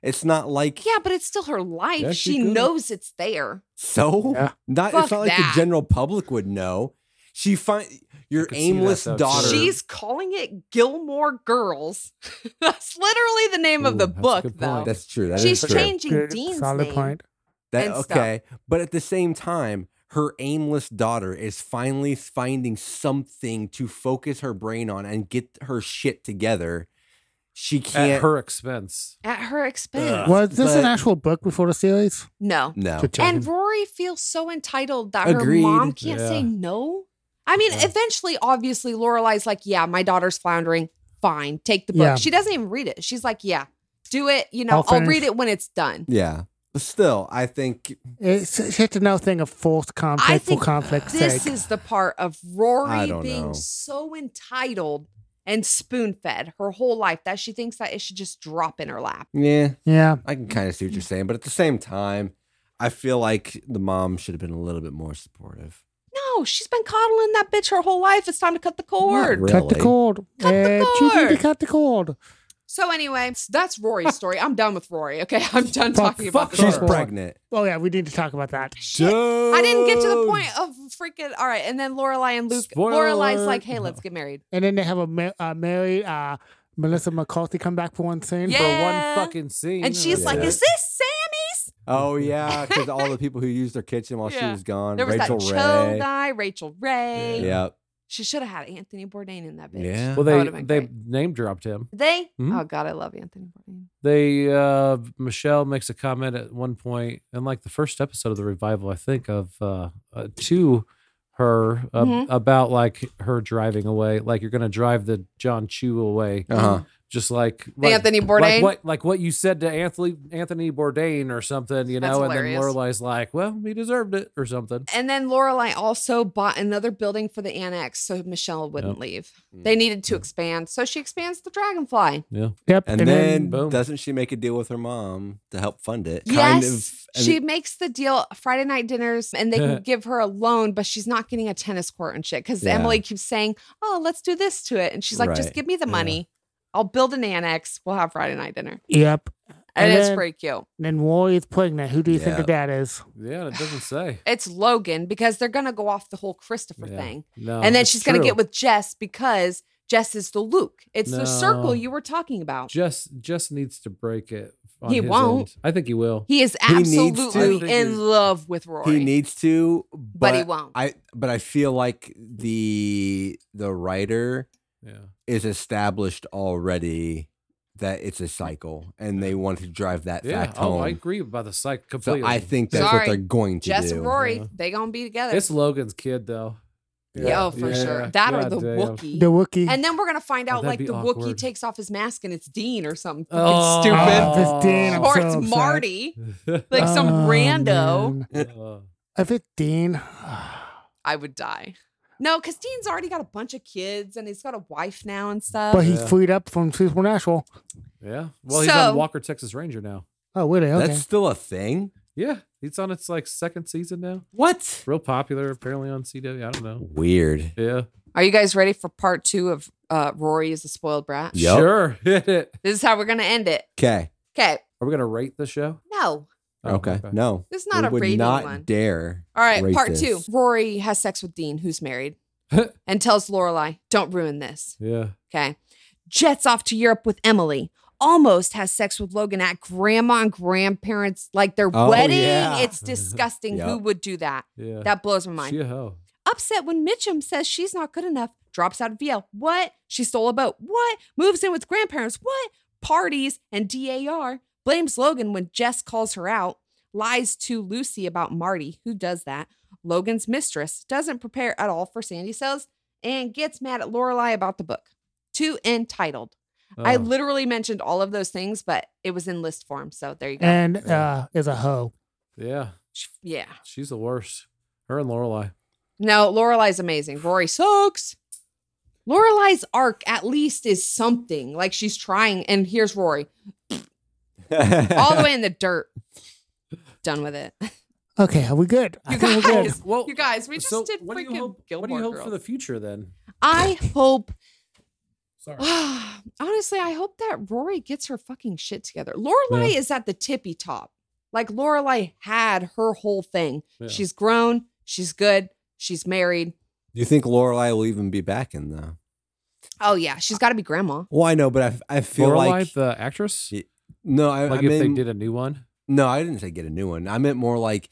S2: It's not like
S4: Yeah, but it's still her life.
S3: Yeah, she
S4: she
S3: could.
S4: knows it's there.
S2: So
S5: Yeah.
S2: not
S4: Fuck
S2: it's not like
S4: that.
S2: the general public would know. She find your
S3: could see that,
S2: aimless
S3: though, too.
S2: daughter.
S4: She's calling it Gilmore Girls. (laughs) that's literally the name
S3: Ooh,
S4: of the
S3: that's a
S4: book,
S3: good
S4: though.
S3: point.
S2: that's true. That is
S4: She's
S2: true.
S4: changing
S5: Good,
S4: Dean's
S5: solid
S4: name.
S5: point.
S2: That,
S4: and stuff.
S2: okay, but at the same time, her aimless daughter is finally finding something to focus her brain on and get her shit together. she
S3: at
S2: can't.
S3: her expense.
S4: at her expense.
S2: Ugh.
S5: Was this an
S2: But- Oh,
S5: actual book before the series?
S4: No.
S2: no.
S5: Just checking.
S4: And Rory feels so entitled that
S2: Agreed.
S4: her mom can't
S3: Yeah.
S4: say no. I mean,
S3: Yeah.
S4: eventually, obviously, Lorelai's like, "Yeah, my daughter's floundering. Fine, take the book."
S5: Yeah.
S4: She doesn't even read it. She's like, "Yeah, do it. You know,
S5: I'll
S4: I'll, read
S5: finish."
S4: it when it's done."
S2: Yeah. But still, I think
S5: It's it's just another thing of forced conflict for
S4: think
S5: conflict's
S4: This
S5: sake.
S4: is the part of
S2: I
S4: Rory
S2: don't
S4: being
S2: know.
S4: so entitled and spoon-fed her whole life that she thinks that it should just drop in her lap.
S2: yeah,
S5: yeah,
S2: I can kind of see what you're saying, but at the same time, I feel like the mom should have been a little bit more supportive.
S4: No, she's been coddling that bitch her whole life. It's time to cut the cord.
S2: Not
S5: cut the
S2: really.
S5: cord.
S4: Cut the
S5: Uh, you need to
S4: cord.
S5: cut the cord.
S4: So anyway, that's
S2: (laughs)
S4: Rory's story. I'm done with Rory. Okay, (laughs) I'm done
S5: Fuck-
S4: talking about
S5: fuck
S4: this.
S2: She's
S5: Sure.
S2: pregnant.
S5: Oh yeah, we need to talk about that.
S4: Shit. I didn't get to the point of freaking. All right, and then Lorelai and Luke.
S3: Spoiler
S4: Lorelai's
S3: alert.
S4: like, "Hey, let's get married."
S5: And then they have a ma- uh, married uh, Melissa McCarthy come back for one scene.
S4: Yeah.
S3: For one fucking scene.
S4: And she's like,
S2: Yeah.
S4: "Is this Sammy's?"
S2: Oh yeah, because all the people who used their kitchen while she
S4: Yeah.
S2: was gone,
S4: There was
S2: Rachel
S4: that Cho
S2: Ray.
S4: guy, Rachel Ray.
S2: Yep.
S4: She should have had Anthony Bourdain in that bitch.
S2: Yeah.
S3: Well,
S4: That would've
S3: they
S4: been
S3: they
S4: great.
S3: name dropped him.
S4: They.
S3: Hmm?
S4: Oh God, I love Anthony Bourdain.
S3: They uh Michelle makes a comment at one point in like the first episode of the revival, I think, of uh, uh to her uh,
S4: Mhm.
S3: about like her driving away, like you're gonna drive the John Chu away,
S2: Uh-huh.
S3: just like,
S4: The
S3: like
S4: Anthony
S3: Like
S4: Bourdain.
S3: what, like what you said to Anthony Anthony Bourdain or something, you
S4: That's
S3: know, and
S4: hilarious. Eh.
S3: then Lorelai's like, "Well, he deserved it" or something.
S4: And then Lorelai also bought another building for the annex so Michelle wouldn't
S3: Yep.
S4: leave.
S2: Hmm. Mm.
S4: They needed to expand, so she expands the Dragonfly.
S5: Yep.
S2: And, then,
S3: boom.
S2: doesn't she make a deal with her mom to help fund it?
S4: yes,
S2: and
S4: she
S2: it-
S4: makes the deal Friday night dinners, and they can give her a loan, but she's not getting a tennis court and shit because
S2: Yeah.
S4: Emily keeps saying, "Oh, let's do this to it," and she's like,
S2: Right.
S4: "Just give me the
S2: Yeah.
S4: money. I'll build an annex. We'll have Friday night dinner."
S5: Yep.
S4: And,
S5: And
S4: it's
S5: then-
S4: pretty cute.
S5: Then Rory is pregnant. Who do you think the
S2: Yeah.
S5: dad is?
S3: Yeah, and it doesn't say.
S4: It's Logan because they're gonna go off the whole Christopher
S3: Yeah.
S4: thing,
S3: No,
S4: and then
S3: it's
S4: she's gonna
S3: true.
S4: get with Jess because Jess is the Luke. It's the
S3: No.
S4: circle you were talking about.
S3: Jess. Jess needs to break it. On
S4: He
S3: his
S4: won't.
S3: end. I think he will.
S4: He is
S2: He needs to-
S3: I
S4: absolutely
S3: think
S4: in
S3: he's-
S4: love with Rory,
S2: he needs to,
S4: but,
S2: but,
S4: he won't.
S2: I but I feel like the the writer
S3: yeah.
S2: is established already that it's a cycle, and they want to drive that
S3: Yeah,
S2: fact
S3: oh,
S2: home.
S3: I agree about the psych completely.
S2: so I think that's
S4: Sorry.
S2: what they're going to
S4: Jess
S2: do.
S4: and Rory,
S3: Yeah.
S4: they gonna be together.
S3: it's Logan's kid though.
S4: Yeah, oh, for
S3: Yeah.
S4: sure. That or
S3: God
S4: the
S3: damn.
S5: The
S4: Wookiee.
S5: Wookiee.
S4: And then we're gonna find
S3: Oh,
S4: out
S3: that'd
S4: like
S3: be
S4: the Wookiee
S3: awkward.
S4: takes off his mask and it's Dean or something fucking
S3: Oh.
S5: oh,
S4: stupid.
S5: if it's Dean, I'm
S4: or
S5: so
S4: it's
S5: upset.
S4: Marty. Like some
S5: Oh,
S4: rando.
S5: man.
S3: (laughs) Uh,
S5: If it's Dean,
S4: I would die. No, because Dean's already got a bunch of kids and he's got a wife now and stuff.
S5: but he's
S3: yeah.
S5: freed up from Supernatural.
S3: yeah. Well, he's on
S4: So-
S3: Walker Texas Ranger now.
S5: Oh, really? Okay.
S2: That's still a thing.
S3: Yeah, he's on its like second season now.
S2: What?
S3: Real popular apparently on CW. I don't know.
S2: Weird.
S3: Yeah.
S4: Are you guys ready for part two of uh, Rory is a spoiled brat?
S2: Yup.
S3: Sure. (laughs) Hit it.
S4: This is how we're gonna end it.
S2: Okay.
S4: Okay.
S3: Are we gonna rate the show?
S4: No,
S3: Oh,
S2: okay. No.
S4: this is not
S2: we
S4: a
S2: would
S4: rating
S2: not
S4: one.
S2: dare.
S4: All right,
S2: rate
S4: part
S2: this.
S4: two. Rory has sex with Dean, who's
S2: (laughs)
S4: married, and tells Lorelai, "Don't ruin this."
S3: Yeah.
S4: Okay. Jets off to Europe with Emily. Almost has sex with Logan at grandma and grandparents, like their
S2: Oh,
S4: wedding.
S2: yeah.
S4: It's disgusting.
S2: (laughs)
S4: Who
S2: Yep.
S4: would do that?
S3: Yeah.
S4: That blows my mind.
S3: She a hoe.
S4: Upset when Mitchum says she's not good enough, drops out of VL. What? She stole a boat. What? Moves in with grandparents. What? Parties and DAR. Blames Logan when Jess calls her out. Lies to Lucy about Marty. Who does that? Logan's mistress doesn't prepare at all for Sandy Sells and gets mad at Lorelai about the book. Too entitled. I
S3: Oh.
S4: literally mentioned all of those things, but it was in list form. So there you go.
S5: and uh, is a hoe.
S3: yeah.
S4: yeah.
S3: She's the worst. Her and Lorelai.
S4: No, Lorelai's amazing. Rory sucks. Lorelai's arc at least is something. Like she's trying, and here's Rory (laughs) all the way in the dirt. Done with it.
S5: Okay, are we good? I
S4: You
S5: think we're good.
S4: guys,
S3: Well,
S4: (laughs) you guys, we just
S3: so
S4: did
S3: what do you
S4: freaking
S3: hope,
S4: Gilmore
S3: What do you hope
S4: Girls.
S3: for the future then?
S4: I hope, (sighs)
S3: Sorry.
S4: honestly, I hope that Rory gets her fucking shit together. Lorelai is at the tippy top. Like Lorelai had her whole thing.
S3: Yeah.
S4: She's grown. She's good. She's married.
S2: (laughs) Do you think Lorelai will even be back in though?
S4: Oh yeah, she's got to be grandma.
S2: Well, I know, but I, I feel
S3: Lorelai,
S2: like
S3: the actress.
S2: Yeah, no. I,
S3: Like
S2: I
S3: if they
S2: meant-
S3: did a new one.
S2: no. I didn't say get a new one. I meant more like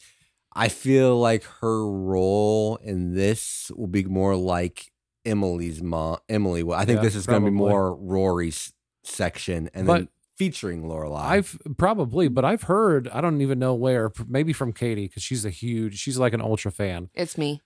S2: I feel like her role in this will be more like Emily's mom. Emily. Well, I think
S3: Yeah,
S2: this is going to be
S3: probably.
S2: more Rory's section and then
S3: But-
S2: featuring Lorelai.
S3: I've probably, but I've heard, I don't even know where, p- maybe from Katie, because she's a huge, she's like an ultra fan.
S4: It's me.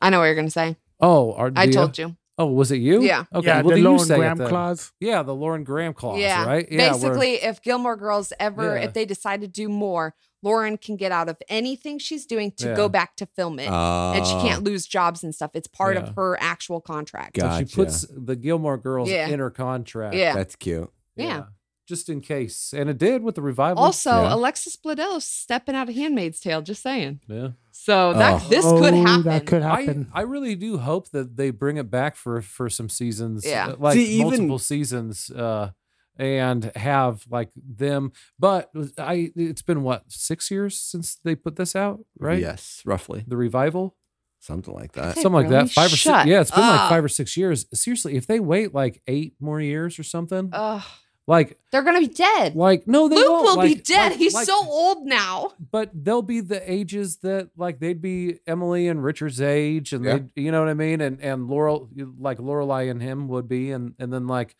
S4: I know what you're gonna say.
S3: Oh, are,
S4: I
S3: do you-
S4: told you.
S3: Oh, was it you?
S4: Yeah.
S3: Okay.
S5: yeah,
S3: well,
S5: the
S3: then you
S5: Lauren
S3: say it
S5: Graham
S3: then.
S5: clause.
S3: Yeah, the Lauren Graham clause,
S4: Yeah.
S3: right? Yeah. where-
S4: Basically, if Gilmore Girls ever,
S3: Yeah.
S4: if they decide to do more, Lauren can get out of anything she's doing to
S3: Yeah.
S4: go back to film it. and she
S2: Ah,
S4: can't lose jobs and stuff. It's part
S3: Yeah.
S4: of her actual contract.
S2: Got-
S3: so she
S2: Gotcha.
S3: puts the Gilmore Girls
S4: Yeah.
S3: in her contract.
S4: Yeah.
S2: That's cute.
S4: Yeah.
S3: Just in case. And it did with the revival.
S4: Also,
S2: Yeah.
S4: Alexis Bledel stepping out of Handmaid's Tale. Just saying.
S3: yeah.
S4: So that
S2: Oh.
S4: this could
S5: Oh,
S4: happen.
S5: That could
S3: I,
S5: happen.
S3: I really do hope that they bring it back for for some seasons,
S4: Yeah.
S3: uh, like
S2: See, even-
S3: multiple seasons, uh, and have like them. But I, it's been what six years since they put this out, right?
S2: Yes, roughly.
S3: the revival,
S2: Something like that.
S4: Okay,
S3: something like
S4: really?
S3: that. Five or
S4: Shut
S3: six, yeah, it's been
S4: up.
S3: like five or six years. Seriously, if they wait like eight more years or something,
S4: Ugh,
S3: like
S4: they're gonna be dead.
S3: like no, they
S4: Oh. Luke
S3: won't.
S4: will be
S3: Like-
S4: dead.
S3: like-
S4: He's
S3: like-
S4: so old now.
S3: but they'll be the ages that like they'd be Emily and Richard's age, and
S2: Yeah.
S3: they, you know what I mean, and and Laurel, like Lorelai and him would be, and and then like,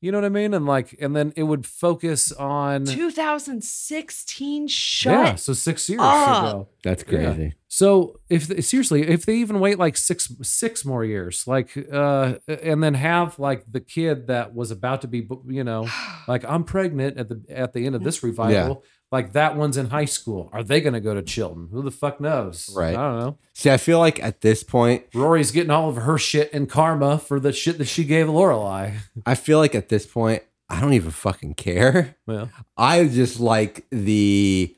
S3: you know what I mean, and like, and then it would focus on
S4: 2016. Shut.
S3: yeah, so six years
S4: up.
S3: ago.
S2: That's
S3: Yeah.
S2: crazy.
S3: So if they, seriously, if they even wait like six six more years, like, uh, and then have like the kid that was about to be, bo-
S4: (sighs)
S3: you know, like I'm pregnant at the at the end of this revival. Like that one's in high school. Are they going to go to Chilton? Who the fuck knows?
S2: Right.
S3: I don't know.
S2: See, I feel like at this point,
S3: Rory's getting all of her shit and karma for the shit that she gave Lorelai.
S2: I feel like at this point, I don't even fucking care.
S3: Well,
S2: I just like the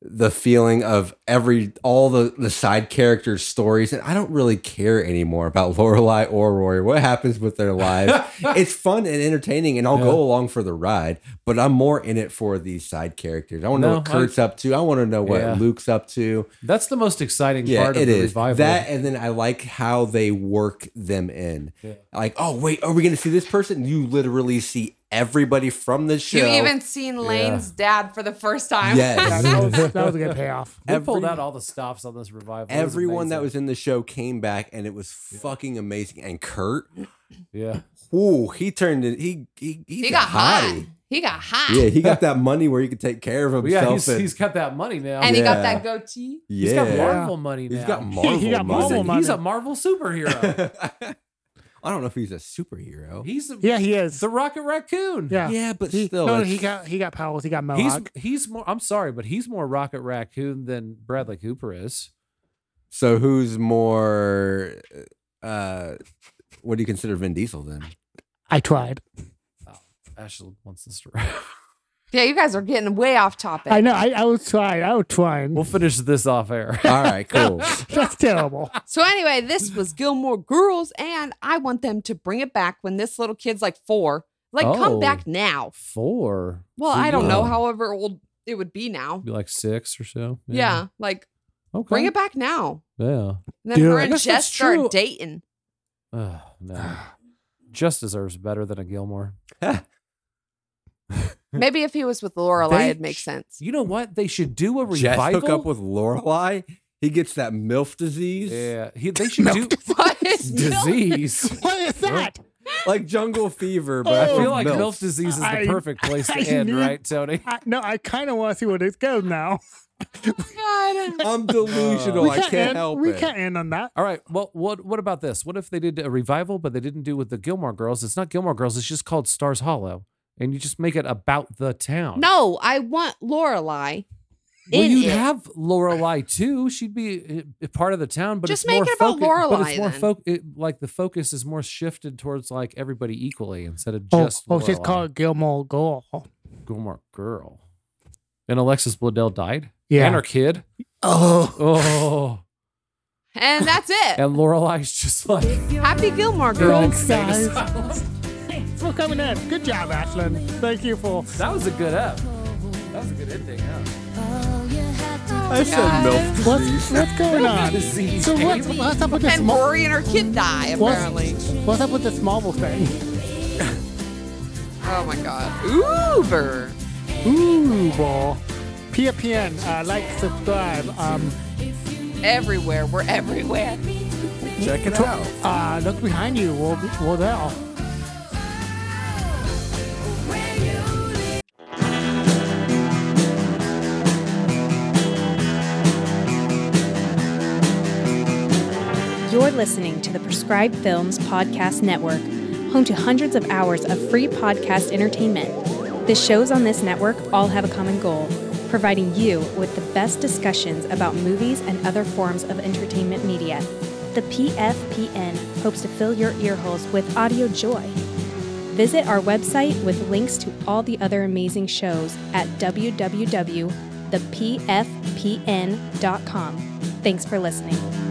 S2: the feeling of every all the the side characters' stories, and I don't really care anymore about (laughs) Lorelai or Rory. What happens with their
S3: (laughs)
S2: lives? it's fun and entertaining, and I'll
S3: Yeah.
S2: go along for the ride. But I'm more in it for these side characters. I want to know
S3: No,
S2: what
S3: I-
S2: Kurt's up to. I want to know what
S3: Yeah.
S2: Luke's up to.
S3: that's the most exciting
S2: Yeah,
S3: part of
S2: it
S3: the
S2: is
S3: revival.
S2: that, and then I like how they work them in.
S3: Yeah.
S2: Like, oh wait, are we going to see this person? You literally see everybody from the show.
S4: You even seen Lane's dad for the first time.
S5: Yeah,
S2: Yes.
S5: that, was, that was a good payoff.
S3: we pulled
S2: every-
S3: out all the stops on this revival. It was
S2: everyone that
S3: amazing.
S2: was in the show came back and it was fucking amazing. And Kurt,
S3: yeah.
S2: whoo, he turned it. He he, he's
S4: he
S2: a
S4: got hot.
S2: hottie.
S4: (laughs) He got hot.
S2: Yeah, he got that money where he could take care of
S3: Well, (laughs) yeah,
S2: himself.
S3: he's, he's got that money now.
S4: and he got
S2: Yeah.
S4: that goatee.
S2: yeah.
S3: He's got Marvel money now.
S2: He's
S3: (laughs)
S2: got Marvel
S5: got
S2: money.
S5: Marvel
S3: he's, a, he's a
S2: (laughs)
S3: Marvel superhero.
S2: I don't know if he's a superhero.
S3: he's a,
S5: Yeah, he is.
S3: the Rocket Raccoon.
S5: yeah.
S2: yeah, but
S5: He,
S2: still,
S5: no,
S2: it's-
S5: he got he got powers. He got
S3: He's
S5: Mohawk.
S3: he's more. I'm sorry, but he's more Rocket Raccoon than Bradley Cooper is.
S2: so who's more? uh What do you consider Vin Diesel then?
S5: I tried.
S3: Oh, Ashley wants this to
S4: Yeah, you guys are getting way off topic.
S5: I know. I, I was trying. I was trying.
S3: We'll finish this off air.
S2: All right,
S3: (laughs)
S2: cool.
S5: (laughs) That's terrible.
S4: So anyway, this was Gilmore Girls, and I want them to bring it back when this little kid's like four. Like, come
S3: Oh.
S4: back now.
S3: Four.
S4: Well,
S3: So
S4: I don't know.
S2: young.
S4: However old it would be now.
S3: Be like six or so.
S4: Yeah, like
S3: Okay.
S4: bring it back now.
S3: Yeah.
S4: And then
S5: Dude,
S4: her
S5: I
S4: and
S3: guess
S4: Jess
S3: that's true.
S4: start
S3: (laughs)
S4: dating.
S3: Ugh, (sighs) no. Just deserves better than a Gilmore.
S4: Maybe if he was with Lorelai,
S3: They
S4: it'd make
S3: sh- (laughs)
S4: sense.
S3: You know what? They should do a
S2: Jess
S3: revival.
S2: hook up with Lorelai. He gets that milf disease.
S3: (laughs) Yeah. He, they should do
S4: What (laughs) is milk?
S3: disease.
S5: what is that?
S2: like jungle fever, but
S3: I
S5: Oh,
S3: feel like
S2: milf.
S3: MILF disease is the
S5: I-
S3: perfect
S4: (laughs)
S3: place to
S5: I
S3: end,
S5: knew-
S3: right, Tony?
S5: I, no, I kind of want to see where this goes now.
S4: God.
S2: I'm delusional.
S5: we
S2: I
S5: can't,
S2: can't
S5: end,
S2: help
S5: we
S2: it.
S5: can't end on that.
S3: All right. Well, what what about this? What if they did a revival, but they didn't do with the Gilmore Girls? It's not Gilmore Girls. It's just called Stars Hollow, and you just make it about the town.
S4: No, I want Lorelai.
S3: well,
S4: in
S3: you'd
S4: it.
S3: have Lorelai too. She'd be uh, part of the town, but
S4: Just
S3: it's
S4: make
S3: more
S4: it about
S3: focu- But
S4: Lorelai,
S3: it's more
S4: then.
S3: fo- it, like the focus is more shifted towards like everybody equally instead of
S5: Oh,
S3: just.
S5: oh, she's
S3: Lorelai.
S5: called Gilmore Girl.
S3: Gilmore Girl. And Alexis Bledel died.
S5: Yeah.
S3: And her kid.
S5: Oh,
S3: Oh.
S4: and that's it.
S3: and Lorelai's just like.
S4: Happy Gilmore
S5: Girl
S4: Girls.
S5: size. (laughs) Thanks for coming in. Good job, Ashlyn. Thank you for.
S3: That was a good up. That was a good ending, huh?
S2: I said milf
S5: What's,
S2: disease.
S5: what's going on?
S3: Disease.
S5: (laughs) So what's, what's up with this?
S4: And
S5: Mo-
S4: Rory and her kid die, apparently.
S5: what's, what's up with this Marvel thing?
S4: Oh my god. Uber.
S5: Ooh, ball. PFPN, uh, like, subscribe. Um,
S4: Everywhere. We're everywhere.
S2: Check it out.
S5: uh, look behind you. We'll, we'll there.
S6: listening to the Prescribed Films Podcast Network, home to hundreds of hours of free podcast entertainment. The shows on this network all have a common goal providing you with the best discussions about movies and other forms of entertainment media. The PFPN hopes to fill your earholes with audio joy. Visit our website with links to all the other amazing shows at www.thepfpn.com. Thanks for listening.